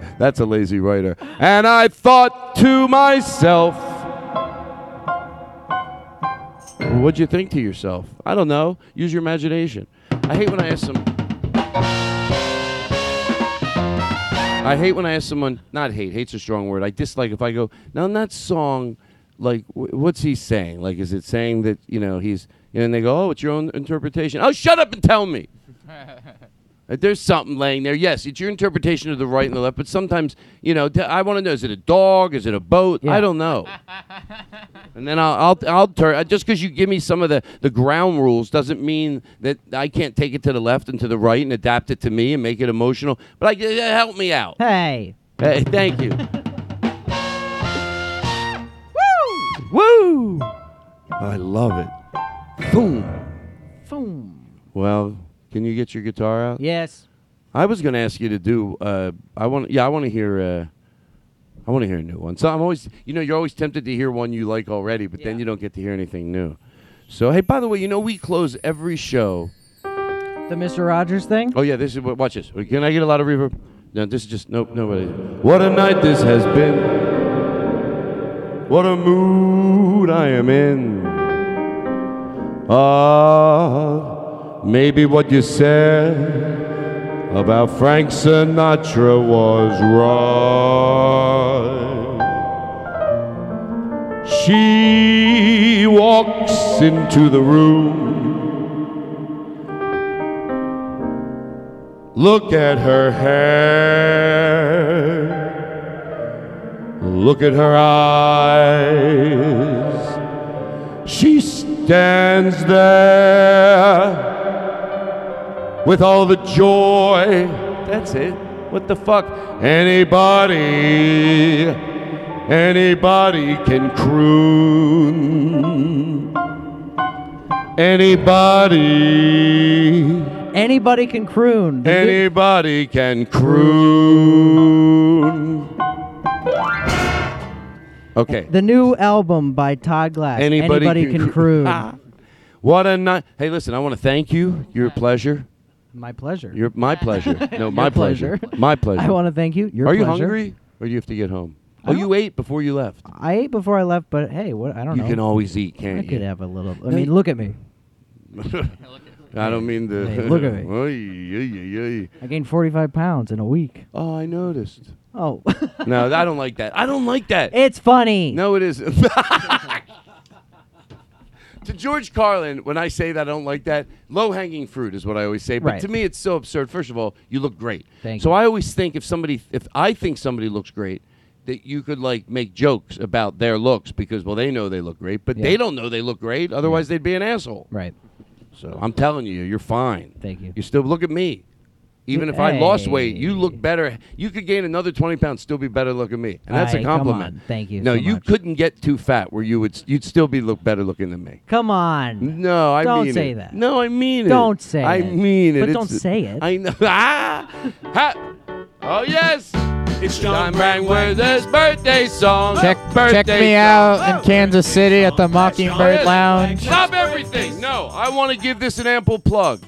S2: That's a lazy writer. And I thought to myself, what'd you think to yourself? I don't know. Use your imagination. I hate when I ask some. I hate when I ask someone. Not hate. Hate's a strong word. I dislike if I go. Now in that song, like, wh- what's he saying? Like, is it saying that you know he's? You know, and they go, oh, it's your own interpretation. Oh, shut up and tell me. Uh, There's something laying there. Yes, it's your interpretation of the right and the left, but sometimes, you know, t- I want to know: is it a dog? Is it a boat? I don't know. and then I'll I'll, I'll turn. uh, Just because you give me some of the the ground rules doesn't mean that I can't take it to the left and to the right and adapt it to me and make it emotional. But I, uh, help me out.
S4: Hey.
S2: Hey, thank you.
S4: Woo!
S2: I love it. Boom.
S4: Boom.
S2: Well, can you get your guitar out?
S4: Yes.
S2: I was going to ask you to do. Uh, I want. Yeah, I want to hear. Uh, I want to hear a new one. So I'm always, you know, you're always tempted to hear one you like already, but then you don't get to hear anything new. So hey, by the way, you know we close every show.
S4: The Mr. Rogers thing?
S2: Oh yeah, this is what. Watch this. Can I get a lot of reverb? No, this is just nope, nobody. What a night this has been. What a mood I am in. Ah, maybe what you said about Frank Sinatra was right. She walks into the room. Look at her hair. Look at her eyes. She stands there with all the joy. That's it. What the fuck? Anybody, anybody can croon. Anybody.
S4: Anybody can croon. The new-
S2: Anybody can croon. Okay.
S4: The new album by Todd Glass.
S2: Anybody can Ah.
S4: can,
S2: cr-
S4: croon.
S2: What a night. Hey, listen, I want to thank you. Your pleasure.
S4: My pleasure.
S2: Your my pleasure. No, my
S4: Your
S2: pleasure. My pleasure.
S4: I want to thank you. Your
S2: Are you
S4: pleasure.
S2: hungry or do you have to get home? Oh, you ate before you left.
S4: I ate before I left, but hey, what? I don't
S2: You
S4: know.
S2: can always eat,
S4: I
S2: can't
S4: could
S2: you?
S4: have a little. I mean, look at me.
S2: I don't mean to.
S4: Hey, look at me.
S2: Oy, oy, oy, oy.
S4: I gained 45 pounds in a week.
S2: Oh, I noticed.
S4: Oh,
S2: No, I don't like that. I don't like that.
S4: it's funny.
S2: No, it isn't. to George Carlin, when I say that I don't like that, low hanging fruit is what I always say. But
S4: Right.
S2: to me, it's so absurd. First of all, you look great.
S4: Thank
S2: so I always think if somebody, if I think somebody looks great, that you could like make jokes about their looks because well they know they look great, but they don't know they look great. Otherwise, they'd be an asshole.
S4: Right.
S2: So I'm telling you, you're fine.
S4: Thank you.
S2: You still look at me. Even if I lost weight, you look
S4: Hey.
S2: better. You could gain another 20 pounds, still be better looking than me. And that's
S4: Aye,
S2: a
S4: come
S2: compliment.
S4: on. Thank you
S2: No,
S4: so
S2: you
S4: much.
S2: couldn't get too fat where you would s- you'd still be look better looking than me.
S4: Come on.
S2: No, I
S4: Don't
S2: mean
S4: say
S2: it.
S4: that.
S2: No, I mean it.
S4: Don't say
S2: I
S4: it.
S2: mean it.
S4: But
S2: It's-
S4: don't say it.
S2: I know. Ah! Ha! Oh yes.
S7: It's
S2: John Brangwerth's birthday song.
S13: Check,
S2: Oh, birthday
S13: check me
S2: song.
S13: out in Kansas City at
S1: Oh,
S13: the Mockingbird
S2: Yes.
S13: Lounge.
S2: Stop everything. No, I want to give this an ample plug.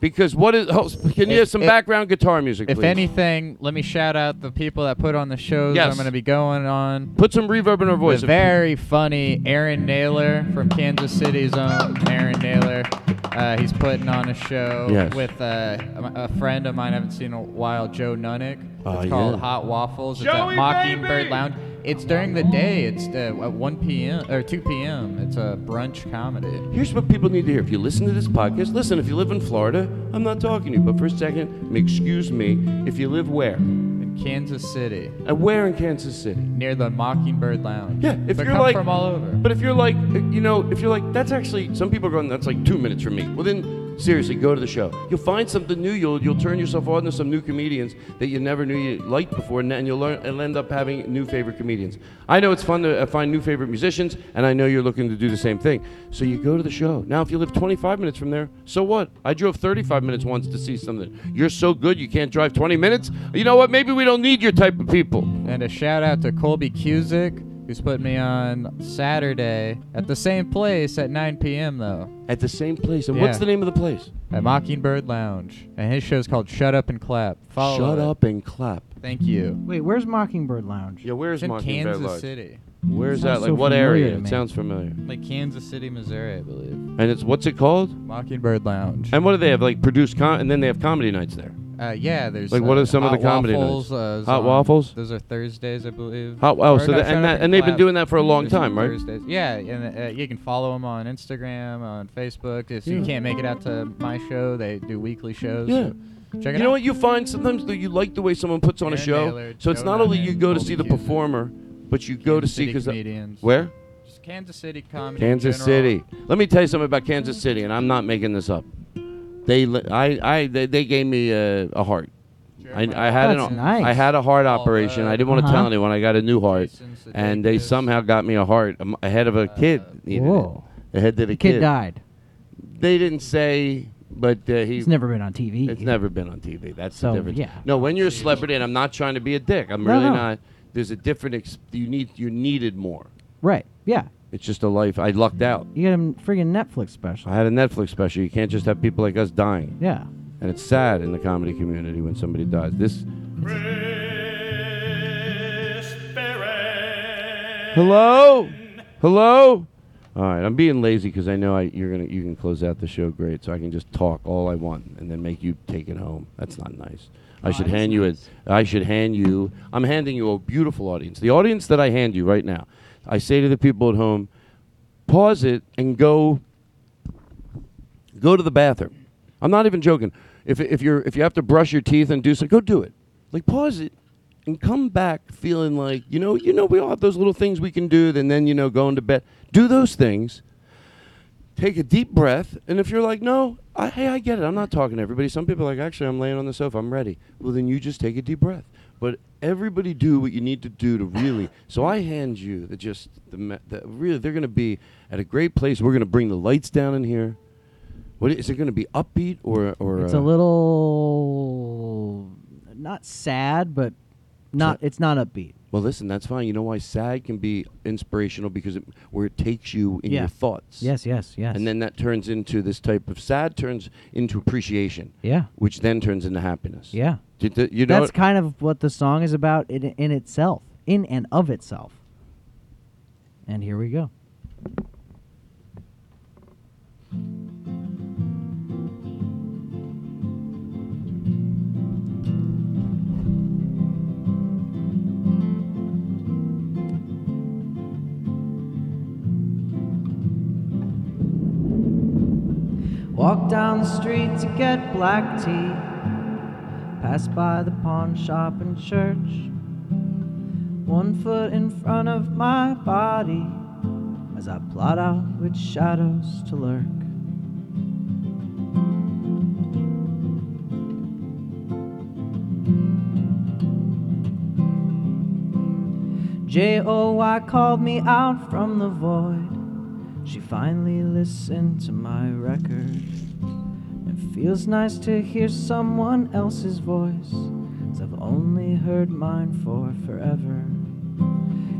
S2: Because what is. Oh, can you
S13: If-
S2: have some
S13: if-
S2: background guitar music,
S13: If
S2: please?
S13: anything, let me shout out the people that put on the shows
S2: Yes.
S13: I'm going to be going on.
S2: Put some reverb in her voice.
S13: The very funny Aaron Naylor from Kansas City's own Aaron Naylor. Uh, he's putting on a show
S2: Yes.
S13: with uh, a a friend of mine I haven't seen in a while, Joe Nunick. It's
S2: Oh,
S13: called
S2: yeah.
S13: Hot Waffles. It's at Mockingbird Lounge. It's during the day. It's uh, at 1 p.m. or 2 p.m. It's a brunch comedy.
S2: Here's what people need to hear. If you listen to this podcast, listen, if you live in Florida, I'm not talking to you, but for a second, excuse me. If you live where?
S13: in Kansas City
S2: And where in Kansas City?
S13: near the Mockingbird Lounge.
S2: Yeah, if
S13: They
S2: you're
S13: come
S2: like,
S13: from all over.
S2: But if you're like, uh, you know, if you're like, that's actually some people are going, that's like two minutes from me. Well, then seriously, go to the show. You'll find something new. You'll you'll turn yourself on to some new comedians that you never knew you liked before, and, then you'll learn and end up having new favorite comedians. I know it's fun to uh, find new favorite musicians, and I know you're looking to do the same thing. So you go to the show. Now, if you live 25 minutes from there, so what? I drove 35 minutes once to see something. You're so good, you can't drive 20 minutes. You know what? Maybe we don't need your type of people.
S13: and a shout out to Colby Cusick, who's put me on Saturday at the same place at 9 p.m. though
S2: At the same place. And
S13: Yeah.
S2: what's the name of the place?
S13: at Mockingbird Lounge, and his show's called Shut Up and Clap. Follow
S2: Shut
S13: it.
S2: up and clap.
S13: Thank you.
S4: Wait, where's Mockingbird Lounge?
S2: Yeah, where's
S13: It's in
S2: Mockingbird
S13: Kansas
S2: Lodge?
S13: City,
S2: Where's
S4: Sounds
S2: that? Like
S4: so
S2: what
S4: familiar
S2: area?
S4: to
S2: It
S4: me.
S2: sounds familiar.
S13: like Kansas City, Missouri, I believe.
S2: And it's what's it called?
S13: Mockingbird Lounge.
S2: And what do they have? Like produce com- and then they have comedy nights there.
S13: Uh, yeah, there's
S2: Like, what
S13: uh,
S2: are some of
S13: hot
S2: the comedy
S13: waffles,
S2: nights?
S13: uh, is
S2: Hot
S13: on-
S2: waffles?
S13: Those are Thursdays, I believe.
S2: Hot- oh,
S13: Or
S2: so
S13: no,
S2: that-
S13: Shut
S2: and
S13: Up
S2: that- and they've been
S13: Clap
S2: doing that for a long
S13: is on
S2: time, right?
S13: Thursdays. Yeah, and uh, you can follow them on Instagram, on Facebook. If you can't make it out to my show, they do weekly shows.
S2: Yeah.
S13: Check it
S2: you know
S13: out.
S2: what you find sometimes though you like the way someone puts on a
S13: Aaron
S2: show,
S13: Naylor,
S2: so it's
S13: Joe
S2: not only
S13: Rogan,
S2: you go to
S13: Colby
S2: see the
S13: Cusick.
S2: performer, but you go
S13: Kansas
S2: to see
S13: City
S2: because
S13: comedians.
S2: where
S13: Just Kansas City comedy. in
S2: Kansas
S13: general.
S2: City. Let me tell you something about Kansas City, and I'm not making this up. They, li- I, I, they, they gave me a, a heart. I, I had
S14: That's
S2: an,
S14: nice.
S2: I had a heart operation. I didn't want to
S14: Uh-huh.
S2: tell anyone. I got a new heart, and they somehow got me a heart um, ahead of a kid. needed it.
S14: Whoa.
S2: Ahead of a
S14: The kid died.
S2: They didn't say, but uh, he.
S14: He's never been on TV.
S2: It's never been on TV. That's
S14: So,
S2: the difference.
S14: yeah.
S2: No, when you're a celebrity, and I'm not trying to be a dick. I'm
S14: No,
S2: really
S14: no.
S2: not. There's a different. Ex- you need. You needed more.
S14: Right. Yeah.
S2: It's just a life. I lucked out.
S14: You got a friggin' Netflix special.
S2: I had a Netflix special. You can't just have people like us dying.
S14: Yeah.
S2: And it's sad in the comedy community when somebody dies. This. Hello. Hello. All right, I'm being lazy because I know I, you're gonna you can close out the show great, so I can just talk all I want and then make you take it home. That's not nice. I should hand you a. I should hand you. I'm handing you a beautiful audience. The audience that I hand you right now. I say to the people at home, pause it and go go to the bathroom. I'm not even joking. If, if you're if you have to brush your teeth and do so, go do it. Like pause it and come back feeling like you know you know we all have those little things we can do. Then then you know going to bed, do those things. Take a deep breath, and if you're like, no, I, hey, I get it. I'm not talking to everybody. Some people are like, actually, I'm laying on the sofa. I'm ready. Well, then you just take a deep breath. But everybody do what you need to do to really. So I hand you the just the, me- the really they're going to be at a great place. We're going to bring the lights down in here. What i- is it going to be upbeat or or
S14: It's
S2: uh,
S14: a little not sad, but not. It's not upbeat.
S2: Well, listen, that's fine. You know why sad can be inspirational because it, where it takes you in
S14: Yeah.
S2: your thoughts.
S14: Yes, yes, yes.
S2: And then that turns into this type of sad turns into appreciation.
S14: Yeah.
S2: Which then turns into happiness.
S14: Yeah.
S2: Did the- you know
S14: that's kind of what the song is about in, in itself, in and of itself. And here we go.
S4: Walk down the street to get black tea. Pass by the pawn shop and church. One foot in front of my body as I plot out which shadows to lurk. J.O.Y. called me out from the void. She finally listened to my record. It feels nice to hear someone else's voice, i I've only heard mine for forever.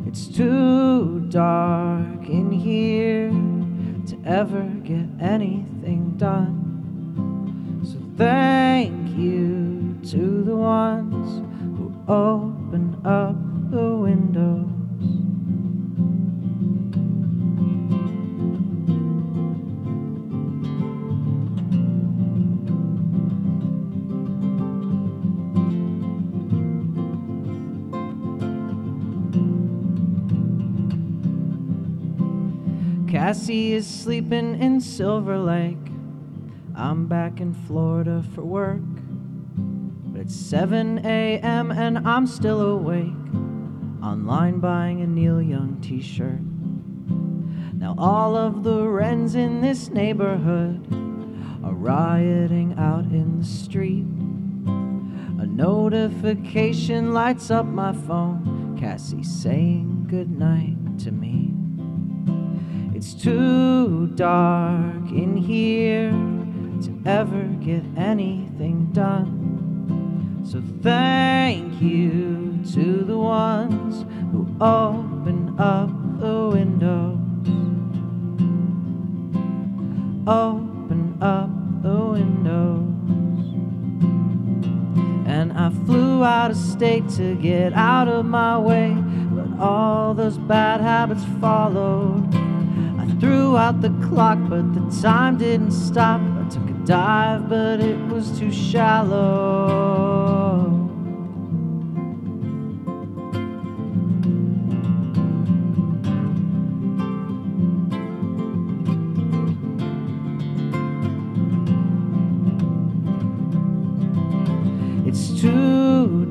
S4: It's too dark in here to ever get anything done. So thank you to the ones who open up the windows. Cassie is sleeping in Silver Lake. I'm back in Florida for work. But it's 7 a.m. and I'm still awake. Online buying a Neil Young t shirt. Now, all of the wrens in this neighborhood are rioting out in the street. A notification lights up my phone. Cassie saying goodnight to me. It's too dark in here to ever get anything done. So thank you to the ones who open up the windows. Open up the windows. And I flew out of state to get out of my way, but all those bad habits followed. I threw out the clock, but the time didn't stop. I took a dive, but it was too shallow.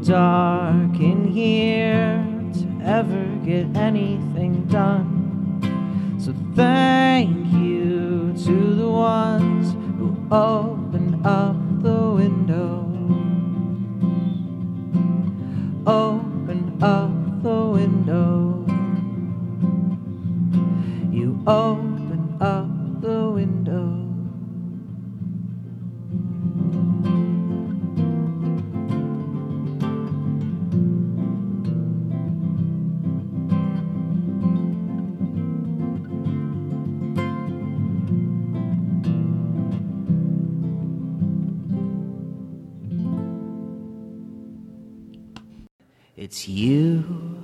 S4: dark in here to ever get anything done. So thank you to the ones who opened up the window. Open up the window. You open up the window.
S15: It's you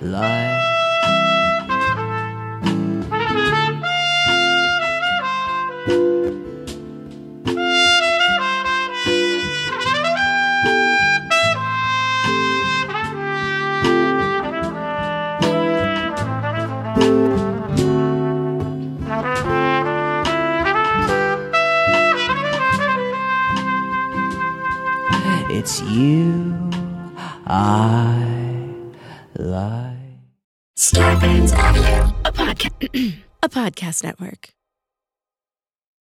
S15: like. It's you I like.
S16: Starbane's Audio, a podcast, a podcast network.